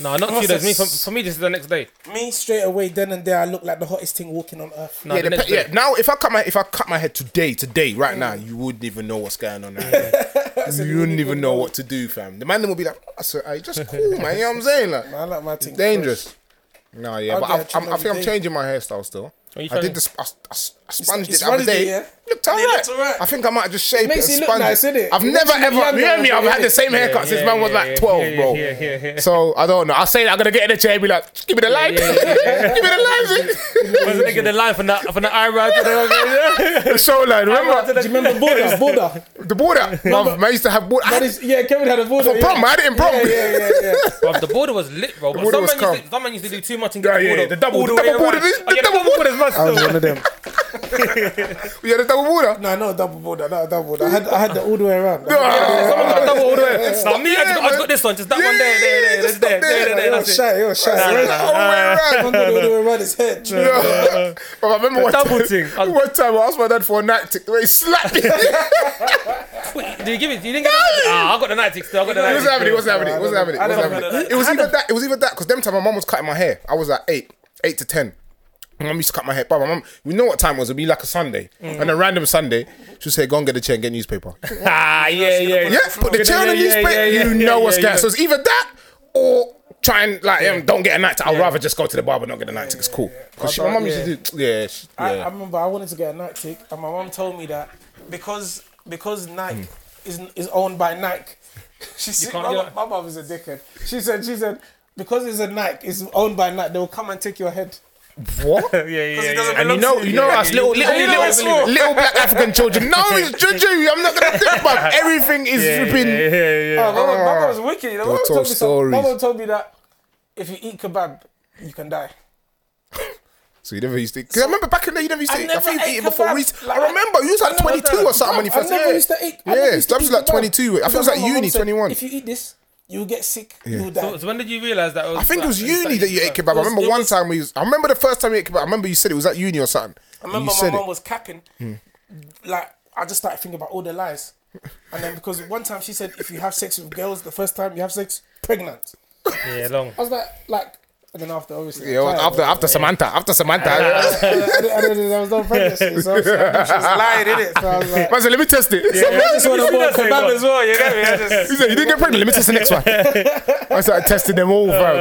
Speaker 2: No, not two days. Me for, for me, this is the next day.
Speaker 3: Me straight away, then and there, I look like the hottest thing walking on earth.
Speaker 2: No,
Speaker 1: yeah,
Speaker 2: the
Speaker 1: the
Speaker 2: next
Speaker 1: pe- yeah.
Speaker 2: day.
Speaker 1: Now, if I cut my if I cut my head today, today, right now, you wouldn't even know what's going on. Now. you wouldn't even know what to do, fam. The man then will be like, oh, "Sir, I just cool, man." You know what I'm saying? Like,
Speaker 3: I like my thing.
Speaker 1: it's dangerous. No, yeah,
Speaker 3: I'll
Speaker 1: but
Speaker 3: get a
Speaker 1: I've,
Speaker 3: trim
Speaker 1: I'm, I think
Speaker 3: every
Speaker 1: I'm
Speaker 3: day.
Speaker 1: changing my hairstyle still.
Speaker 2: Are you
Speaker 1: I
Speaker 2: trying-
Speaker 1: did this. I, I, I sponged
Speaker 3: you
Speaker 1: it the other
Speaker 3: sponged it,
Speaker 1: day.
Speaker 3: yeah?
Speaker 1: Looked
Speaker 3: And it
Speaker 1: alright.
Speaker 3: looked alright.
Speaker 1: I think I might have just shaved it.
Speaker 3: makes
Speaker 1: and
Speaker 3: you look
Speaker 1: sponged
Speaker 3: nice,
Speaker 1: it.
Speaker 3: innit?
Speaker 1: I've
Speaker 3: It
Speaker 1: never
Speaker 3: makes you look
Speaker 1: ever.
Speaker 3: younger
Speaker 1: You hear me?
Speaker 3: as
Speaker 1: I've
Speaker 3: well,
Speaker 1: had the
Speaker 3: innit?
Speaker 1: same haircut since man was
Speaker 2: yeah,
Speaker 1: like
Speaker 2: yeah,
Speaker 1: 12, bro.
Speaker 2: yeah, yeah, yeah.
Speaker 1: So I don't know. I say that I'm gonna get in the chair and be like, "Just give me the line, give me the
Speaker 2: Where's the nigga the line from that from the eyebrow to the
Speaker 1: line, the show line. Remember
Speaker 3: Do you remember Buddha? Buddha.
Speaker 1: the border? Bruv, man, I used to have border. I
Speaker 3: That
Speaker 1: had
Speaker 3: is, yeah, Kevin had a Buddha.
Speaker 1: for
Speaker 3: yeah.
Speaker 1: prom. I had it in prom.
Speaker 3: Yeah, yeah, yeah, yeah.
Speaker 2: Bruv, the border was lit, bro. But
Speaker 1: border
Speaker 2: some
Speaker 1: was
Speaker 2: man, used
Speaker 1: calm.
Speaker 2: to, some man used to do too much and
Speaker 1: Yeah,
Speaker 2: get
Speaker 1: yeah,
Speaker 2: the border.
Speaker 1: the double-
Speaker 2: all
Speaker 1: the double
Speaker 2: way
Speaker 1: border,
Speaker 2: around.
Speaker 1: this-
Speaker 2: Oh, yeah,
Speaker 1: the double
Speaker 2: border's mad
Speaker 1: I was
Speaker 2: still.
Speaker 1: one of them. We had a double water.
Speaker 3: No, not a double border, not a double border. I had, I had the all the way around. Like,
Speaker 2: Someone got double all the way. Nah, me, I
Speaker 1: there,
Speaker 2: just, I
Speaker 1: man.
Speaker 2: just got this one. Just that one there,
Speaker 1: Yeah,
Speaker 2: there, there,
Speaker 1: just
Speaker 2: there, there,
Speaker 1: stop there,
Speaker 2: there, there,
Speaker 1: like,
Speaker 2: there.
Speaker 3: You're
Speaker 2: That's it.
Speaker 3: shy, you're shy.
Speaker 1: All the way around.
Speaker 3: I'm going all the way around his head. you know.
Speaker 1: Yeah. But I remember one
Speaker 2: double
Speaker 1: time,
Speaker 2: thing. I-
Speaker 1: one time I asked my dad for a night tick. The way he slapped me. it
Speaker 2: Wait, did you give it? You didn't get it? Ah, I got the night tick still. I got the night
Speaker 1: wasn't happening. It
Speaker 2: tick.
Speaker 1: wasn't happening. It wasn't happening. It wasn't
Speaker 3: remember
Speaker 1: happening. It was either that. It was either that because them time my mum was cutting my hair. I was like eight, eight to ten. My mum used to cut my hair. But my mum, we know what time it was. It'd be like a Sunday,
Speaker 3: Mm.
Speaker 1: and a random Sunday, she'd say, "Go and get the chair and get newspaper."
Speaker 2: Ah, yeah, yeah.
Speaker 1: Yeah, put the chair on the
Speaker 2: Yeah, yeah,
Speaker 1: newspaper.
Speaker 2: yeah, yeah,
Speaker 1: you
Speaker 2: yeah,
Speaker 1: know
Speaker 2: yeah,
Speaker 1: what's
Speaker 2: yeah.
Speaker 1: going. So it's either that or try and like um, don't get a night. I'd rather just go to the barber and not get a night. It's cool. Because my mum used to do. Yeah, she, yeah.
Speaker 3: I, I remember I wanted to get a Nike tick, and my mom told me that because because Nike
Speaker 1: Hmm.
Speaker 3: is is owned by Nike. She said,
Speaker 2: can't
Speaker 3: my,
Speaker 2: do
Speaker 3: mom-
Speaker 2: that.
Speaker 3: my mom is a dickhead. She said she said because it's a Nike, it's owned by Nike. They will come and take your head.
Speaker 1: what?
Speaker 2: Yeah, yeah, yeah, yeah.
Speaker 1: And you know, you know us little, little,
Speaker 3: you know us
Speaker 1: little,
Speaker 3: little.
Speaker 1: little black African children. No, it's juju. I'm not gonna think about it. everything. Is
Speaker 2: Yeah,
Speaker 1: flipping.
Speaker 2: yeah, yeah, yeah.
Speaker 3: Oh, my, mom, my mom was wicked. you know, My mom
Speaker 1: Don't Ah. tell
Speaker 3: told, me some,
Speaker 1: stories.
Speaker 3: my mom told me that if you eat kebab, you can die.
Speaker 1: So you never used to. Because I remember back in there, you never used to.
Speaker 3: I
Speaker 1: eat. I
Speaker 3: never
Speaker 1: think you
Speaker 3: ate
Speaker 1: eat it before.
Speaker 3: kebab.
Speaker 1: Reese.
Speaker 3: Like,
Speaker 1: I remember you was
Speaker 3: I
Speaker 1: like
Speaker 3: never
Speaker 1: 22
Speaker 3: done
Speaker 1: or something when you
Speaker 3: kebab.
Speaker 1: first.
Speaker 3: I never
Speaker 1: yeah.
Speaker 3: used to eat. I
Speaker 1: Yeah,
Speaker 3: never used to
Speaker 1: that was
Speaker 3: eat
Speaker 1: like
Speaker 3: kebab.
Speaker 1: 22. I think it was
Speaker 3: My
Speaker 1: like
Speaker 3: mom
Speaker 1: uni,
Speaker 3: always said,
Speaker 1: 21.
Speaker 3: If you eat this, you will get sick. You will die.
Speaker 2: So so when did you realize that?
Speaker 1: I think it was uni that you ate kebab. I remember
Speaker 3: it
Speaker 1: one
Speaker 3: was-
Speaker 1: time we was. I remember the first time you ate kebab. I remember you said it was at uni or something.
Speaker 3: I remember
Speaker 1: you
Speaker 3: my
Speaker 1: said
Speaker 3: mom
Speaker 1: it. Hmm.
Speaker 3: was capping. Like I just started thinking about all the lies, and then because one time she said, if you have sex with girls, the first time you have sex, pregnant.
Speaker 2: Yeah, long.
Speaker 3: I was like, like, and then after obviously, I
Speaker 1: Yeah, well,
Speaker 3: tried,
Speaker 1: after after Samantha, after Samantha.
Speaker 3: uh, and, then- and then there was no pregnancy, so I was, like, she was lying in it. So I was like,
Speaker 1: Man said, let me test it.
Speaker 3: I just want to
Speaker 2: You
Speaker 3: go on
Speaker 2: didn't say
Speaker 3: kebab
Speaker 2: what?
Speaker 3: as well. You get me? I just,
Speaker 1: He said, you didn't get pregnant. Let me test the next one. I started testing them all, bro.
Speaker 3: man,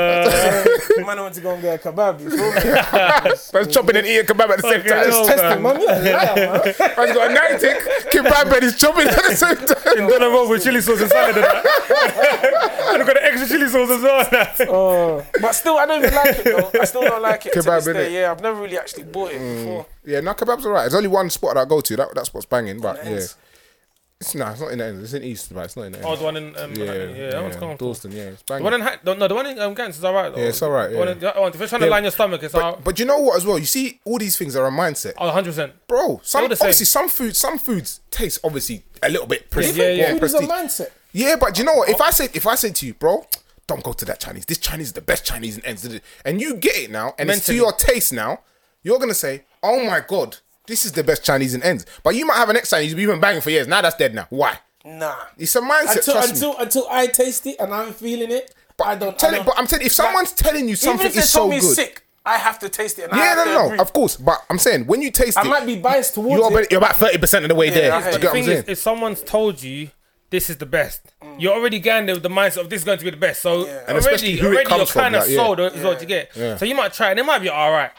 Speaker 3: I want to go and get a kebab. You feel me?
Speaker 1: I was chopping and eating kebab at the same time.
Speaker 2: hell.
Speaker 3: Test it,
Speaker 2: man.
Speaker 3: mum. You're a liar, man.
Speaker 1: Man's got a night tick, kebab and he's chopping at the same time.
Speaker 2: Done a roll with chili sauce and salad and that. and I've got the extra chili sauce as well.
Speaker 3: Oh. But still, I don't even like it though. I still don't like it. to
Speaker 1: Kebab,
Speaker 3: this day.
Speaker 1: innit? Mm.
Speaker 3: Yeah, I've never really actually bought it before.
Speaker 1: Yeah, no, kebab's alright. There's only one spot that I go to. That, that spot's banging, but
Speaker 3: the
Speaker 1: yeah.
Speaker 3: ends.
Speaker 1: It's nah, it's not in the end. It's in East, but it's not in the end.
Speaker 2: Oh, the one in um,
Speaker 1: yeah,
Speaker 2: yeah, that one's cool.
Speaker 1: Dalston, yeah, it's banging.
Speaker 2: The one in Ha- no, no, the one in um, Gantz is alright though.
Speaker 1: Yeah, it's alright,
Speaker 2: The one
Speaker 1: yeah.
Speaker 2: in- the one- if you're trying to line your stomach, it's out.
Speaker 1: but you know what? As well, you see all these things are a mindset,
Speaker 2: Oh, 100 percent.
Speaker 1: bro. Some
Speaker 2: all the same.
Speaker 1: obviously some foods, some foods taste obviously a little bit prestige.
Speaker 2: yeah, yeah.
Speaker 3: Food is a
Speaker 1: prestige.
Speaker 3: mindset. Oh.
Speaker 1: Yeah, but you know what? If I said if I said to you, bro, don't go to that Chinese. This Chinese is the best Chinese in ends. And you get it now, and it's to
Speaker 2: Mentally.
Speaker 1: your taste now. You're gonna say, oh my god, this is the best Chinese in ends. But you might have an ex Chinese you've been banging for years. Now that's dead. Now why?
Speaker 3: Nah.
Speaker 1: It's a mindset.
Speaker 3: until
Speaker 1: trust me.
Speaker 3: until, until I taste it and I'm feeling it,
Speaker 1: But
Speaker 3: I don't.
Speaker 1: Tell it,
Speaker 3: I don't
Speaker 1: but I'm telling if someone's telling you
Speaker 3: even
Speaker 1: something
Speaker 3: if they
Speaker 1: is so
Speaker 3: told me
Speaker 1: good.
Speaker 3: it's sick, I have to taste it. And I
Speaker 1: Yeah,
Speaker 3: have
Speaker 1: no,
Speaker 3: to
Speaker 1: no,
Speaker 3: agree.
Speaker 1: no, of course. But I'm saying when you taste
Speaker 3: I
Speaker 1: it,
Speaker 3: might be biased towards
Speaker 1: you're
Speaker 3: it.
Speaker 1: about, you're about thirty percent of the way there.
Speaker 3: I
Speaker 1: Do you
Speaker 3: heard you.
Speaker 1: get
Speaker 2: The
Speaker 1: what I'm
Speaker 2: thing is,
Speaker 1: saying?
Speaker 2: if someone's told you this is the best, you're already going there with the mindset of this is going to be the best. So
Speaker 1: Mm. And especially
Speaker 2: already,
Speaker 1: who it
Speaker 2: already you're
Speaker 1: comes from,
Speaker 2: kind of
Speaker 1: like, yeah.
Speaker 2: sold is what you get. So you might try and it might be all right.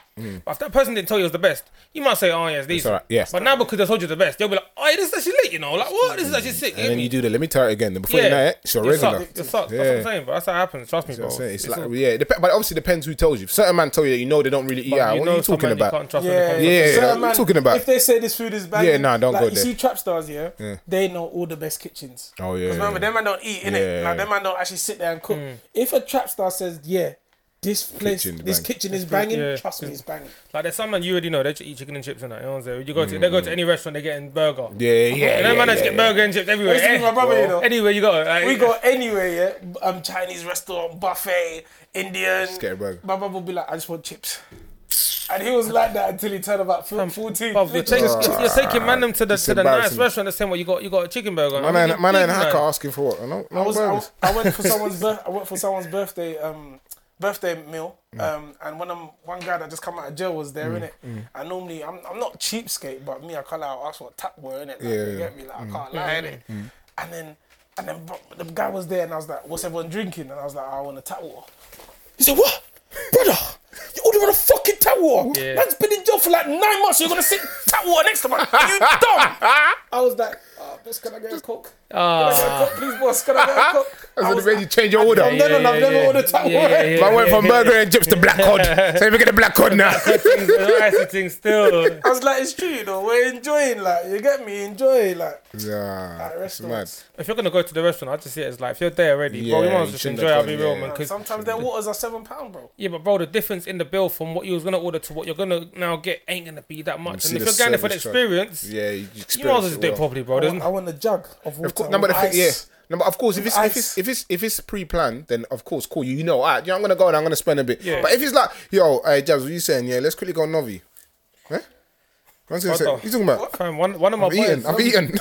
Speaker 2: But if that person didn't tell you it was the best, you might say, "Oh yes, these."
Speaker 1: Mm. all right, yeah.
Speaker 2: But now because they told you the best, you'll be like, "Oh, yeah, this is actually lit," you know, like what? This is actually sick.
Speaker 1: And then you do that. Let me try it again. Then before
Speaker 2: yeah,
Speaker 1: you know it, it's your regular.
Speaker 2: It sucks. That's what
Speaker 1: Yeah.
Speaker 2: I'm saying, bro. That's how it happens. Trust me, bro.
Speaker 1: So it's
Speaker 2: It's
Speaker 1: like,
Speaker 2: all-
Speaker 1: yeah, it dep- but it obviously depends who tells you. If certain man tell you that you know they don't really eat out,
Speaker 2: you
Speaker 1: what
Speaker 2: know
Speaker 1: are you talking
Speaker 2: someone
Speaker 1: about?
Speaker 2: You can't trust when it
Speaker 3: Yeah,
Speaker 2: comes to-
Speaker 1: Yeah,
Speaker 3: certain
Speaker 1: I'm talking about-
Speaker 3: If they say this food is bad,
Speaker 1: Yeah, nah, don't
Speaker 3: like,
Speaker 1: go
Speaker 3: you
Speaker 1: there.
Speaker 3: see trap stars, yeah, they know all the best kitchens.
Speaker 1: Oh, yeah,
Speaker 3: Because remember,
Speaker 1: yeah.
Speaker 3: them man don't eat in it.
Speaker 1: Yeah.
Speaker 3: Like them man don't actually sit there and cook. If a trap star says, yeah, this place,
Speaker 1: Kitchen's
Speaker 3: this
Speaker 1: banging.
Speaker 3: kitchen is banging,
Speaker 2: Yeah.
Speaker 3: trust me, it's banging.
Speaker 2: Like there's someone you already know. They eat chicken and chips and that. You know what I'm saying? You go to they go to any restaurant, they're getting burger.
Speaker 1: Mm. Yeah, yeah,
Speaker 2: And then
Speaker 1: yeah,
Speaker 2: man,
Speaker 1: yeah,
Speaker 2: just get
Speaker 1: yeah.
Speaker 2: burger and chips
Speaker 3: I
Speaker 2: everywhere.
Speaker 3: used to be
Speaker 2: eh?
Speaker 3: with my brother, you know.
Speaker 2: Anywhere you uh, go, like,
Speaker 3: We go anywhere, yeah. b- Um, Chinese restaurant, buffet, Indian.
Speaker 1: get a burger.
Speaker 3: My mum would be like, I just want chips. And he was like that until he turned about fo- 14.
Speaker 2: Bruv, um, you're, taking,
Speaker 3: Literally.
Speaker 2: you're taking man them to the to the nice
Speaker 1: Ah, embarrassing.
Speaker 2: restaurant the same way you got you got a chicken burger.
Speaker 1: My man, my man,
Speaker 2: Big
Speaker 1: hacker asking for what? No, no
Speaker 3: I was, I,
Speaker 1: burgers.
Speaker 3: was- I went for someone's birth, I went for someone's birthday um birthday meal
Speaker 1: Mm.
Speaker 3: um and one um, one guy that just come out of jail was there in it
Speaker 1: mm.
Speaker 3: and normally I'm, I'm not cheapskate but me I can't like ask what tap were in it
Speaker 1: Yeah,
Speaker 3: like, you
Speaker 1: yeah. Mm.
Speaker 3: get me like I can't lie in it and then and then bro, the guy was there and I was like what's everyone drinking and I was like I want a tap water he said what brother you order on a fucking tap water
Speaker 2: Yeah.
Speaker 3: man's been in jail for like nine months you're gonna sit tap water next to man you dumb I was like oh, boss can I get a coke
Speaker 2: Ah.
Speaker 3: Please, boss, can I get a coke?
Speaker 1: That's what
Speaker 3: was-
Speaker 1: made you change your order.
Speaker 3: From then on, I've never ordered that
Speaker 2: Yeah, yeah, yeah.
Speaker 1: Man went from burger and chips to black cod. So if we get the black cod now.
Speaker 2: Things are nice and things still.
Speaker 3: I was like, it's true, you know. We're enjoying, like, you get me, enjoy, like.
Speaker 1: Yeah,
Speaker 3: At
Speaker 1: it's mad.
Speaker 3: restaurants.
Speaker 2: If you're gonna go to the restaurant, I just see it as like if you're there already, bro, you
Speaker 1: Yeah,
Speaker 2: might as
Speaker 1: you
Speaker 2: well just
Speaker 1: shouldn't
Speaker 2: enjoy. it, I'll
Speaker 1: have
Speaker 2: be
Speaker 1: gone,
Speaker 2: real,
Speaker 1: yeah.
Speaker 2: man. 'cause-
Speaker 3: Sometimes their waters are seven pound, bro.
Speaker 2: yeah, but bro, the difference in the bill from what you was gonna order to what you're gonna now get ain't gonna be that much.
Speaker 1: see
Speaker 2: And if
Speaker 1: the
Speaker 2: you're going there for the
Speaker 1: service charge.
Speaker 2: experience,
Speaker 1: Yeah, you experience
Speaker 2: you might as well
Speaker 1: it
Speaker 2: just do it
Speaker 1: well.
Speaker 2: properly, bro.
Speaker 3: I
Speaker 2: There's-
Speaker 3: want, I want a jug of water.
Speaker 1: Of course, no, but the
Speaker 3: with
Speaker 1: thing, yeah.
Speaker 3: ice.
Speaker 1: No, but of course, if it's, if it's
Speaker 3: ice.
Speaker 1: if it's if it's pre-planned, then of course, cool. You know, alright, yeah, I'm gonna go and I'm gonna spend a bit.
Speaker 2: Yeah.
Speaker 1: But if it's like, yo, hey, Jabs, what you saying? Yeah, let's quickly go Novi. Eh? Man's gonna
Speaker 2: What
Speaker 1: say,
Speaker 2: the-
Speaker 1: what you talking about?
Speaker 2: Fam, one, one of my
Speaker 1: I've
Speaker 2: boys,
Speaker 1: eaten. I've eaten.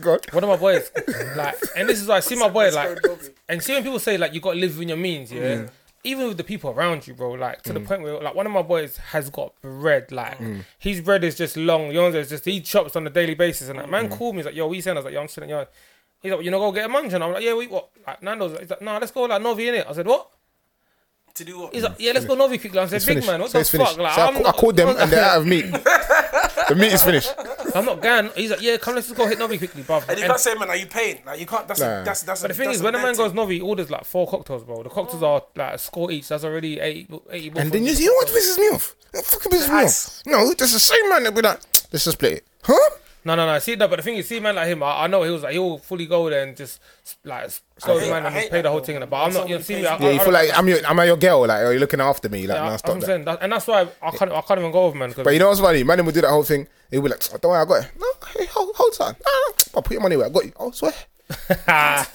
Speaker 1: God.
Speaker 2: one of my boys, like, and this is why I see my boy, like,
Speaker 3: very dodgy.
Speaker 2: and see when people say like you got to live within your means, yeah.
Speaker 1: Mm.
Speaker 2: Even with the people around you, bro, like to the point where like one of my boys has got bread, like
Speaker 1: Mm.
Speaker 2: his bread is just long. Yours is just he chops on a daily basis, and that man
Speaker 1: Mm.
Speaker 2: called me, he's like, "Yo, what you saying?" I was like, "Yo, I'm sitting yard." He's like, "You know, go get a munch," and I'm like, "Yeah, we what?" Like Nando's, he's like, "No, let's go like Novi in it." I said, "What?"
Speaker 4: To do what?
Speaker 2: He's like, "Yeah, let's go Novi quickly." I said, "Big
Speaker 1: Finished.
Speaker 2: man, what
Speaker 1: So
Speaker 2: the
Speaker 1: it's finished.
Speaker 2: fuck?" Like,
Speaker 1: so I,
Speaker 2: I'm
Speaker 1: ca- I
Speaker 2: not-
Speaker 1: called them and they're out of meat. the meat is finished.
Speaker 2: I'm not going. He's like, "Yeah, come, let's just go hit Novi quickly, bruv."
Speaker 3: And you can't say, man, are you paying? Like, you can't, that's,
Speaker 1: Nah.
Speaker 3: a, that's, that's
Speaker 2: But the
Speaker 3: a,
Speaker 2: thing
Speaker 3: that's
Speaker 2: is, when a
Speaker 3: their
Speaker 2: man
Speaker 3: thing.
Speaker 2: goes Novi, he orders like four cocktails, bro. The cocktails are like a score each. That's already 80, 80 bucks
Speaker 1: And
Speaker 2: on
Speaker 1: then you
Speaker 2: the
Speaker 1: see, you know what pisses me off? What fucking pisses me off?
Speaker 3: ice.
Speaker 1: No, there's the same man that be like, let's just split it. Huh?
Speaker 2: No, no, no. See, no, but the thing is, see, man like him, I, I know he was like, he'll fully go there and just like go
Speaker 3: hate-
Speaker 2: man
Speaker 3: I
Speaker 2: and
Speaker 3: hate
Speaker 2: pay
Speaker 3: that,
Speaker 2: the whole
Speaker 3: though.
Speaker 2: thing. in it. But I'm not, you know,
Speaker 3: That's
Speaker 2: see me.
Speaker 3: what
Speaker 2: I,
Speaker 3: it
Speaker 1: Yeah,
Speaker 2: I,
Speaker 1: you
Speaker 2: I,
Speaker 1: feel like I'm your, I'm your girl. Like, are you looking after me? Like,
Speaker 2: I,
Speaker 1: nah,
Speaker 2: that's what
Speaker 1: stop
Speaker 2: I'm
Speaker 1: that.
Speaker 2: saying. That, and that's why I, I can't, I can't even go with man. 'cause-
Speaker 1: But you know what's funny? Man, would do that whole thing. He'll be like, "Oh, don't worry, I got it. No, hey, hold, hold on. No, no, I'll put your money away. I got you. I swear.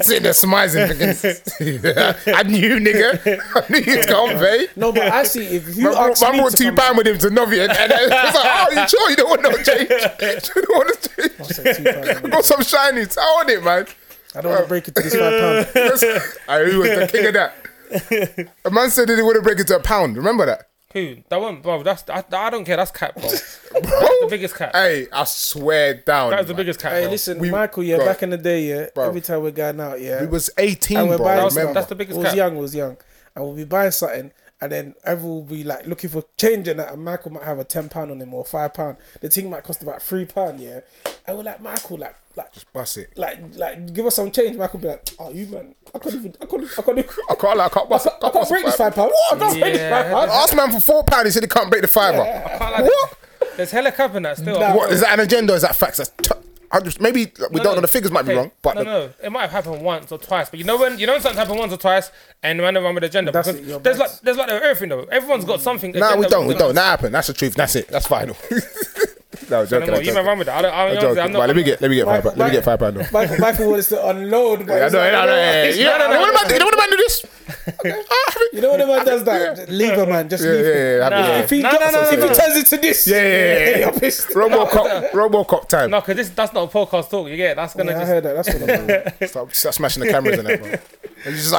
Speaker 1: Sitting there smiling. thinking, I knew, nigga. I knew you'd come, babe.
Speaker 3: No, but actually, if you
Speaker 1: Man brought,
Speaker 3: ask
Speaker 1: man
Speaker 3: me
Speaker 1: brought
Speaker 3: to
Speaker 1: two
Speaker 3: come-
Speaker 1: pound with him to Novi, and, and it's like, oh, you sure you don't want no change? You don't want to change?
Speaker 3: Two pound.
Speaker 1: I got some shinies. I want it, man.
Speaker 3: I don't want to break it to this five pound.
Speaker 1: I he was the king of that. A man said that he wouldn't break it to a pound. Remember that?
Speaker 2: Who? That one, bro. That's I, I don't care. That's cap, bro.
Speaker 1: the
Speaker 2: biggest cap.
Speaker 1: Hey, I swear down.
Speaker 2: That's the
Speaker 1: man.
Speaker 2: biggest cap.
Speaker 3: Hey,
Speaker 2: bro.
Speaker 3: listen,
Speaker 1: We-
Speaker 3: Michael, yeah,
Speaker 1: bro.
Speaker 3: back in the day, yeah,
Speaker 1: Bro.
Speaker 3: every time we're going out, yeah.
Speaker 1: It was 18,
Speaker 3: and we're
Speaker 1: bro.
Speaker 3: buying
Speaker 1: I
Speaker 2: That's-
Speaker 1: remember.
Speaker 2: that's the biggest
Speaker 3: we was
Speaker 2: cap.
Speaker 3: young, we was young, and we'll be buying something, and then everyone will be like looking for change in that, and Michael might have a ten pound on him or five pound. The thing might cost about three pound, yeah. And we're like, Michael, like, like,
Speaker 1: Bust it.
Speaker 3: like, like, give us some change. Michael be like, oh, you man, I can't even, I can't, I can't, even,
Speaker 1: I can't, lie, I can't
Speaker 3: I
Speaker 1: bust it.
Speaker 3: can't, I can't break this five pound. What? I can't break this
Speaker 2: Yeah.
Speaker 3: five pound.
Speaker 1: I asked man for four pounds. He said he can't break the fiver.
Speaker 2: can't lie.
Speaker 1: What?
Speaker 2: There's hella cap in that still.
Speaker 3: Nah.
Speaker 1: What is that an agenda? Is that facts? That's t- I just- maybe we
Speaker 2: No,
Speaker 1: don't
Speaker 2: no.
Speaker 1: know. The figures might be
Speaker 2: Okay.
Speaker 1: wrong, but
Speaker 2: no,
Speaker 1: the-
Speaker 2: no, it might have happened once or twice. But you know when you know when something's happened once or twice, and man around with agenda.
Speaker 3: That's
Speaker 2: because
Speaker 3: it, you're
Speaker 2: there's
Speaker 3: right.
Speaker 2: like there's like everything though. Everyone's got something.
Speaker 1: Nah,
Speaker 2: agenda
Speaker 1: we don't. We
Speaker 2: with
Speaker 1: don't.
Speaker 2: them.
Speaker 1: That happened. That's the truth. That's it. That's final. no, I'm joking.
Speaker 2: No,
Speaker 1: I'm
Speaker 2: you man
Speaker 1: joking.
Speaker 2: around with that. I don't. I
Speaker 1: I'm
Speaker 2: don't honestly,
Speaker 1: joking.
Speaker 2: I'm not.
Speaker 1: Right, let me get. Let me get five. pound- Let me get five pound. off.
Speaker 3: Michael, Michael wants to unload. But
Speaker 1: Yeah,
Speaker 3: he's
Speaker 1: no,
Speaker 3: like,
Speaker 1: no, no, yeah, yeah.
Speaker 2: no, no,
Speaker 1: You know
Speaker 2: no,
Speaker 1: what man do- you know what man do this? Ah,
Speaker 3: You know when a man does that, just leave a man, just
Speaker 1: Yeah,
Speaker 3: leave. him.
Speaker 1: yeah, yeah.
Speaker 2: Nah.
Speaker 1: happy,
Speaker 3: If he,
Speaker 2: No,
Speaker 3: drops-
Speaker 2: no, no,
Speaker 3: if
Speaker 2: no,
Speaker 3: he
Speaker 2: no.
Speaker 3: turns into this,
Speaker 1: Yeah, yeah, yeah, yeah.
Speaker 3: you're pissed.
Speaker 1: yeah. Robocop, Robocop time.
Speaker 2: No, because this that's not a podcast talk. You get it? that's gonna
Speaker 3: Yeah, I
Speaker 2: just.
Speaker 3: heard that. That's what I'm doing.
Speaker 1: Stop, stop smashing the cameras and that, bro. It's just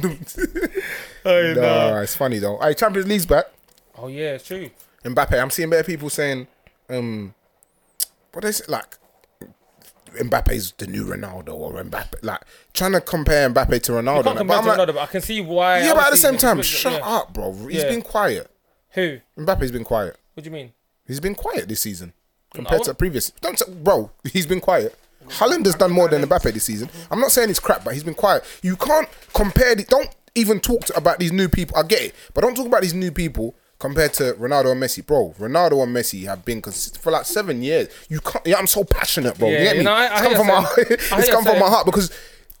Speaker 1: like.
Speaker 2: uh,
Speaker 1: no, it's funny though. All right, Champions League's back.
Speaker 2: Oh yeah, it's true.
Speaker 1: Mbappe, I'm seeing better people saying, um, what is it like? Mbappe's the new Ronaldo or Mbappe, like trying to compare Mbappe to
Speaker 2: I
Speaker 1: Ronaldo.
Speaker 2: can't
Speaker 1: but
Speaker 2: compare
Speaker 1: I'm
Speaker 2: to
Speaker 1: like,
Speaker 2: another, but I can see why.
Speaker 1: yeah, but at the
Speaker 2: obviously-
Speaker 1: same time,
Speaker 2: yeah.
Speaker 1: shut up, bro. He's
Speaker 2: Yeah.
Speaker 1: been quiet.
Speaker 2: Who?
Speaker 1: Mbappe's been quiet.
Speaker 2: What do you mean?
Speaker 1: He's been quiet this season compared to previous. Don't say, bro. He's been quiet. Holland has done more than Mbappe this season. I'm not saying he's crap, but he's been quiet. You can't compare. The, don't even talk to, about these new people. I get it, but don't talk about these new people compared to Ronaldo and Messi, bro. Ronaldo and Messi have been consistent for like seven years. You can't. Yeah, I'm so passionate, bro.
Speaker 2: Yeah,
Speaker 1: you get
Speaker 2: you
Speaker 1: me?
Speaker 2: know, I- I
Speaker 1: it's come
Speaker 2: hear
Speaker 1: from
Speaker 2: you
Speaker 1: my.
Speaker 2: saying- I
Speaker 1: it's
Speaker 2: hear
Speaker 1: come
Speaker 2: you
Speaker 1: from my
Speaker 2: saying.
Speaker 1: heart because.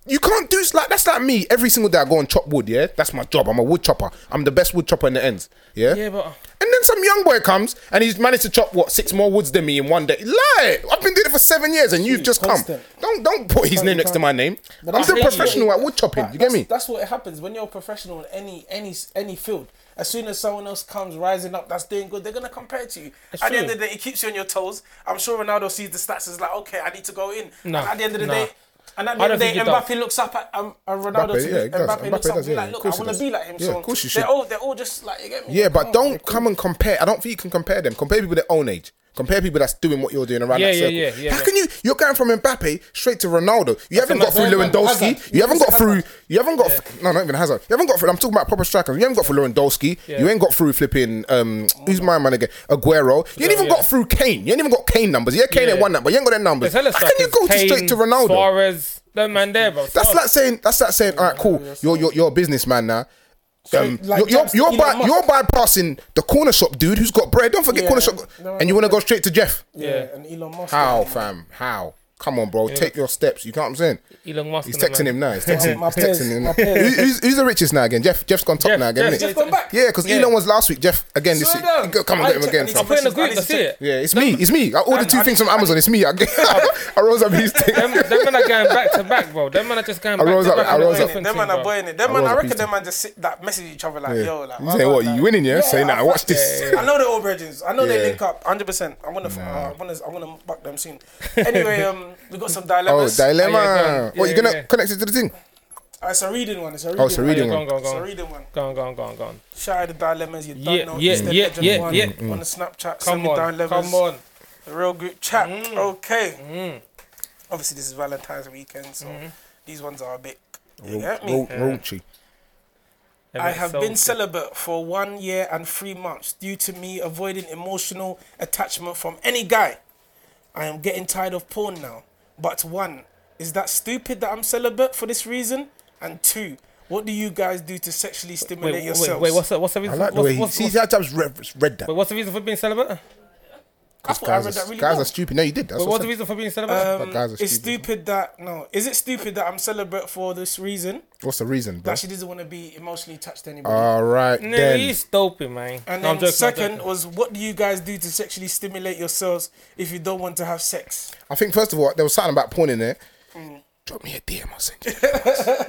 Speaker 1: You can't do like that's like me. Every single day I go and chop wood, yeah. That's my job. I'm a wood chopper. I'm the best wood chopper in the ends,
Speaker 2: Yeah,
Speaker 3: uh,
Speaker 2: but
Speaker 1: and then some young boy comes and he's managed to chop what six more woods than me in one day. Lie! I've been doing it for seven years and you've just come.
Speaker 3: constant.
Speaker 1: Don't don't put his name next to my name.
Speaker 3: But
Speaker 1: I'm
Speaker 3: I
Speaker 1: still
Speaker 2: hate you.
Speaker 1: professional at wood chopping. You get
Speaker 3: that's,
Speaker 1: me?
Speaker 3: That's what happens when you're a professional in any any any field. As soon as someone else comes rising up that's doing good, they're gonna compare it to you. at
Speaker 2: true.
Speaker 3: the end of the day, it keeps you on your toes. I'm sure Ronaldo sees the stats is like, okay, I need to go in.
Speaker 2: Nah,
Speaker 3: and at the end of the
Speaker 2: nah.
Speaker 3: day. And at the
Speaker 2: I
Speaker 3: end of the
Speaker 2: don't
Speaker 3: day,
Speaker 2: think he does.
Speaker 3: Mbappe looks up at um, at Ronaldo.
Speaker 1: Mbappe,
Speaker 3: too.
Speaker 1: yeah, he does.
Speaker 3: Mbappe, looks
Speaker 1: Mbappe
Speaker 3: up.
Speaker 1: does,
Speaker 3: He's
Speaker 1: yeah,
Speaker 3: like,
Speaker 1: of
Speaker 3: look, I
Speaker 1: course he
Speaker 3: want
Speaker 1: does.
Speaker 3: to be like him.
Speaker 1: Yeah,
Speaker 3: so
Speaker 1: of course you
Speaker 3: they're
Speaker 1: should.
Speaker 3: all they're all just like you get me.
Speaker 1: Yeah,
Speaker 3: Come
Speaker 1: but
Speaker 2: Oh,
Speaker 3: on,
Speaker 1: don't
Speaker 3: like,
Speaker 1: come and compare. I don't think you can compare them. Compare people their own age. Compare people that's doing what you're doing around
Speaker 2: Yeah,
Speaker 1: that
Speaker 2: yeah,
Speaker 1: circle.
Speaker 2: yeah, yeah,
Speaker 1: How
Speaker 2: yeah.
Speaker 1: can you? You're going from Mbappe straight to Ronaldo. You haven't got through
Speaker 3: Hazard, Hazard.
Speaker 1: Lewandowski. You
Speaker 3: You
Speaker 1: haven't
Speaker 3: said
Speaker 1: got through.
Speaker 3: Hazard.
Speaker 1: You haven't got. No, not even Hazard. You haven't got through. I'm talking about proper strikers. You haven't got through Lewandowski. You ain't got through flipping. Um, who's my man again? Aguero. You ain't even
Speaker 2: yeah.
Speaker 1: got through Kane. You ain't even got Kane numbers. Yeah, Kane
Speaker 2: Yeah.
Speaker 1: ain't one number. You ain't got their numbers.
Speaker 2: there's hella
Speaker 1: How can you
Speaker 2: strikers.
Speaker 1: go to
Speaker 2: Kane,
Speaker 1: straight to Ronaldo?
Speaker 2: Suarez. That man there, bro.
Speaker 1: That's like saying that's like saying, all right, cool. You're you're, you're a businessman now. Um, you're
Speaker 3: like
Speaker 1: you're,
Speaker 3: Jeff's
Speaker 1: you're,
Speaker 3: Elon
Speaker 1: by,
Speaker 3: Musk.
Speaker 1: you're bypassing the corner shop dude who's got bread. Don't forget
Speaker 3: Yeah.
Speaker 1: corner shop,
Speaker 3: No,
Speaker 1: and you want to go straight to Jeff.
Speaker 3: yeah, and Elon Musk.
Speaker 1: How, fam? How? Come on, bro. Take your steps. You know what I'm saying?
Speaker 2: Elon Musk.
Speaker 1: He's
Speaker 2: and the
Speaker 1: texting
Speaker 2: man.
Speaker 1: him now. He's
Speaker 3: My-
Speaker 1: texting,
Speaker 3: my
Speaker 1: he's
Speaker 3: peers,
Speaker 1: texting him.
Speaker 3: my
Speaker 1: now.
Speaker 3: peers.
Speaker 1: Who- who's, who's the richest now again? Jeff. Jeff's gone top
Speaker 2: Jeff,
Speaker 1: now again.
Speaker 2: Jeff,
Speaker 1: innit?
Speaker 3: Jeff gone back.
Speaker 1: Yeah, because
Speaker 2: Yeah.
Speaker 1: Elon was last week. Jeff again this
Speaker 3: Slow
Speaker 1: week.
Speaker 3: down.
Speaker 1: Go- Come and
Speaker 3: I
Speaker 1: get him
Speaker 3: check-
Speaker 1: again.
Speaker 3: I need
Speaker 1: fam.
Speaker 2: I'm putting a group.
Speaker 3: I need
Speaker 2: I
Speaker 3: to
Speaker 2: see it.
Speaker 1: Yeah, it's me. It's me. I ordered two
Speaker 2: I-
Speaker 1: things from Amazon. It's me. I, get- I rose up his thing.
Speaker 2: Them, them men are going back to back, bro. Them man are just going back
Speaker 1: rose
Speaker 2: to
Speaker 1: up-
Speaker 2: back.
Speaker 1: I
Speaker 2: on the
Speaker 1: rose up.
Speaker 2: different
Speaker 3: Them
Speaker 2: team,
Speaker 3: man are
Speaker 2: bro.
Speaker 3: boying it. Them
Speaker 1: I
Speaker 3: man,
Speaker 1: was
Speaker 3: I
Speaker 1: a
Speaker 3: reckon
Speaker 1: beast.
Speaker 3: them man just sit, like message each other like, yo, like.
Speaker 1: You
Speaker 3: why
Speaker 1: say
Speaker 3: not,
Speaker 1: what?
Speaker 3: like-
Speaker 1: You winning? Yeah. Say nah.
Speaker 3: I
Speaker 1: Watch
Speaker 3: fuck-
Speaker 1: this.
Speaker 3: I know they're all virgins. I know
Speaker 1: Yeah.
Speaker 3: they link up 100%. I'm going to I want to I want to buck them soon. Anyway, um we got some dilemmas.
Speaker 1: Oh, dilemma.
Speaker 2: Oh, yeah, go on.
Speaker 1: what,
Speaker 2: Yeah,
Speaker 1: you gonna
Speaker 2: yeah.
Speaker 1: connect it to the thing?
Speaker 3: Uh, it's a reading one. It's a reading
Speaker 1: Oh, it's a
Speaker 3: one.
Speaker 1: reading
Speaker 2: Yeah, go
Speaker 1: one.
Speaker 2: on, go on,
Speaker 3: It's
Speaker 2: go
Speaker 3: a
Speaker 2: on.
Speaker 3: reading one.
Speaker 2: Go on, go on, go on, go on.
Speaker 3: Shout out the dilemmas you don't
Speaker 2: Yeah,
Speaker 3: know.
Speaker 2: yeah,
Speaker 3: it's the
Speaker 2: yeah,
Speaker 3: legend
Speaker 2: yeah,
Speaker 3: one.
Speaker 2: yeah.
Speaker 3: On the Snapchat, send
Speaker 2: Come
Speaker 3: me
Speaker 2: on,
Speaker 3: dilemmas.
Speaker 2: come on. Mm.
Speaker 3: The real group chat. Okay. Obviously, this is Valentine's weekend, so
Speaker 2: Mm-hmm.
Speaker 3: these ones are a bit. You get me?
Speaker 1: Ro- Roachy.
Speaker 2: Them
Speaker 3: I
Speaker 2: men
Speaker 3: have
Speaker 2: so
Speaker 3: been
Speaker 2: sick.
Speaker 3: celibate for one year and three months due to me avoiding emotional attachment from any guy. I am getting tired of porn now. But one, is that stupid that I'm celibate for this reason? And two, what do you guys do to sexually stimulate
Speaker 2: Wait, wait,
Speaker 3: yourselves?
Speaker 2: wait, what's the, what's the reason?
Speaker 1: I like the
Speaker 2: what's,
Speaker 1: way he
Speaker 2: what's,
Speaker 1: see
Speaker 2: what's,
Speaker 1: that. Jab's read, read that.
Speaker 2: wait, what's the reason for being celibate?
Speaker 3: I thought I
Speaker 1: guys
Speaker 3: read that
Speaker 1: are,
Speaker 3: really
Speaker 1: guys
Speaker 3: well.
Speaker 1: are stupid. No, you did. That's
Speaker 2: Wait,
Speaker 1: what
Speaker 2: what's the
Speaker 1: I said.
Speaker 2: reason for being
Speaker 3: Um,
Speaker 2: celibate?
Speaker 1: But guys are
Speaker 3: It's
Speaker 1: stupid.
Speaker 3: stupid that no. Is it stupid that I'm celibate for this reason?
Speaker 1: What's the reason? Bro?
Speaker 3: That she doesn't want to be emotionally touched to anybody.
Speaker 1: All right
Speaker 2: Nah,
Speaker 1: then.
Speaker 2: he's doping, man.
Speaker 3: And
Speaker 2: Uh, No,
Speaker 3: then
Speaker 2: I'm joking, I'm
Speaker 3: second
Speaker 2: joking.
Speaker 3: was what do you guys do to sexually stimulate yourselves if you don't want to have sex?
Speaker 1: I think first of all, there was something about porn in there. Drop me a DM. I'll send you. the links.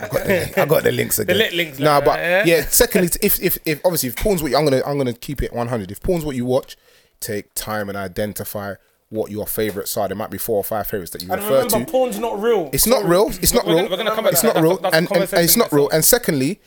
Speaker 1: yeah, I got the, link- I got the links again.
Speaker 2: lit links,
Speaker 1: Nah,
Speaker 2: like
Speaker 1: but
Speaker 2: that,
Speaker 1: yeah.
Speaker 2: yeah?
Speaker 1: Secondly, if if if obviously if porn's what you, I'm gonna I'm gonna keep it 100. If porn's what you watch, take time and identify what your favorite side. There might be four or five favorites that you
Speaker 3: And
Speaker 1: refer
Speaker 3: remember,
Speaker 1: to.
Speaker 3: porn's not real.
Speaker 1: It's not real. It's not
Speaker 2: We're
Speaker 1: real.
Speaker 2: gonna- we're gonna come back
Speaker 1: It's
Speaker 2: to that.
Speaker 1: not real,
Speaker 2: That's a- that's a
Speaker 1: and, and, and it's
Speaker 2: conversation
Speaker 1: not real. And secondly,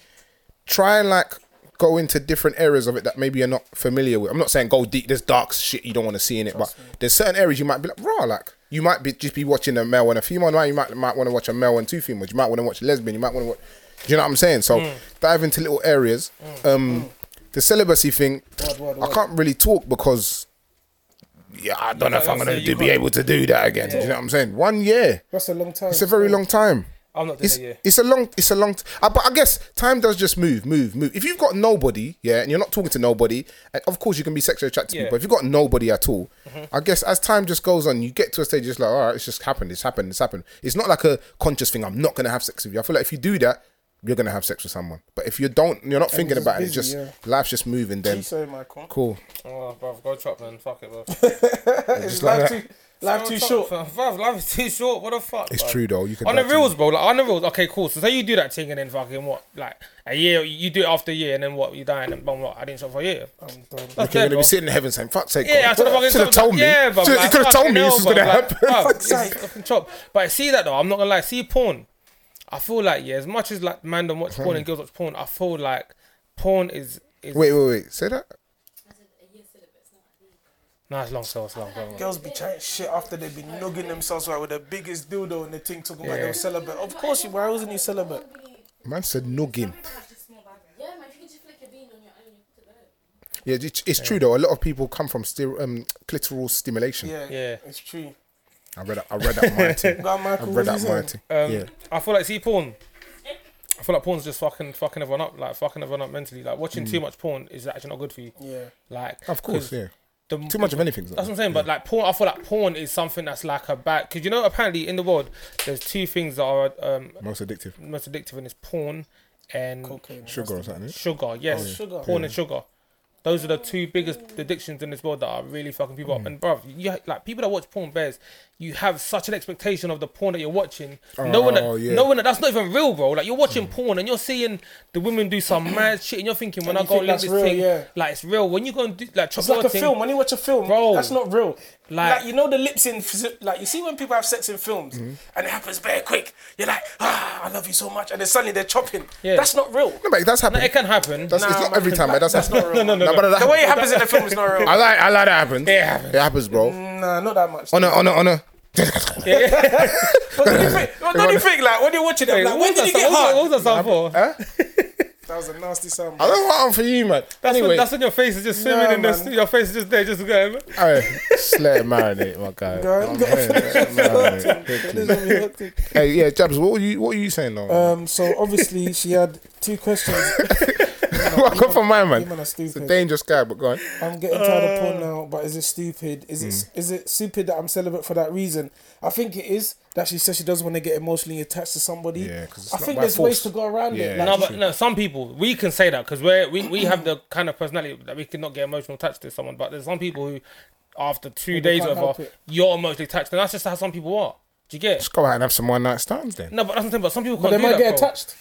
Speaker 1: try and like go into different areas of it that maybe you're not familiar with. I'm not saying go deep. There's dark shit you don't want to see in it, but there's certain areas you might be like raw. Like you might be just be watching a male and a female. Now you might might want to watch a male and two females. You might want to watch a lesbian. You might want to watch. Do you know what I'm saying? So
Speaker 2: Mm.
Speaker 1: dive into little areas. Um, the celibacy thing,
Speaker 3: word,
Speaker 1: I can't really talk because. Yeah, I don't know if I'm
Speaker 2: so
Speaker 1: gonna
Speaker 2: you
Speaker 1: do- be
Speaker 2: can't-
Speaker 1: able to do that again. Do you know what I'm saying? One year.
Speaker 3: That's a long time.
Speaker 1: It's a very long time.
Speaker 2: I'm not doing
Speaker 1: It's,
Speaker 2: it, yeah.
Speaker 1: it's a long, it's a long. T- uh, but I guess time does just move, move, move. If you've got nobody, yeah, and you're not talking to nobody, and of course you can be sexually attracted to
Speaker 2: Yeah. Mm-hmm.
Speaker 1: people. If you've got nobody at all, I guess as time just goes on, you get to a stage it's like, all right, it's just happened, it's happened, it's happened. It's not like a conscious thing. I'm not gonna have sex with you. I feel like if you do that, you're gonna have sex with someone. But if you don't, you're not thinking
Speaker 3: just
Speaker 1: about it. It's
Speaker 3: busy,
Speaker 1: just
Speaker 3: yeah.
Speaker 1: life's just moving. Then
Speaker 3: Sorry, Michael.
Speaker 1: cool.
Speaker 2: Oh, bro, go chop, man. Fuck it, bro.
Speaker 3: It's
Speaker 1: like
Speaker 3: life too, life too short.
Speaker 2: Bruv, life is too short. What the fuck?
Speaker 1: It's
Speaker 2: bruv?
Speaker 1: true though. You can
Speaker 2: On the
Speaker 1: die too.
Speaker 2: reels, bro. Like on the reels. Okay, cool. So say you do that thing and then fucking what? Like a year. You do it after a year and then what? You die and then boom. What? I didn't shop for a year. That's
Speaker 1: Okay, you're
Speaker 2: dead,
Speaker 1: gonna
Speaker 2: bro.
Speaker 1: be sitting in heaven saying, "Fuck sake,
Speaker 2: Yeah, I should have fucking
Speaker 1: should have
Speaker 2: stopped
Speaker 1: told
Speaker 2: that.
Speaker 1: me.
Speaker 2: Yeah, but
Speaker 1: Shoulda-
Speaker 2: like,
Speaker 1: you could have told
Speaker 2: fucking
Speaker 1: me this
Speaker 2: hell,
Speaker 1: was
Speaker 2: bruv,
Speaker 1: gonna
Speaker 2: like,
Speaker 1: happen."
Speaker 2: bruv,
Speaker 3: Fuck's
Speaker 2: it's
Speaker 3: sake.
Speaker 2: fucking chop. But see that though, I'm not gonna lie. See porn. I feel like yeah, as much as like man don't watch porn and girls watch porn, I feel like porn is is
Speaker 1: Wait, wait, wait. Say that.
Speaker 2: nah, it's long so it's long. Bro.
Speaker 3: Girls be chatting shit after they've been nugging themselves right with the biggest dildo and the thing talking about they're celibate. Of course, you, why wasn't you celibate?
Speaker 1: Man said noggin.
Speaker 5: Yeah, man, if you could just flick a bean on your own, you could do it.
Speaker 1: Yeah, it's, it's true though. A lot of people come from sti- um, clitoral stimulation.
Speaker 3: Yeah,
Speaker 2: Yeah.
Speaker 3: it's true.
Speaker 1: I read. I read that mighty.
Speaker 3: Got
Speaker 1: I
Speaker 3: Michael.
Speaker 1: read
Speaker 3: what
Speaker 1: that
Speaker 3: you saying?
Speaker 1: mighty.
Speaker 2: Um,
Speaker 1: yeah.
Speaker 2: I feel like see porn. I feel like porn's just fucking fucking everyone up, like fucking everyone up mentally. Like watching too much porn is actually not good for you.
Speaker 3: Yeah.
Speaker 2: Like
Speaker 1: Mm. Of course.
Speaker 2: 'cause
Speaker 1: Yeah.
Speaker 2: the-
Speaker 1: Too much of anything.
Speaker 2: That's what I'm saying. But like porn, I feel like porn is something that's like a bad. Because you know, apparently in the world, there's two things that are um,
Speaker 1: Most addictive.
Speaker 2: most addictive, and it's porn and
Speaker 3: Okay.
Speaker 1: Sugar or something.
Speaker 2: sugar. Yes,
Speaker 3: Oh, sugar.
Speaker 2: Porn and sugar. Those are the two biggest addictions in this world that are really fucking people
Speaker 1: Mm.
Speaker 2: up. And bruv, you ha- like people that watch porn bears, you have such an expectation of the porn that you're watching, knowing
Speaker 1: Oh,
Speaker 2: that
Speaker 1: yeah. Mm.
Speaker 2: knowing that that's not even real, bro. Like you're watching porn and you're seeing the women do some mad shit, and you're thinking, when
Speaker 3: And
Speaker 2: I
Speaker 3: you
Speaker 2: go
Speaker 3: think
Speaker 2: and
Speaker 3: that's
Speaker 2: this
Speaker 3: real,
Speaker 2: thing,
Speaker 3: yeah.
Speaker 2: like it's real. When you go and do like chop
Speaker 3: It's like
Speaker 2: your
Speaker 3: a
Speaker 2: thing,
Speaker 3: film. When you watch a film,
Speaker 2: Bro.
Speaker 3: that's not real.
Speaker 2: Like-
Speaker 3: Like, you know the lips in, phys- like you see when people have sex in films,
Speaker 1: Mm-hmm.
Speaker 3: and it happens very quick. You're like, ah, I love you so much, and then suddenly they're chopping.
Speaker 2: Yeah.
Speaker 3: That's not real.
Speaker 1: No, but that's happened.
Speaker 2: it can happen.
Speaker 1: That's, it's
Speaker 3: Nah,
Speaker 1: not
Speaker 3: man,
Speaker 1: every time. But that's,
Speaker 3: that's
Speaker 1: happened.
Speaker 3: not real. No, no,
Speaker 1: Nah, but that
Speaker 3: The way it
Speaker 1: happened.
Speaker 3: happens in the film is not real.
Speaker 1: I like. I like that happens.
Speaker 2: It happens.
Speaker 1: It happens, bro.
Speaker 3: nah, not that much.
Speaker 1: On a. On a. On a.
Speaker 3: But don't you think? But don't you think? Like when you're watching it,
Speaker 2: Wait,
Speaker 3: like
Speaker 2: what
Speaker 3: when
Speaker 2: was
Speaker 3: did you
Speaker 2: that song-
Speaker 3: get
Speaker 2: what
Speaker 3: hard?
Speaker 2: was that song for?
Speaker 3: That was a nasty sound.
Speaker 1: I don't want for you, man.
Speaker 2: That's,
Speaker 1: anyway,
Speaker 2: when, that's when your face is just swimming
Speaker 3: Nah,
Speaker 2: in this.
Speaker 3: man.
Speaker 2: Your face is just there, just going.
Speaker 1: Alright, just let it marinate, my guy.
Speaker 3: Go on, go on.
Speaker 1: Marinate.
Speaker 3: This is gonna be hectic.
Speaker 1: hey, yeah, Jabs, what were you what were you saying though?
Speaker 3: Um, so obviously she had two questions.
Speaker 1: Welcome from my
Speaker 3: You
Speaker 1: man.
Speaker 3: man are
Speaker 1: It's a
Speaker 3: stupid.
Speaker 1: dangerous guy, but go on.
Speaker 3: I'm getting tired of porn now, but is it stupid?
Speaker 1: Hmm.
Speaker 3: Is it is it stupid that I'm celibate for that reason? I think it is that she says she doesn't want to get emotionally attached to somebody.
Speaker 1: Yeah, 'cause it's
Speaker 3: I
Speaker 1: not
Speaker 3: think
Speaker 1: by
Speaker 3: there's ways
Speaker 1: force.
Speaker 3: to go around it.
Speaker 1: Yeah.
Speaker 3: Like,
Speaker 2: No, but no, some people we can say that because we we we have the kind of personality that we cannot get emotional attached to someone. But there's some people who, after two days
Speaker 3: can't
Speaker 2: or
Speaker 3: help
Speaker 2: whatever,
Speaker 3: it.
Speaker 2: you're emotionally attached, and that's just how some people are. Do you get? it?
Speaker 1: Just go out and have some one night stands then.
Speaker 2: No, but that's the thing. But some people
Speaker 3: but
Speaker 2: can't
Speaker 3: they
Speaker 2: do
Speaker 3: might
Speaker 2: that.
Speaker 3: get
Speaker 2: bro.
Speaker 3: attached.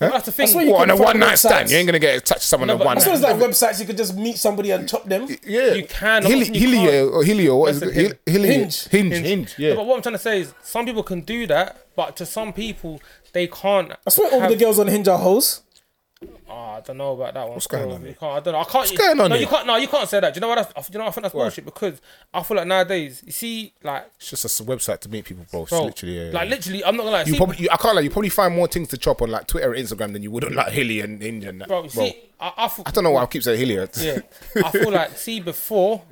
Speaker 2: But That's the thing.
Speaker 3: what you
Speaker 1: What on a
Speaker 3: can fuck
Speaker 1: one night
Speaker 3: with
Speaker 1: stand?
Speaker 3: sides.
Speaker 1: You ain't gonna get attached to someone
Speaker 2: No,
Speaker 1: on
Speaker 2: but-
Speaker 1: one
Speaker 3: As soon
Speaker 1: night.
Speaker 3: as like websites, you could just meet somebody and chop them.
Speaker 1: Yeah,
Speaker 2: You can, I'm not
Speaker 1: Hili-
Speaker 2: saying you
Speaker 1: Hilio or Hilio. What is
Speaker 2: Listen,
Speaker 1: it? Hil- Hilio.
Speaker 3: Hinge.
Speaker 1: Hinge. Hinge.
Speaker 2: No,
Speaker 1: Yeah.
Speaker 2: but what I'm trying to say is some people can do that, but to some people they can't.
Speaker 3: I swear, all
Speaker 2: have-
Speaker 3: the girls on Hinge are hoes.
Speaker 2: Oh, I don't know about that one. What's
Speaker 1: going on here?
Speaker 2: You can't, I don't know. I can't. What's
Speaker 1: going on
Speaker 2: No,
Speaker 1: here?
Speaker 2: you can't. No, you can't say that. Do you know what? That's, do you know? I think that's bullshit because I feel like nowadays, you see, like,
Speaker 1: It's just a s- website to meet people, bro. It's
Speaker 2: bro,
Speaker 1: literally. Yeah,
Speaker 2: like
Speaker 1: yeah.
Speaker 2: literally, I'm not gonna lie.
Speaker 1: You
Speaker 2: see,
Speaker 1: probably, you, I can't lie. You probably find more things to chop on like Twitter, and Instagram than you would on like Hilly and Hinge and that.
Speaker 2: bro, you see, I, I, feel,
Speaker 1: I don't know why I keep saying Hilly.
Speaker 2: Yeah, I feel like see before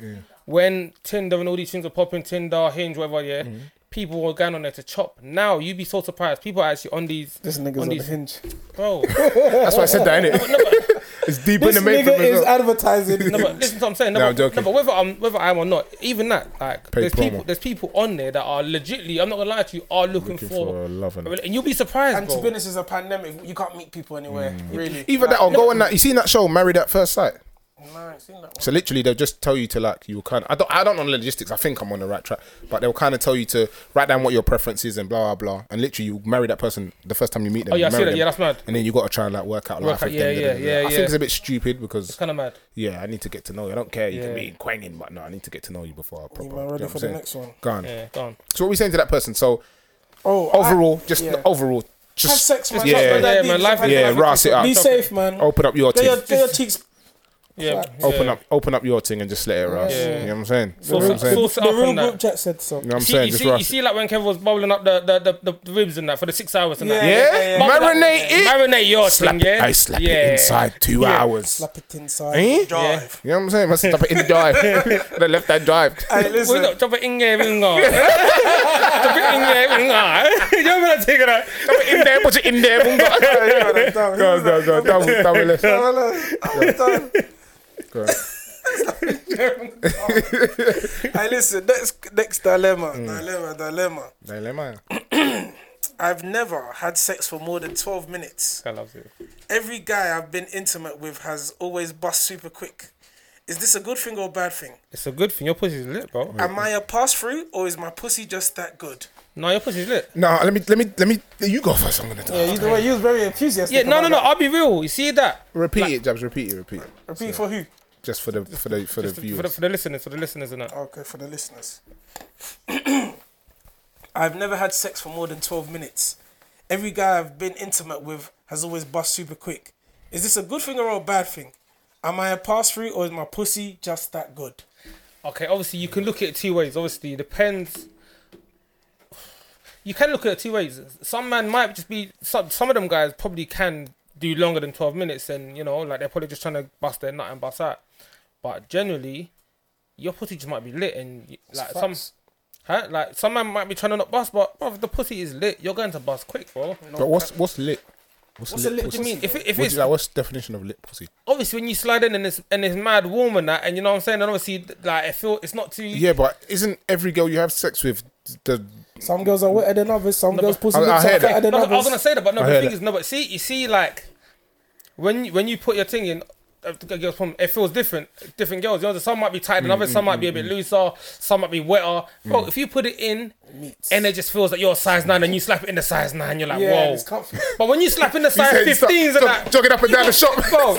Speaker 2: when Tinder and all these things were popping, Tinder, Hinge, whatever. Yeah,
Speaker 1: Mm-hmm.
Speaker 2: people were going on there to chop. Now you'd be so surprised. People are actually on these.
Speaker 3: This nigga's
Speaker 2: on
Speaker 3: on
Speaker 2: these,
Speaker 3: Hinge.
Speaker 2: bro.
Speaker 1: That's why I said that, innit? it's deep in
Speaker 3: This
Speaker 1: the making.
Speaker 3: nigga
Speaker 1: as
Speaker 3: is
Speaker 1: well.
Speaker 3: advertising.
Speaker 2: No, but listen to what I'm saying. No,
Speaker 1: No,
Speaker 2: but,
Speaker 1: I'm joking.
Speaker 2: no, but whether I'm whether I'm or not, even that, like,
Speaker 1: Paid
Speaker 2: there's people
Speaker 1: promo.
Speaker 2: there's people on there that are legitly. I'm not gonna lie to you, are looking,
Speaker 1: Looking
Speaker 2: for,
Speaker 1: for love and-
Speaker 2: and you'll be surprised,
Speaker 3: And
Speaker 2: bro.
Speaker 3: to be honest, it's a pandemic. You can't meet people anywhere, really.
Speaker 1: Either Mm. that or go on that. You seen that show, Married at First Sight?
Speaker 3: No, I've seen that one.
Speaker 1: So literally, they'll just tell you to like you kind. Of, I don't. I don't know the logistics. I think I'm on the right track, but they'll kind of tell you to write down what your preference is and blah blah blah. And literally, you marry that person the first time you meet them.
Speaker 2: Oh, yeah,
Speaker 1: you
Speaker 2: I see
Speaker 1: marry
Speaker 2: that.
Speaker 1: them.
Speaker 2: Yeah, that's mad.
Speaker 1: And then you got to try and like work out life.
Speaker 2: out-
Speaker 1: with
Speaker 2: yeah,
Speaker 1: them, da, da, da, da.
Speaker 2: yeah, yeah,
Speaker 1: I
Speaker 2: yeah.
Speaker 1: think it's a bit stupid because
Speaker 2: kind of mad.
Speaker 1: yeah, I need to get to know you. I don't care. You
Speaker 2: Yeah.
Speaker 1: can be quanging, but no, I need to get to know you before I proper.
Speaker 3: man ready
Speaker 1: you know what
Speaker 3: for
Speaker 1: I'm
Speaker 3: the
Speaker 1: saying?
Speaker 3: next one?
Speaker 1: Go on.
Speaker 2: Yeah, go on.
Speaker 1: So what are we saying to that person? So
Speaker 3: Oh, I-
Speaker 1: overall, just
Speaker 3: yeah.
Speaker 1: overall, just
Speaker 3: have sex, man.
Speaker 1: yeah,
Speaker 3: That's what I
Speaker 2: Yeah,
Speaker 3: did.
Speaker 2: man, life is-
Speaker 1: yeah, Oh,
Speaker 2: life is-
Speaker 1: Ross it up.
Speaker 3: Be safe, man.
Speaker 1: open up your
Speaker 3: Get your,
Speaker 1: thing.
Speaker 3: get your cheeks.
Speaker 2: Yeah,
Speaker 3: Fuck.
Speaker 2: yeah.
Speaker 1: Open up, open up your thing, and just let it rust.
Speaker 2: Yeah.
Speaker 1: You know what I'm saying? You know what I'm
Speaker 2: Source,
Speaker 1: saying?
Speaker 2: source it
Speaker 3: The
Speaker 2: up
Speaker 3: real
Speaker 2: on that.
Speaker 3: group chat said so.
Speaker 1: You know what I'm
Speaker 2: See,
Speaker 1: saying?
Speaker 2: you,
Speaker 1: Just
Speaker 2: see, you
Speaker 1: rust.
Speaker 2: see, like when Kev was bubbling up the the, the, the, ribs and that for the six hours and that.
Speaker 3: Yeah,
Speaker 1: Yeah,
Speaker 3: yeah, yeah.
Speaker 1: marinate it.
Speaker 2: Marinate your
Speaker 1: slap
Speaker 2: thing, yeah.
Speaker 1: it, I slap
Speaker 2: yeah.
Speaker 1: it inside two hours.
Speaker 3: Slap it inside.
Speaker 1: Eh?
Speaker 4: Drive.
Speaker 1: You know what I'm saying? I slap it in the drive. they left that drive.
Speaker 3: Hey,
Speaker 2: We
Speaker 3: listen.
Speaker 2: got chop it in here, ring on. Chop it in here, ring on. You know what I'm taking out?
Speaker 1: Put it in there, put it in there. boom, Go, go, go, go. Double, double left.
Speaker 3: I'm done.
Speaker 1: Go.
Speaker 3: Hey, listen. Next, next dilemma.
Speaker 1: Mm.
Speaker 3: Dilemma, dilemma.
Speaker 1: Dilemma.
Speaker 3: I've never had sex for more than 12 minutes.
Speaker 2: I loves it.
Speaker 3: Every guy I've been intimate with has always bust super quick. Is this a good thing or a bad thing?
Speaker 2: It's a good thing. Your pussy's lit, bro.
Speaker 3: Am I a pass through or is my pussy just that good?
Speaker 2: No, your pussy's lit.
Speaker 1: No, let me, let me, let me. You go first. I'm gonna do. it.
Speaker 3: either way, you was very enthusiastic.
Speaker 2: Yeah, no, no, no. I'll be real. You see that?
Speaker 1: Repeat it, Jabs. Repeat it. Repeat it.
Speaker 3: Repeat for who?
Speaker 1: Just for the, for the, for the
Speaker 2: For the,
Speaker 1: viewers.
Speaker 2: for the listeners, for the listeners and that.
Speaker 3: Okay, for the listeners. I've never had sex for more than 12 minutes. Every guy I've been intimate with has always bust super quick. Is this a good thing or a bad thing? Am I a pass through or is my pussy just that good?
Speaker 2: Okay, obviously you can look at it two ways. Obviously, it depends. You can look at it two ways. Some man might just be some. Some of them guys probably can do longer than twelve minutes, and you know, like they're probably just trying to bust their nut and bust out. But generally, your pussy just might be lit, and y- like some,
Speaker 3: facts.
Speaker 2: huh? like some man might be trying to not bust, but bro, if the pussy is lit, you're going to bust quick, bro.
Speaker 1: But what's, what's lit?
Speaker 3: What's a
Speaker 2: What do you mean? If, it- if
Speaker 1: What's,
Speaker 2: it's
Speaker 1: like, what's definition of lit pussy?
Speaker 2: obviously when you slide in and it's and it's mad warm and that, and you know what I'm saying, and obviously like I feel it's not too
Speaker 1: Yeah, but isn't every girl you have sex with the?
Speaker 3: Some girls are wetter than others. Some girls' pussy
Speaker 1: I- I
Speaker 3: lips
Speaker 1: hear
Speaker 3: are
Speaker 1: that.
Speaker 3: fatter than
Speaker 2: No, but I was
Speaker 3: others.
Speaker 2: gonna say that, but no.
Speaker 1: I
Speaker 2: The
Speaker 1: hear
Speaker 2: thing
Speaker 1: that.
Speaker 2: is, no. But see, you see, like when you, when you put your thing in, uh, the girl's problem, it feels different. Different girls, you know, some might be tighter than others, some might be a bit looser, some might be wetter. Bro, if you put it in, and it just feels like you're a size nine, and you slap it in the size nine, you're like,
Speaker 3: yeah,
Speaker 2: whoa.
Speaker 3: it's comfy.
Speaker 2: But when you slap in the size
Speaker 1: said you stop-
Speaker 2: fifteens and
Speaker 1: stop
Speaker 2: that,
Speaker 1: jogging up and
Speaker 2: you
Speaker 1: down the
Speaker 2: got-
Speaker 1: shop.
Speaker 2: bro.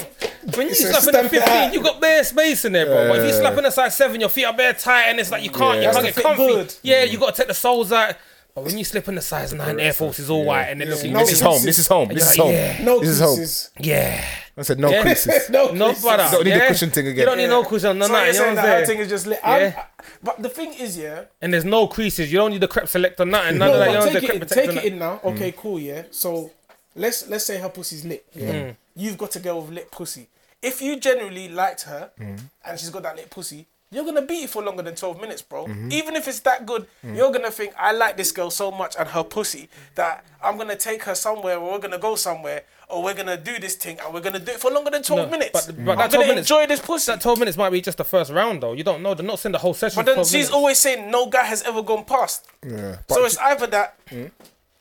Speaker 2: When you slap in the
Speaker 3: step
Speaker 2: fifteen,
Speaker 3: back.
Speaker 2: you got bare space in there, bro. But if you slap in the size seven, your feet are bare tight, and it's like you can't,
Speaker 1: Yeah. Mm.
Speaker 2: you can't
Speaker 3: Has
Speaker 2: get
Speaker 3: to fit
Speaker 2: comfy.
Speaker 3: good.
Speaker 2: Yeah, you got to take the soles out. But when you slip in the size nine, Air Force is all white, and it looks
Speaker 3: Yeah.
Speaker 2: like
Speaker 3: No
Speaker 1: This is home. This is home. This is home.
Speaker 2: Yeah.
Speaker 3: No
Speaker 1: This is hope.
Speaker 3: creases.
Speaker 2: Yeah.
Speaker 1: I said no
Speaker 2: Yeah.
Speaker 1: creases.
Speaker 3: No,
Speaker 2: No,
Speaker 3: creases.
Speaker 2: brother.
Speaker 1: Don't need the
Speaker 2: yeah?
Speaker 1: cushion thing
Speaker 2: You
Speaker 1: again.
Speaker 2: don't need no cushion, no,
Speaker 3: So
Speaker 2: no,
Speaker 3: you're
Speaker 2: you know
Speaker 3: saying
Speaker 2: what
Speaker 3: that
Speaker 2: I'm
Speaker 3: our thing
Speaker 2: saying?
Speaker 3: is just lit. I'm-
Speaker 2: Yeah.
Speaker 3: But the thing is, yeah,
Speaker 2: And there's no creases. You don't need the crepe selector, nothing. None
Speaker 3: No,
Speaker 2: of that. You
Speaker 3: but
Speaker 2: don't need
Speaker 3: take
Speaker 2: the mm.
Speaker 3: it,
Speaker 2: crepe
Speaker 3: in,
Speaker 2: protector.
Speaker 3: take it
Speaker 2: nothing. Mm.
Speaker 3: in now. Okay, cool. Yeah. So let's let's say her pussy's lit. Yeah. you've got to go with lit pussy. If you generally liked her
Speaker 2: Mm.
Speaker 3: and she's got that lit pussy, you're gonna beat it for longer than 12 minutes, bro.
Speaker 2: Mm-hmm.
Speaker 3: Even if it's that good,
Speaker 2: Mm.
Speaker 3: you're gonna think, I like this girl so much and her pussy that I'm gonna take her somewhere or we're gonna go somewhere or we're gonna do this thing and we're gonna do it for longer than 12
Speaker 2: No,
Speaker 3: minutes.
Speaker 2: but- but that
Speaker 3: I'm gonna
Speaker 2: 12 minutes-
Speaker 3: enjoy this pussy.
Speaker 2: That 12 minutes might be just the first round, though. You don't know. They're not saying the whole session.
Speaker 3: But then
Speaker 2: 12
Speaker 3: she's
Speaker 2: minutes.
Speaker 3: always saying no guy has ever gone past.
Speaker 1: Yeah.
Speaker 3: so
Speaker 1: But Hmm?
Speaker 3: it's either that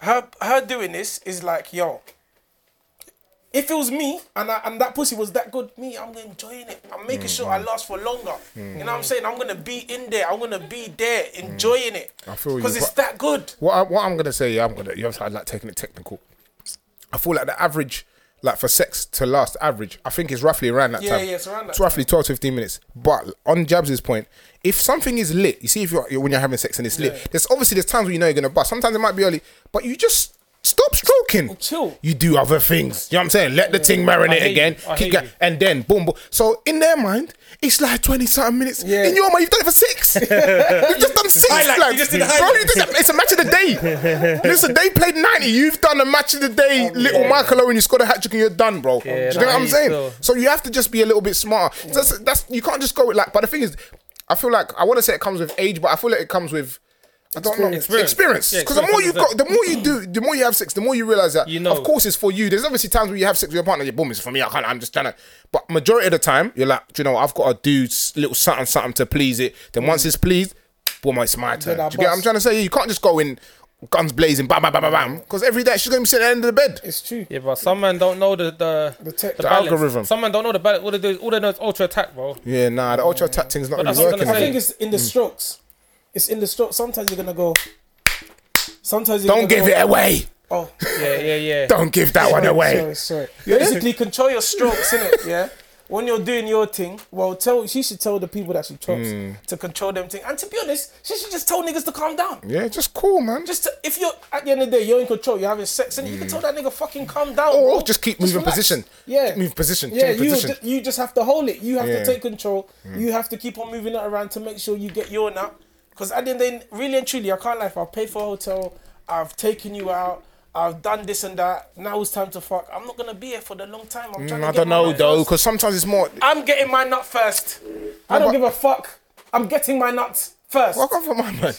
Speaker 3: her her doing this is like yo. If it was me and I, and that pussy was that good, me I'm enjoying it. I'm making sure
Speaker 1: Hmm.
Speaker 3: I last for longer. You know what I'm saying? I'm gonna be in there. I'm gonna be there enjoying it. I
Speaker 1: Hmm. feel you,
Speaker 3: because it's
Speaker 1: but-
Speaker 3: that good.
Speaker 1: what, I, what I'm gonna say, yeah, I'm gonna. You know, I like taking it technical. I feel like the average, like for sex to last, average, I think is roughly around that
Speaker 3: Yeah,
Speaker 1: time.
Speaker 3: yeah, it's around that
Speaker 1: It's roughly 12, 15 minutes. But on Jabs' point, if something is lit, you see, if you're when you're having sex and it's lit, there's obviously there's times where you know you're gonna bust. Sometimes it might be early, but you just. Stop stroking.
Speaker 3: Chill.
Speaker 1: You do other things. You know what I'm saying? Let the thing marinate
Speaker 2: I hear
Speaker 1: again.
Speaker 2: you. I
Speaker 1: Keep
Speaker 2: hear
Speaker 1: going.
Speaker 2: you.
Speaker 1: And then boom, boom. So in their mind, it's like 20 something minutes.
Speaker 3: Yeah.
Speaker 1: In your mind, you've done it for six. you've just done six.
Speaker 3: Highlight.
Speaker 1: like,
Speaker 3: You just did a
Speaker 1: bro,
Speaker 3: highlight.
Speaker 1: you did a- it's a match of the day. Listen, they played 90. You've done a match of the day, little Michael Owen. You scored a hat trick and you're done, bro. Do you know
Speaker 2: Oh, nah,
Speaker 1: what I'm
Speaker 2: you
Speaker 1: saying?
Speaker 2: still-
Speaker 1: So you have to just be a little bit smarter. That's, that's you can't just go with like. But the thing is, I feel like I want to say it comes with age, but I feel like it comes with. I don't know
Speaker 2: Experience.
Speaker 1: experience.
Speaker 2: Yeah,
Speaker 1: Because the more you
Speaker 2: experience
Speaker 1: got,
Speaker 2: is
Speaker 1: the more you do, the more you have sex, the more you realize that.
Speaker 2: You know.
Speaker 1: Of course, it's for you. There's obviously times where you have sex with your partner. Yeah, boom, it's for me. I can't. I'm just trying to. But majority of the time, you're like, do you know, I've got to do s- little something, something to please it. Then once it's pleased, boom, it's my turn. Do
Speaker 3: I
Speaker 1: you get what I'm
Speaker 3: bust.
Speaker 1: trying to say? You can't just go in guns blazing, bam, bam, bam, bam, bam. Because every day she's gonna be sitting at the end of the bed.
Speaker 3: It's true.
Speaker 2: Yeah, but some men don't know the the, the,
Speaker 3: tech- The
Speaker 2: balance.
Speaker 1: algorithm.
Speaker 2: Some men don't know the balance. All they do is all they know is ultra attack, bro.
Speaker 1: Yeah, nah, the ultra tap thing's not
Speaker 2: But
Speaker 1: really
Speaker 2: that's what I'm
Speaker 1: working.
Speaker 2: gonna
Speaker 3: I
Speaker 2: say.
Speaker 1: man.
Speaker 3: think it's in
Speaker 1: Hmm.
Speaker 3: the strokes. It's in the strokes. Sometimes you're gonna go. Sometimes you're
Speaker 1: Don't
Speaker 3: gonna
Speaker 1: give
Speaker 3: go,
Speaker 1: it away.
Speaker 3: Oh,
Speaker 2: Yeah, yeah, yeah.
Speaker 1: Don't give that one away.
Speaker 3: Sorry, sorry. Basically, control your strokes, innit? Yeah. When you're doing your thing, well, tell she should tell the people that she trusts
Speaker 1: Hmm.
Speaker 3: to control them thing. And to be honest, she should just tell niggas to calm down.
Speaker 1: Yeah, just cool, man.
Speaker 3: Just to, if you're at the end of the day, you're in control. You're having sex, and you can tell that nigga fucking calm down.
Speaker 1: Mm. Or
Speaker 3: bro.
Speaker 1: just keep moving
Speaker 3: relax.
Speaker 1: position.
Speaker 3: Yeah,
Speaker 1: Keep moving position,
Speaker 3: Yeah,
Speaker 1: change
Speaker 3: you
Speaker 1: position.
Speaker 3: ju- you just have to hold it. You have
Speaker 1: Yeah. Mm.
Speaker 3: to take control. You have to keep on moving it around to make sure you get your nap. Because at the end, of the- really and truly, I can't lie. If I pay for a hotel, I've taken you out. I've done this and that. Now it's time to fuck. I'm not gonna be here for the long time. I'm trying
Speaker 1: Mm,
Speaker 3: to
Speaker 1: I
Speaker 3: get
Speaker 1: don't
Speaker 3: my
Speaker 1: know
Speaker 3: nut
Speaker 1: though,
Speaker 3: first.
Speaker 1: because sometimes it's more.
Speaker 3: I'm getting my nut first. I don't
Speaker 1: but-
Speaker 3: give a fuck. I'm getting my nuts first.
Speaker 1: Fuck off for my man.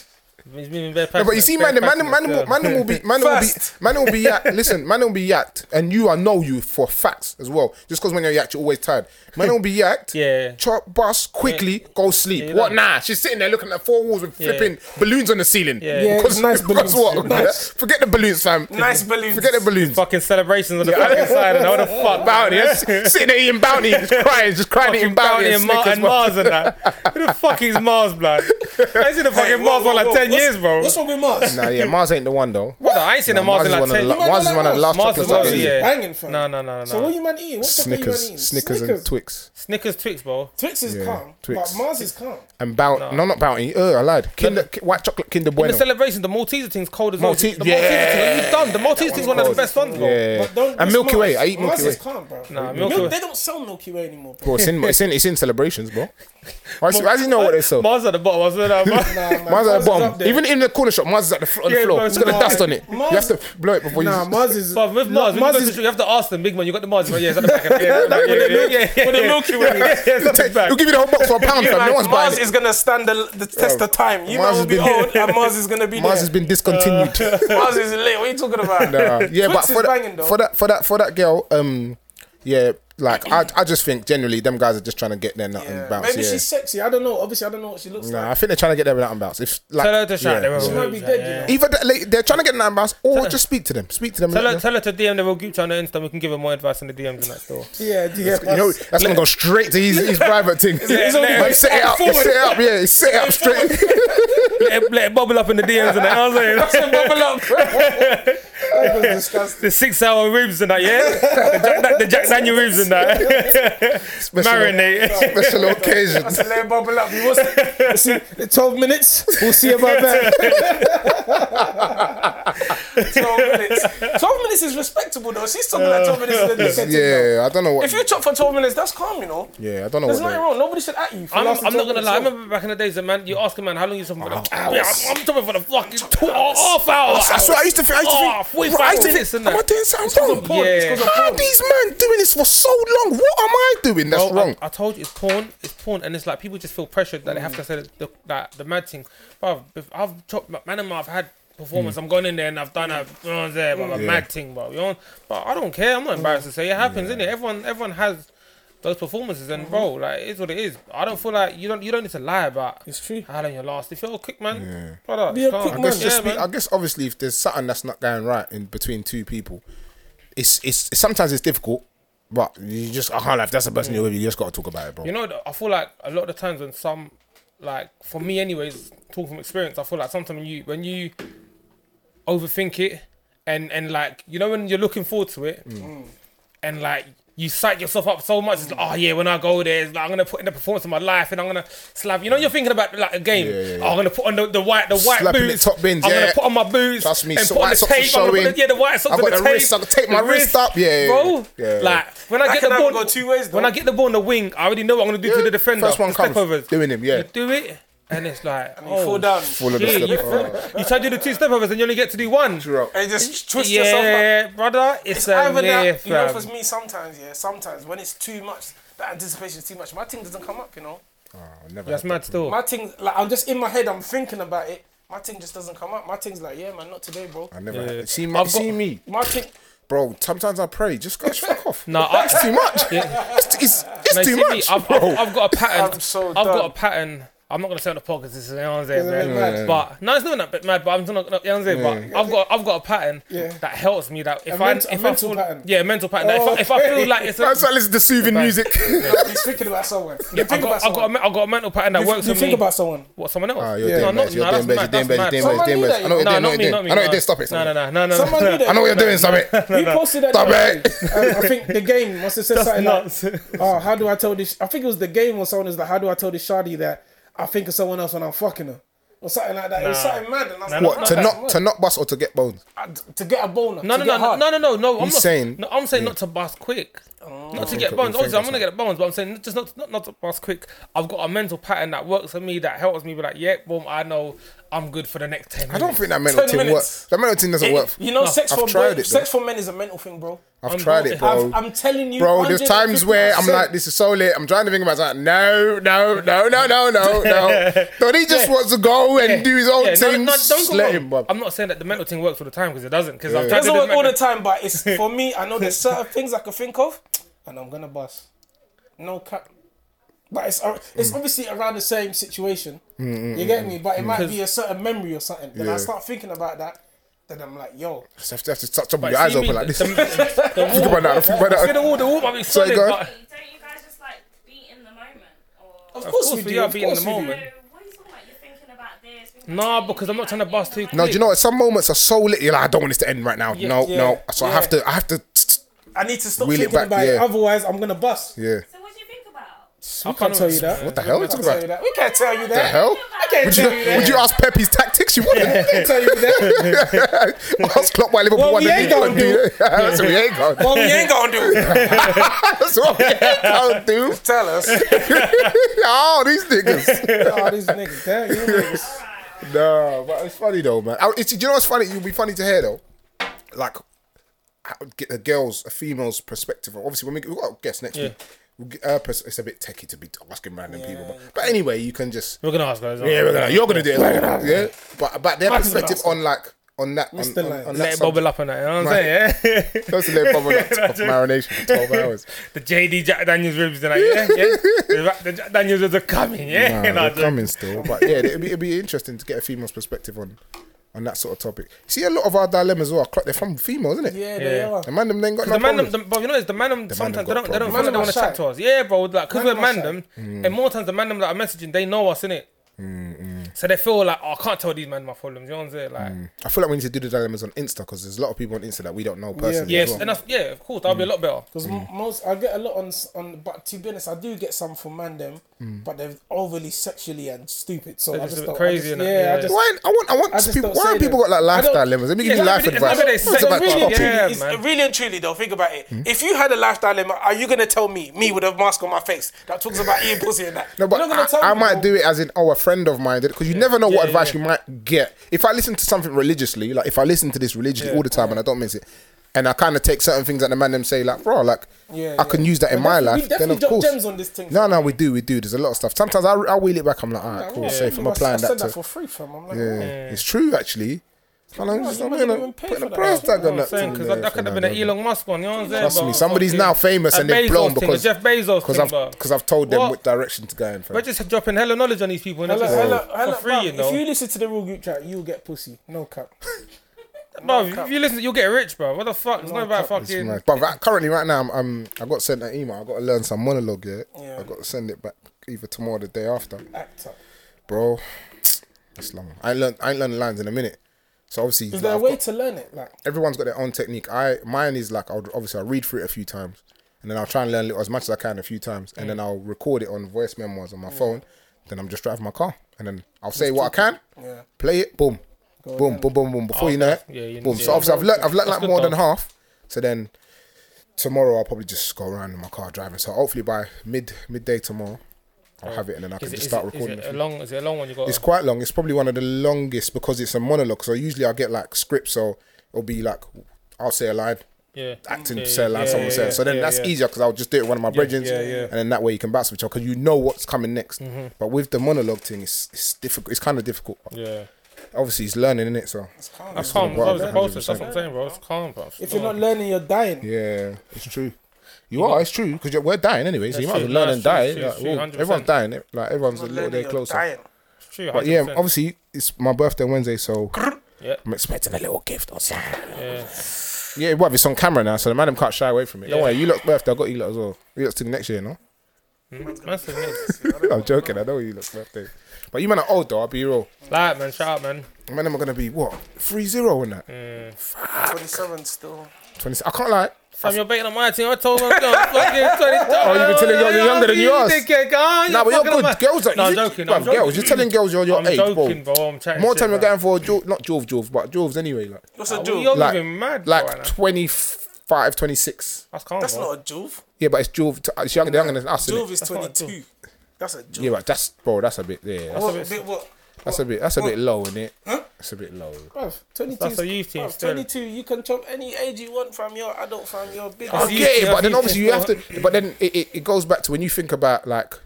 Speaker 2: He's moving very
Speaker 1: No, but you see, man, man, man, man, will- man will be, man will be,
Speaker 3: First.
Speaker 1: man will be yacked. Listen, man will be yacked, and you, I know you for facts as well. Just because when you're yacked, you're always tired. Man will be yacked.
Speaker 2: Yeah.
Speaker 1: Chop, bust quickly, go sleep.
Speaker 2: you
Speaker 1: what?
Speaker 2: don't-
Speaker 1: Nah, she's sitting there looking at four walls with
Speaker 2: Yeah.
Speaker 1: flipping balloons on the ceiling.
Speaker 2: Yeah. Yeah,
Speaker 1: Because,
Speaker 3: nice
Speaker 1: because
Speaker 3: balloons.
Speaker 1: what?
Speaker 3: Nice.
Speaker 1: Forget the balloons, fam.
Speaker 3: Nice balloons.
Speaker 1: Forget the balloons.
Speaker 2: fucking celebrations on the fucking side, and how the fuck
Speaker 1: Bounty, yeah? sitting there eating bounty, just crying, just crying, eating
Speaker 2: Fucking
Speaker 1: bounty,
Speaker 2: Bounty and, Mar-
Speaker 1: Snickers,
Speaker 2: and Mars and that. Who the fuck is Mars, blood? I ain't seen the fucking Mars for like 10 years, bro.
Speaker 3: What's wrong with Mars?
Speaker 1: Nah, yeah, Mars ain't the one though.
Speaker 2: What? I ain't seen a
Speaker 1: Mars
Speaker 2: Mars in
Speaker 1: is
Speaker 2: like
Speaker 1: one of the
Speaker 2: 10 years.
Speaker 1: la- Mars is one of the last
Speaker 2: Mars is
Speaker 1: chocolates
Speaker 2: one
Speaker 1: I've
Speaker 2: of the,
Speaker 1: eaten.
Speaker 2: yeah.
Speaker 3: Banging, fam.
Speaker 2: No, no, no, no.
Speaker 3: So what you man eating? What chocolate you man
Speaker 1: Snickers,
Speaker 3: eating?
Speaker 1: Snickers, and Twix,
Speaker 2: Snickers Twix, bro.
Speaker 3: Twix is
Speaker 1: Yeah,
Speaker 3: calm,
Speaker 1: Twix.
Speaker 3: but Mars is calm.
Speaker 1: and bounty. No, not bounty. Oh, I lied. Kinder, ki- white chocolate Kinder
Speaker 2: In
Speaker 1: Bueno.
Speaker 2: the celebration, the Malteser thing's cold as well.
Speaker 1: Malte-
Speaker 2: the
Speaker 1: yeah.
Speaker 2: Malteser thing, you done. The Malteser thing's one of the
Speaker 1: cold.
Speaker 2: best ones, bro.
Speaker 1: Yeah.
Speaker 3: But don't
Speaker 1: and
Speaker 3: this
Speaker 1: Milky
Speaker 3: Mars-
Speaker 1: Way. I eat Milky
Speaker 3: Mars
Speaker 1: Way.
Speaker 3: is calm, bro.
Speaker 2: Nah,
Speaker 3: Mil-
Speaker 2: Milky Way.
Speaker 3: They don't sell Milky Way anymore, bro.
Speaker 1: Bro, it's in, it's in, it's in celebrations, bro. Why does, why does he know what they sell?
Speaker 2: Mars at the bottom, I swear that, bro.
Speaker 3: Nah, man,
Speaker 1: Mars at the
Speaker 3: is up
Speaker 1: bottom.
Speaker 3: there.
Speaker 1: Even in the corner shop, Mars is at the fr- on the
Speaker 2: Yeah,
Speaker 1: floor.
Speaker 2: bro,
Speaker 1: it's got a
Speaker 2: nah,
Speaker 1: dust on it.
Speaker 3: Mars-
Speaker 1: you have to blow it before
Speaker 3: Nah,
Speaker 1: you.
Speaker 3: Mars is.
Speaker 2: But with
Speaker 3: No,
Speaker 2: Mars, when you, go to the
Speaker 3: is.
Speaker 2: shop, you have to ask them, big man, you got the Mars, right? Yeah, it's at the back. Yeah, yeah, yeah, yeah, yeah, yeah.
Speaker 3: For the Milky Way.
Speaker 2: Yeah, yeah, it's at the
Speaker 1: Take-
Speaker 2: back.
Speaker 1: He'll give you the whole box for a pound,
Speaker 3: You
Speaker 1: fam.
Speaker 3: man,
Speaker 1: No one's
Speaker 3: Mars
Speaker 1: buying it.
Speaker 3: is gonna stand the, the test of time. You
Speaker 1: Mars
Speaker 3: man will be
Speaker 1: has been-
Speaker 3: old, and Mars is gonna be
Speaker 1: Mars
Speaker 3: there.
Speaker 1: has been discontinued.
Speaker 3: Mars is lit. What are you talking about?
Speaker 1: Nah, yeah, but
Speaker 3: Uh, Twix is
Speaker 1: for, that,
Speaker 3: banging though.
Speaker 1: for that, for that, for that girl, um, yeah, like I, I just think generally them guys are just trying to get their nut
Speaker 3: Yeah.
Speaker 1: and bounce.
Speaker 3: Maybe
Speaker 1: yeah.
Speaker 3: she's sexy. I don't know. Obviously, I don't know what she looks
Speaker 1: Nah, I
Speaker 3: like.
Speaker 1: think they're trying to get their nut and bounce. If like,
Speaker 2: Tell her to shout.
Speaker 1: yeah,
Speaker 2: they
Speaker 3: She
Speaker 2: will.
Speaker 3: might be dead. You know.
Speaker 1: Either that- like, they're trying to get an ambulance or just speak to them. Speak to them.
Speaker 2: Tell
Speaker 1: let
Speaker 2: her, tell her to DM the real group chat on Insta. We can give her more advice in the DMs in that store.
Speaker 3: Yeah, yeah.
Speaker 1: them- you know, that's gonna go straight to his, his private thing.
Speaker 2: it's only-
Speaker 1: Like, set it up,
Speaker 2: forward.
Speaker 1: set it up, yeah, he set it up straight.
Speaker 2: let, it, let it bubble up in the DMs and that. I was like,
Speaker 3: bubble up. That was disgusting.
Speaker 2: the six hour ribs and that, yeah? The Jack, the Jack Daniel ribs and that.
Speaker 1: Special-
Speaker 2: Marinate.
Speaker 1: Special occasion.
Speaker 3: I said, let it bubble up. He was see, the 12 minutes. We'll see about that. 12 minutes. 12 minutes is respectable though. She's talking like 12 minutes is a
Speaker 1: Yeah,
Speaker 3: decent thing,
Speaker 1: yeah, I don't know
Speaker 3: though.
Speaker 1: what.
Speaker 3: If you chop for 12 minutes, that's calm, you know.
Speaker 1: yeah, I don't know
Speaker 3: There's
Speaker 1: what.
Speaker 3: nothing
Speaker 1: they-
Speaker 3: wrong. Nobody should at you. For
Speaker 2: I'm,
Speaker 3: lasting
Speaker 2: I'm not gonna
Speaker 3: 12 minutes
Speaker 2: lie. I
Speaker 3: long.
Speaker 2: remember back in the days, a man, you ask a man how long you something for the.
Speaker 3: Oh.
Speaker 1: Wow.
Speaker 2: Yeah, I'm, I'm talking for the fucking two half hours.
Speaker 1: I swear, I used to think. I used to
Speaker 2: Oh,
Speaker 1: think.
Speaker 2: 45
Speaker 1: bro, I used to
Speaker 2: minutes,
Speaker 1: think.
Speaker 2: innit?
Speaker 1: Am I doing something wrong?
Speaker 3: porn. It's
Speaker 2: Yeah.
Speaker 3: 'cause of
Speaker 1: How are
Speaker 3: porn.
Speaker 1: these men doing this for so long? What am I doing that's
Speaker 2: Bro,
Speaker 1: wrong?
Speaker 2: Oh, I, I told you it's porn. It's porn, and it's like people just feel pressured that they have to say the, the, that the mad thing. Bro, if I've chopped man, and I've had performance.
Speaker 1: Mm.
Speaker 2: I'm going in there and I've done a you know what I'm saying, bro, a mad thing, bro. You know, but I don't care. I'm not embarrassed to say it happens, innit? Everyone, everyone has those performances, and bro,
Speaker 1: Mm-hmm.
Speaker 2: like it's what it is. I don't feel like you don't you don't need to lie about
Speaker 3: It's true.
Speaker 2: how long you last. If you're a quick man, brother,
Speaker 3: Be a
Speaker 2: it's calm.
Speaker 3: quick
Speaker 1: I
Speaker 3: man.
Speaker 1: guess just
Speaker 2: Yeah,
Speaker 1: speak, I guess obviously if there's something that's not going right in between two people, it's it's sometimes it's difficult, but you just I can't lie. If that's the person you're with, you just gotta talk about it, bro.
Speaker 2: You know, I feel like a lot of the times when some, like for me, anyways, talking from experience, I feel like sometimes you when you overthink it, and and like you know when you're looking forward to it,
Speaker 1: Mm.
Speaker 2: and like you psych yourself up so much, it's like oh yeah, when I go there, it's like, I'm gonna put in the performance of my life, and I'm gonna slap. You know, you're thinking about like a game.
Speaker 1: Yeah, yeah, yeah.
Speaker 2: Oh, I'm gonna put on the, the white the white
Speaker 1: Slapping the
Speaker 2: boots.
Speaker 1: top bins,
Speaker 2: I'm
Speaker 1: yeah.
Speaker 2: gonna put on my boots.
Speaker 1: Trust me,
Speaker 2: and
Speaker 1: so
Speaker 2: put on
Speaker 1: white
Speaker 2: the
Speaker 1: socks are
Speaker 2: tape. I'm gonna put
Speaker 1: showing.
Speaker 2: the- yeah, the white socks
Speaker 1: I've
Speaker 2: on
Speaker 1: got
Speaker 2: the
Speaker 1: the
Speaker 2: tape.
Speaker 1: wrist, I can take my
Speaker 2: the
Speaker 1: wrist up, yeah, yeah,
Speaker 2: bro.
Speaker 1: yeah. Yeah.
Speaker 2: Like when I
Speaker 3: That
Speaker 2: get
Speaker 3: can
Speaker 2: the
Speaker 3: happen
Speaker 2: ball,
Speaker 3: go two ways, though.
Speaker 2: when I get the ball in the wing, I already know what I'm gonna do to the defender.
Speaker 1: First one
Speaker 2: the step
Speaker 1: comes,
Speaker 2: overs.
Speaker 1: doing him, yeah.
Speaker 2: You do it, and it's like
Speaker 3: You
Speaker 2: oh,
Speaker 3: fall down.
Speaker 1: Full of the
Speaker 2: shit,
Speaker 1: slip.
Speaker 2: you,
Speaker 1: Oh.
Speaker 2: feel- you try to do the two step overs, and you only get to do one.
Speaker 1: Drop.
Speaker 3: And you just twist yourself up.
Speaker 2: Yeah, brother, it's,
Speaker 3: It's
Speaker 2: a myth.
Speaker 3: either that, you know,
Speaker 2: fam.
Speaker 3: for me, sometimes, yeah, sometimes when it's too much, that anticipation is too much. My thing doesn't come up, you know.
Speaker 1: Oh, never
Speaker 2: That's
Speaker 1: had
Speaker 2: mad
Speaker 1: that.
Speaker 2: still.
Speaker 3: My thing, like, I'm just in my head, I'm thinking about it. My thing just doesn't come up. My thing's like, yeah, man, not today, bro.
Speaker 1: I never
Speaker 2: Yeah.
Speaker 1: had. See, my,
Speaker 2: I've got-
Speaker 1: see me,
Speaker 3: My thing,
Speaker 1: bro. Sometimes I pray, just go fuck off.
Speaker 2: No, I-
Speaker 1: it's too much. It's, it's, it's
Speaker 2: No, you
Speaker 1: too
Speaker 2: see me,
Speaker 1: much,
Speaker 2: I've,
Speaker 1: bro.
Speaker 2: I've, I've got a pattern.
Speaker 3: I'm so
Speaker 2: I've got
Speaker 3: done.
Speaker 2: a pattern. I'm not gonna say on the podcast. This is you know what I'm saying,
Speaker 3: Isn't it
Speaker 2: man.
Speaker 3: mad?
Speaker 2: But no, it's not that bit mad. But I'm just not. You know what I'm saying, but I've got I've got a pattern
Speaker 3: Yeah.
Speaker 2: that helps me. That if I
Speaker 3: ment- a
Speaker 2: if I
Speaker 3: mental
Speaker 2: feel,
Speaker 3: pattern?
Speaker 2: yeah, mental pattern. that
Speaker 3: Oh,
Speaker 2: if, I, if I
Speaker 3: okay.
Speaker 2: feel like it's
Speaker 1: That's
Speaker 2: a,
Speaker 1: why I listen to soothing music.
Speaker 3: you're thinking about someone. You
Speaker 2: I got
Speaker 3: think about
Speaker 2: I got, a,
Speaker 3: someone.
Speaker 2: me- I got a mental pattern that
Speaker 3: You-
Speaker 2: works
Speaker 3: you
Speaker 2: for
Speaker 3: think
Speaker 2: me.
Speaker 3: about someone.
Speaker 2: What someone else?
Speaker 1: Ah, you're
Speaker 2: No,
Speaker 1: doing
Speaker 2: not-
Speaker 1: best. You're
Speaker 2: no,
Speaker 1: doing
Speaker 2: that's
Speaker 1: best. You're
Speaker 2: mad,
Speaker 1: doing best. You're
Speaker 2: that's mad.
Speaker 1: doing best. You're doing
Speaker 3: Someone
Speaker 1: best. I know
Speaker 3: knew
Speaker 1: you're doing. I
Speaker 2: No, not me, not me.
Speaker 1: know you're doing. Stop it.
Speaker 2: No,
Speaker 1: stop
Speaker 2: no,
Speaker 1: it.
Speaker 2: no, no, no, no.
Speaker 3: Someone
Speaker 2: no.
Speaker 3: knew that.
Speaker 1: I know what you're doing. Stop it.
Speaker 3: He posted that.
Speaker 1: Stop
Speaker 3: though.
Speaker 1: it.
Speaker 3: Um, I think the game must have said something
Speaker 2: nuts.
Speaker 3: like, "Oh, how do I tell this?" I think it was the game or someone was like, "How do I tell this shawty that I think of someone else when I'm fucking her?" Or something like that. It was
Speaker 2: Nah.
Speaker 3: something mad, and I was like,
Speaker 2: no,
Speaker 1: What
Speaker 2: no,
Speaker 1: to
Speaker 2: that's
Speaker 1: not to not bust or to get boned?
Speaker 3: not to get a boner?
Speaker 2: No, no,
Speaker 3: to get
Speaker 2: no, no,
Speaker 3: hard.
Speaker 2: no, no, no. I'm
Speaker 1: He's
Speaker 2: not
Speaker 1: saying-
Speaker 2: No, I'm saying not to bust quick, not to get
Speaker 1: Okay,
Speaker 2: bones.
Speaker 1: you
Speaker 2: Obviously, I'm
Speaker 1: think
Speaker 2: gonna get bones, but I'm saying just not, not not to bust quick. I've got a mental pattern that works for me that helps me be like, yeah, boom, I know I'm good for the next ten.
Speaker 1: I don't think that mental
Speaker 3: 10
Speaker 1: thing works.
Speaker 3: minutes.
Speaker 1: That mental thing doesn't
Speaker 3: It-
Speaker 1: work.
Speaker 3: You know, sex
Speaker 1: I've
Speaker 3: for
Speaker 1: tried
Speaker 3: bro-
Speaker 1: it,
Speaker 3: sex for men is a mental thing, bro.
Speaker 1: I've
Speaker 2: I'm
Speaker 1: tried
Speaker 2: not-
Speaker 1: it, bro.
Speaker 3: I've, I'm telling you,
Speaker 1: bro, there's times where I'm like,
Speaker 3: 150%.
Speaker 1: this is so lit. I'm trying to think about that. No, no, no, no, no, no, no. But he just wants to go and do his own
Speaker 2: Yeah, no,
Speaker 1: thing.
Speaker 2: no, don't go
Speaker 1: Let
Speaker 2: wrong.
Speaker 1: him, bro.
Speaker 2: I'm not saying that the mental thing works all the time because it doesn't. Because I've
Speaker 1: Yeah.
Speaker 2: tried
Speaker 3: It
Speaker 2: to do
Speaker 3: doesn't work
Speaker 2: the
Speaker 3: all the
Speaker 2: mental-
Speaker 3: time, but it's for me. I know there's certain things I can think of, and I'm gonna bust. No cap. But it's ar-
Speaker 1: Mm.
Speaker 3: it's obviously around the same situation. You get me? But it might be a certain memory or something. Then
Speaker 1: Yeah.
Speaker 3: I start thinking about that. Then I'm like, yo,
Speaker 1: So I have to- I have to touch up with
Speaker 2: But
Speaker 1: your eyes
Speaker 2: see me,
Speaker 1: open like this.
Speaker 2: the-
Speaker 1: Think
Speaker 2: the- the wall-
Speaker 1: about that. Think
Speaker 2: See the
Speaker 1: about
Speaker 2: wall, the wall might be
Speaker 1: Sorry,
Speaker 2: solid,
Speaker 1: go on.
Speaker 2: but
Speaker 5: you guys just like be in the moment? Or
Speaker 3: of,
Speaker 2: Of
Speaker 3: course,
Speaker 2: course
Speaker 3: we
Speaker 2: we
Speaker 3: do.
Speaker 2: are
Speaker 3: Of
Speaker 2: being in
Speaker 3: course
Speaker 2: the
Speaker 3: we do.
Speaker 2: moment.
Speaker 5: what are you talking about? You're thinking about this. thinking
Speaker 2: Nah,
Speaker 5: about that,
Speaker 2: because I'm not
Speaker 5: you're
Speaker 2: trying to
Speaker 5: like
Speaker 2: bust
Speaker 5: in
Speaker 2: too
Speaker 5: the
Speaker 1: No,
Speaker 5: moment.
Speaker 1: do you know what? Some moments are so lit. You're like, I don't want this to end right now. no,
Speaker 3: yeah,
Speaker 1: no. So I
Speaker 3: yeah.
Speaker 1: have to, I have to.
Speaker 3: I need to stop
Speaker 1: Wheel it
Speaker 3: thinking
Speaker 1: back,
Speaker 3: about it.
Speaker 1: yeah.
Speaker 3: Otherwise, I'm gonna bust.
Speaker 1: Yeah.
Speaker 5: So what do you think about?
Speaker 3: We
Speaker 2: I
Speaker 3: can't
Speaker 2: can't
Speaker 3: tell you that.
Speaker 1: What the hell are you talking
Speaker 3: Tell
Speaker 1: about?
Speaker 3: you
Speaker 1: What
Speaker 3: that. We can't tell you
Speaker 1: the
Speaker 3: that.
Speaker 1: hell?
Speaker 3: I can't
Speaker 1: Would you,
Speaker 3: tell you that.
Speaker 1: would you ask Pepe's tactics? You want
Speaker 3: I can't tell you that.
Speaker 1: ask Klopp why Liverpool
Speaker 3: Well,
Speaker 1: won
Speaker 3: we
Speaker 1: the
Speaker 3: ain't
Speaker 1: league? You
Speaker 3: gonna
Speaker 1: wanna do that? That's what we ain't gonna do.
Speaker 3: Well, we ain't gonna do.
Speaker 1: That's what we ain't gonna do.
Speaker 3: Tell us.
Speaker 1: oh, these niggas.
Speaker 3: Oh, these niggas. Damn, you niggas.
Speaker 1: Nah, but it's funny though, man. I, it's, do you know what's funny? It would be funny to hear though. Like, how- get the girls, a female's perspective. Obviously, when we we've got a guest next week, we'll get her pers- it's a bit techie to be asking random people. But, but anyway, you can just.
Speaker 2: we're gonna ask guys.
Speaker 1: Yeah, we're gonna, you're gonna do it. we're gonna- yeah, but but their
Speaker 3: Mine's
Speaker 1: perspective
Speaker 3: the last
Speaker 1: on like on that on,
Speaker 3: Mr.
Speaker 1: on, on
Speaker 2: Let
Speaker 3: Lion.
Speaker 1: that
Speaker 2: it
Speaker 1: subject.
Speaker 2: bubble up and that. You know what I'm
Speaker 1: Right.
Speaker 2: saying? Yeah.
Speaker 1: Don't let it bubble up of marination for twelve hours.
Speaker 2: The JD Jack Daniels ribs tonight, yeah, yeah. The, Ra- the Jack Daniels ribs are coming, yeah.
Speaker 1: Nah,
Speaker 2: And I
Speaker 1: they're
Speaker 2: just-
Speaker 1: coming still, but yeah, it'd be, it'd be interesting to get a female's perspective on on that sort of topic. See, a lot of our dilemmas are they're from females, isn't it?
Speaker 3: Yeah, they
Speaker 2: Yeah.
Speaker 3: are.
Speaker 1: The man them then got no
Speaker 2: the man, them,
Speaker 1: problem.
Speaker 2: the, bro, you know, it's the man, them
Speaker 1: got
Speaker 2: sometimes they don't, they don't,
Speaker 1: problems.
Speaker 2: feel like
Speaker 3: Man
Speaker 2: they
Speaker 3: them
Speaker 2: want
Speaker 3: are
Speaker 2: to chat
Speaker 3: shy.
Speaker 2: to us. Yeah, bro, like because
Speaker 3: Man
Speaker 2: we're
Speaker 3: them are
Speaker 2: man them, and more times the man them that are messaging, they know us, innit? So they feel like, oh, I can't tell these men my problems. You know what I'm saying? Like,
Speaker 1: I feel like we need to do the dilemmas on Insta because there's a lot of people on Insta that we don't know personally.
Speaker 2: yes,
Speaker 1: as well.
Speaker 2: and that's, yeah, of course, that'll be a lot better.
Speaker 3: Because most I get a lot on s- on, but to be honest, I do get some from man them,
Speaker 1: Hmm.
Speaker 3: but they're overly sexually and stupid. So
Speaker 2: They're
Speaker 3: I
Speaker 2: just a
Speaker 3: just
Speaker 2: bit
Speaker 3: don't,
Speaker 2: crazy,
Speaker 3: I just,
Speaker 2: innit?
Speaker 3: yeah,
Speaker 2: Yeah.
Speaker 3: I just.
Speaker 1: Why? I want. I want.
Speaker 3: I just
Speaker 1: people,
Speaker 3: don't
Speaker 1: why
Speaker 3: say
Speaker 1: are people got
Speaker 3: them.
Speaker 1: like
Speaker 3: I don't-
Speaker 1: lifestyle dilemmas? Let me give
Speaker 2: Yeah,
Speaker 1: you
Speaker 2: it's
Speaker 1: life
Speaker 2: not
Speaker 1: advice.
Speaker 2: that they
Speaker 1: It's
Speaker 2: said-
Speaker 1: about
Speaker 2: really,
Speaker 1: property.
Speaker 2: yeah.
Speaker 3: it's-
Speaker 2: man.
Speaker 3: really and truly though, think about it.
Speaker 1: Hmm?
Speaker 3: If you had a lifestyle dilemma, are you gonna tell me, me with a mask on my face, that talks about eating pussy and that?
Speaker 1: No, but
Speaker 3: You're not gonna tell
Speaker 1: I, I
Speaker 3: me,
Speaker 1: might
Speaker 3: bro.
Speaker 1: do it as in, oh, a friend of mine did because you never know what
Speaker 2: Yeah,
Speaker 1: advice
Speaker 2: yeah.
Speaker 1: you might get. If I listen to something religiously, like if I listen to this religiously all the time and I don't miss it, and I kind of take certain things that the man them say, like, bro, like,
Speaker 3: Yeah,
Speaker 1: I
Speaker 3: yeah.
Speaker 1: can use that in
Speaker 3: But
Speaker 1: my
Speaker 3: definitely-
Speaker 1: life.
Speaker 3: we
Speaker 1: Then
Speaker 3: definitely
Speaker 1: of
Speaker 3: drop
Speaker 1: course,
Speaker 3: gems on this thing.
Speaker 1: No, no, we do, we do. There's a lot of stuff. Sometimes I, I wheel it back. I'm like, all right, cool,
Speaker 3: Yeah,
Speaker 1: safe. I'm
Speaker 3: I-
Speaker 1: applying
Speaker 3: I said
Speaker 1: that to.
Speaker 3: for free, fam. I'm like,
Speaker 1: Yeah.
Speaker 3: oh.
Speaker 1: It's true, actually. I'm like,
Speaker 3: you
Speaker 1: just- I'm
Speaker 3: might
Speaker 1: gonna
Speaker 3: not even pay
Speaker 1: put
Speaker 3: for
Speaker 1: a
Speaker 3: that.
Speaker 1: price tag
Speaker 3: You know
Speaker 1: on
Speaker 2: I'm
Speaker 1: that
Speaker 2: saying
Speaker 1: thing
Speaker 2: because
Speaker 1: there
Speaker 2: that
Speaker 1: for
Speaker 2: could have
Speaker 1: now,
Speaker 2: been an
Speaker 1: don't-
Speaker 2: Elon Musk one. You know what I'm saying?
Speaker 1: Trust
Speaker 2: But
Speaker 1: me, somebody's
Speaker 2: fucking-
Speaker 1: now famous
Speaker 2: a
Speaker 1: and they're
Speaker 2: Bezos
Speaker 1: blown
Speaker 2: thing, a
Speaker 1: because
Speaker 2: Jeff Bezos
Speaker 1: because
Speaker 2: thing,
Speaker 1: I've
Speaker 2: bro.
Speaker 1: because I've told them
Speaker 2: What?
Speaker 1: what direction to go in. fam.
Speaker 2: We're just dropping hella knowledge on these people. and
Speaker 3: Hello,
Speaker 2: they're
Speaker 3: hello,
Speaker 2: just
Speaker 3: hello,
Speaker 2: for free,
Speaker 3: bruv,
Speaker 2: you know.
Speaker 3: If you listen to the real group chat, you'll get pussy. No cap.
Speaker 2: Bro, if you listen, you'll get rich, bro. What the fuck? It's not about
Speaker 1: It's
Speaker 2: fucking.
Speaker 1: mad. But right, currently, right now, I'm, I'm I got sent an email. I got to learn some monologue. Yeah,
Speaker 3: Yeah.
Speaker 1: I got to send it back either tomorrow or the day after,
Speaker 3: Act up.
Speaker 1: bro. It's long. I ain't learned I ain't learned lines in a minute. So obviously,
Speaker 3: Is
Speaker 1: like,
Speaker 3: there a
Speaker 1: I've
Speaker 3: way
Speaker 1: got-
Speaker 3: to learn it? Like,
Speaker 1: everyone's got their own technique. I mine is like I'll obviously I'll read through it a few times, and then I'll try and learn it as much as I can a few times, and
Speaker 2: Mm.
Speaker 1: then I'll record it on voice memos on my phone. Then I'm just driving my car, and then I'll say what I can,
Speaker 3: Yeah.
Speaker 1: play it, boom, boom, boom, boom, boom. Before you know it,
Speaker 2: Oh, yeah, you-
Speaker 1: boom. So
Speaker 2: yeah.
Speaker 1: obviously I've learned I've learned like
Speaker 2: good
Speaker 1: more than
Speaker 2: though.
Speaker 1: half. So then tomorrow I'll probably just go around in my car driving. So hopefully by mid midday tomorrow I'll have it, and then I can
Speaker 2: Is it,
Speaker 1: just
Speaker 2: is,
Speaker 1: start
Speaker 2: it, is
Speaker 1: recording. a
Speaker 2: it
Speaker 1: few
Speaker 2: a long? Is it a long one? You got.
Speaker 1: it's quite long. It's probably one of the longest because it's a monologue. So usually I get like scripts, so it'll be like I'll say a line,
Speaker 2: yeah.
Speaker 1: acting
Speaker 2: Yeah,
Speaker 1: say a line,
Speaker 2: yeah,
Speaker 1: someone
Speaker 2: yeah,
Speaker 1: say. it. So
Speaker 2: yeah,
Speaker 1: then
Speaker 2: yeah,
Speaker 1: that's
Speaker 2: yeah.
Speaker 1: easier because I'll just do it with one of my brethrens,
Speaker 2: yeah, yeah. Mm-hmm.
Speaker 1: and then that way you can bounce with each other because you know what's coming next. But with the monologue thing, it's it's difficult. It's kind of difficult. But
Speaker 2: Yeah.
Speaker 1: obviously he's learning in it, so
Speaker 2: That's calm.
Speaker 1: Well,
Speaker 2: That's what
Speaker 1: 100%.
Speaker 2: it's That's what I'm saying, bro. It's calm, bro.
Speaker 3: if you're not learning, you're dying.
Speaker 1: yeah, it's true. You are, it's true, because we're dying anyway. So you
Speaker 2: That's
Speaker 1: might as well
Speaker 2: true.
Speaker 1: learn
Speaker 2: No,
Speaker 1: and
Speaker 2: it's true,
Speaker 1: die.
Speaker 2: it's true,
Speaker 1: Like,
Speaker 2: it's true,
Speaker 1: well,
Speaker 2: 100%.
Speaker 1: everyone's dying. eh? Like everyone's a
Speaker 3: You're
Speaker 1: little
Speaker 3: learning,
Speaker 1: bit
Speaker 3: you're
Speaker 1: closer.
Speaker 3: dying.
Speaker 2: True,
Speaker 1: But yeah,
Speaker 2: 100%.
Speaker 1: obviously it's my birthday Wednesday, so
Speaker 2: Yeah.
Speaker 1: I'm expecting a little gift or something.
Speaker 2: Yeah.
Speaker 1: Yeah, well, it's on camera now, so the man them can't shy away from it. Don't
Speaker 2: Yeah.
Speaker 1: worry, you lot's birthday, I got you lot as well. You lot's till next year, no?
Speaker 2: Massive, mate.
Speaker 1: I'm joking, I know you lot's birthday. But you man are old though, I'll be real.
Speaker 2: Like, man, shout out, man.
Speaker 1: Man, them are gonna be what? 3 0 in that?
Speaker 3: 27 still.
Speaker 1: 26. I can't lie.
Speaker 2: Fam, you're baiting on my team. I told him, I'm fucking 20.
Speaker 1: Oh, you've been telling girls you're younger than you are.
Speaker 2: Nah,
Speaker 1: nah, but you're good. Girls are
Speaker 2: No, I'm
Speaker 1: you-
Speaker 2: joking.
Speaker 1: bruv,
Speaker 2: I'm joking.
Speaker 1: Girls, you're telling girls you're your
Speaker 2: I'm
Speaker 1: age,
Speaker 2: joking,
Speaker 1: bro.
Speaker 2: bro. I'm chatting
Speaker 1: More
Speaker 2: shit,
Speaker 1: time you're
Speaker 2: bro.
Speaker 1: going for, jo- not Jove, Jove, but Joves anyway. Like,
Speaker 4: What's a
Speaker 2: Well,
Speaker 4: jewel?
Speaker 2: You're
Speaker 1: like,
Speaker 2: living mad, bro, right
Speaker 1: like
Speaker 2: now.
Speaker 1: 25, 26.
Speaker 2: That's calm,
Speaker 4: That's
Speaker 2: bro.
Speaker 4: not a jewel.
Speaker 1: Yeah, but it's Jove. t- It's younger, they're younger than us, innit?
Speaker 4: Jewel is
Speaker 2: not a
Speaker 4: 22. That's a jewel.
Speaker 1: Yeah, but that's, bro, that's a bit, yeah. That's,
Speaker 4: What, bit, what?
Speaker 1: that's a bit, that's a bit low, innit? That's a bit low.
Speaker 3: Bruv, 22.
Speaker 2: That's a youth team
Speaker 3: bruv,
Speaker 2: still.
Speaker 3: 22, you can chop any age you want from your adult, from your big.
Speaker 2: Oh,
Speaker 1: I
Speaker 2: It's
Speaker 1: get
Speaker 2: easy-
Speaker 1: it, but then
Speaker 2: it's
Speaker 1: obviously you
Speaker 2: easy
Speaker 1: have to. But then it, it, it goes back to when you think about like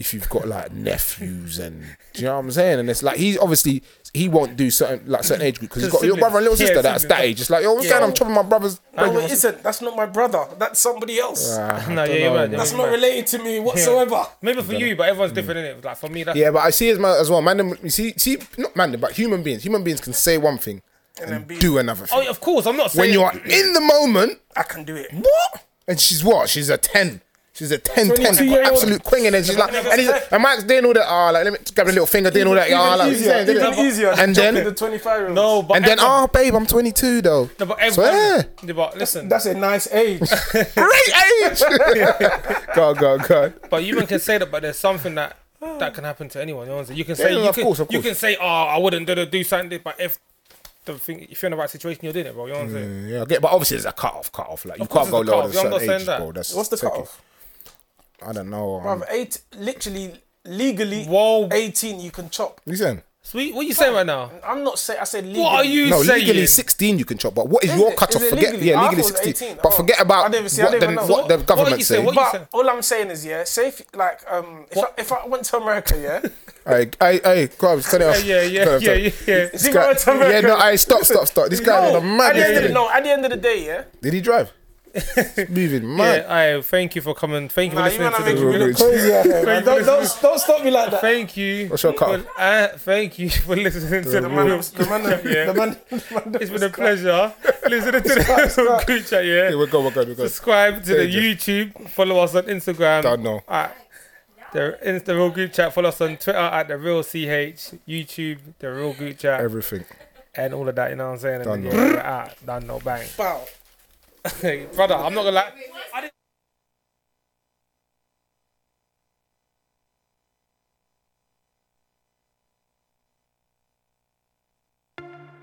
Speaker 1: if you've got like nephews and do you know what I'm saying? And it's like he's obviously he won't do certain like certain age group because he's got
Speaker 2: Because
Speaker 1: your brother and little
Speaker 2: siblings.
Speaker 1: sister
Speaker 2: Yeah,
Speaker 1: that's that
Speaker 2: siblings.
Speaker 1: age. It's like yo, what's
Speaker 2: Yeah.
Speaker 1: going on? I'm chopping my brother's.
Speaker 3: no, it isn't. That's not my brother. That's somebody else.
Speaker 1: Ah, I
Speaker 2: No,
Speaker 1: don't
Speaker 2: yeah, you're
Speaker 1: know,
Speaker 2: right,
Speaker 1: man.
Speaker 2: yeah.
Speaker 3: That's not related to me whatsoever.
Speaker 2: Maybe for you, but everyone's different, innit? Like, for me, that's.
Speaker 1: Yeah, but I see as man as well. Man, them- you see, see, not man, them, but human beings. Human beings can say one thing and, do another thing.
Speaker 2: Oh, yeah, of course. I'm not saying.
Speaker 1: when you are in the moment,
Speaker 3: I can do it.
Speaker 1: What? And she's what? She's a 10. She's a 10, 10,
Speaker 3: 22-year-old.
Speaker 1: absolute queen. And then she's like, and, he's like, and Mike's doing all that. Ah, like, let me grab a little finger, doing all that.
Speaker 3: Even
Speaker 1: ah, like,
Speaker 3: easier,
Speaker 1: saying,
Speaker 3: even
Speaker 1: didn't it?
Speaker 3: easier than
Speaker 1: And
Speaker 3: chopping
Speaker 1: then,
Speaker 3: the 25 year old.
Speaker 2: No, but.
Speaker 1: and then,
Speaker 2: everyone-
Speaker 1: oh, babe, I'm 22 though.
Speaker 2: No, but
Speaker 1: Swear.
Speaker 2: everyone. Yeah, But listen.
Speaker 3: That's a nice age.
Speaker 1: Great age. God, God, God.
Speaker 2: But you even can say that, but there's something that that can happen to anyone. You, know what I'm saying? you can say
Speaker 1: no,
Speaker 2: you,
Speaker 1: of
Speaker 2: can,
Speaker 1: course, of
Speaker 2: you
Speaker 1: course.
Speaker 2: can say, "Oh, I wouldn't do, do something," but if the thing, if you're in the right situation, you're doing it, bro. You know what I'm saying?
Speaker 1: Yeah, I get, but obviously, there's a cut off, cut off. Like, you
Speaker 2: course
Speaker 1: can't go
Speaker 2: there's a
Speaker 1: lower than certain
Speaker 2: cut-off. I'm not saying
Speaker 1: ages,
Speaker 2: that.
Speaker 1: bro. That's
Speaker 3: What's the
Speaker 1: tricky.
Speaker 3: cutoff?
Speaker 1: I don't know. um,
Speaker 3: Bruv, eight, literally, legally,
Speaker 2: Whoa.
Speaker 3: 18, you can chop.
Speaker 1: you saying?
Speaker 2: Sweet, what you saying right now?
Speaker 3: I'm not saying, I said legally.
Speaker 2: What are you
Speaker 1: No,
Speaker 2: saying?
Speaker 1: legally 16 you can chop, but what is, your
Speaker 3: it-
Speaker 1: cut off?
Speaker 3: is it
Speaker 1: Forget,
Speaker 3: legally?
Speaker 1: yeah,
Speaker 3: I
Speaker 1: legally
Speaker 3: thought it was
Speaker 1: 16.
Speaker 3: 18.
Speaker 1: But
Speaker 3: Oh.
Speaker 1: forget about
Speaker 3: I didn't see- I
Speaker 1: what,
Speaker 3: didn't
Speaker 1: the,
Speaker 3: even know.
Speaker 1: what the
Speaker 2: What- what
Speaker 1: government
Speaker 2: you say,
Speaker 1: say.
Speaker 2: what you
Speaker 3: But
Speaker 2: saying?
Speaker 3: all I'm saying is, yeah, say if, like, um, if, I, if I went to America, yeah,
Speaker 1: Hey, hey, hey, Grubs, turn it off.
Speaker 2: Yeah, yeah,
Speaker 1: Turn it
Speaker 2: yeah,
Speaker 1: off, turn
Speaker 2: yeah,
Speaker 1: it
Speaker 2: yeah.
Speaker 1: off.
Speaker 3: Is he going to America?
Speaker 1: Yeah, no, hey, stop, stop, stop. This guy was a
Speaker 3: at
Speaker 1: mad
Speaker 3: the end of the,
Speaker 1: yesterday.
Speaker 3: no, at the end of the day, yeah,
Speaker 1: Did he drive? Moving,
Speaker 2: Yeah,
Speaker 1: man.
Speaker 2: I thank you for coming. Thank you for
Speaker 3: Nah, you
Speaker 2: listening
Speaker 3: wanna
Speaker 2: to
Speaker 3: make
Speaker 2: the
Speaker 3: me
Speaker 1: Real
Speaker 3: look
Speaker 1: rich.
Speaker 3: crazy out here, man.
Speaker 2: Thank
Speaker 3: Don't,
Speaker 2: you.
Speaker 3: don't, don't stop me like that.
Speaker 2: Thank you.
Speaker 1: What's your cut off?
Speaker 2: for- uh, thank you for listening to the
Speaker 3: The man,
Speaker 2: group
Speaker 3: the man, the man, the man-
Speaker 2: It's been a pleasure listening to the group chat. Yeah.
Speaker 1: We're good, we're good, we're good.
Speaker 2: Subscribe to the
Speaker 1: Thank you.
Speaker 2: YouTube. Follow us on Instagram.
Speaker 1: Don't know.
Speaker 2: Alright. The, in the Real Group Chat. Follow us on Twitter at The Real CH, YouTube, The Real Group Chat,
Speaker 1: Everything.
Speaker 2: and all of that, you know what I'm saying? And
Speaker 1: Done,
Speaker 2: then, yeah, we're out. Done, no bang.
Speaker 3: Bow.
Speaker 2: Brother, I'm not gonna lie. I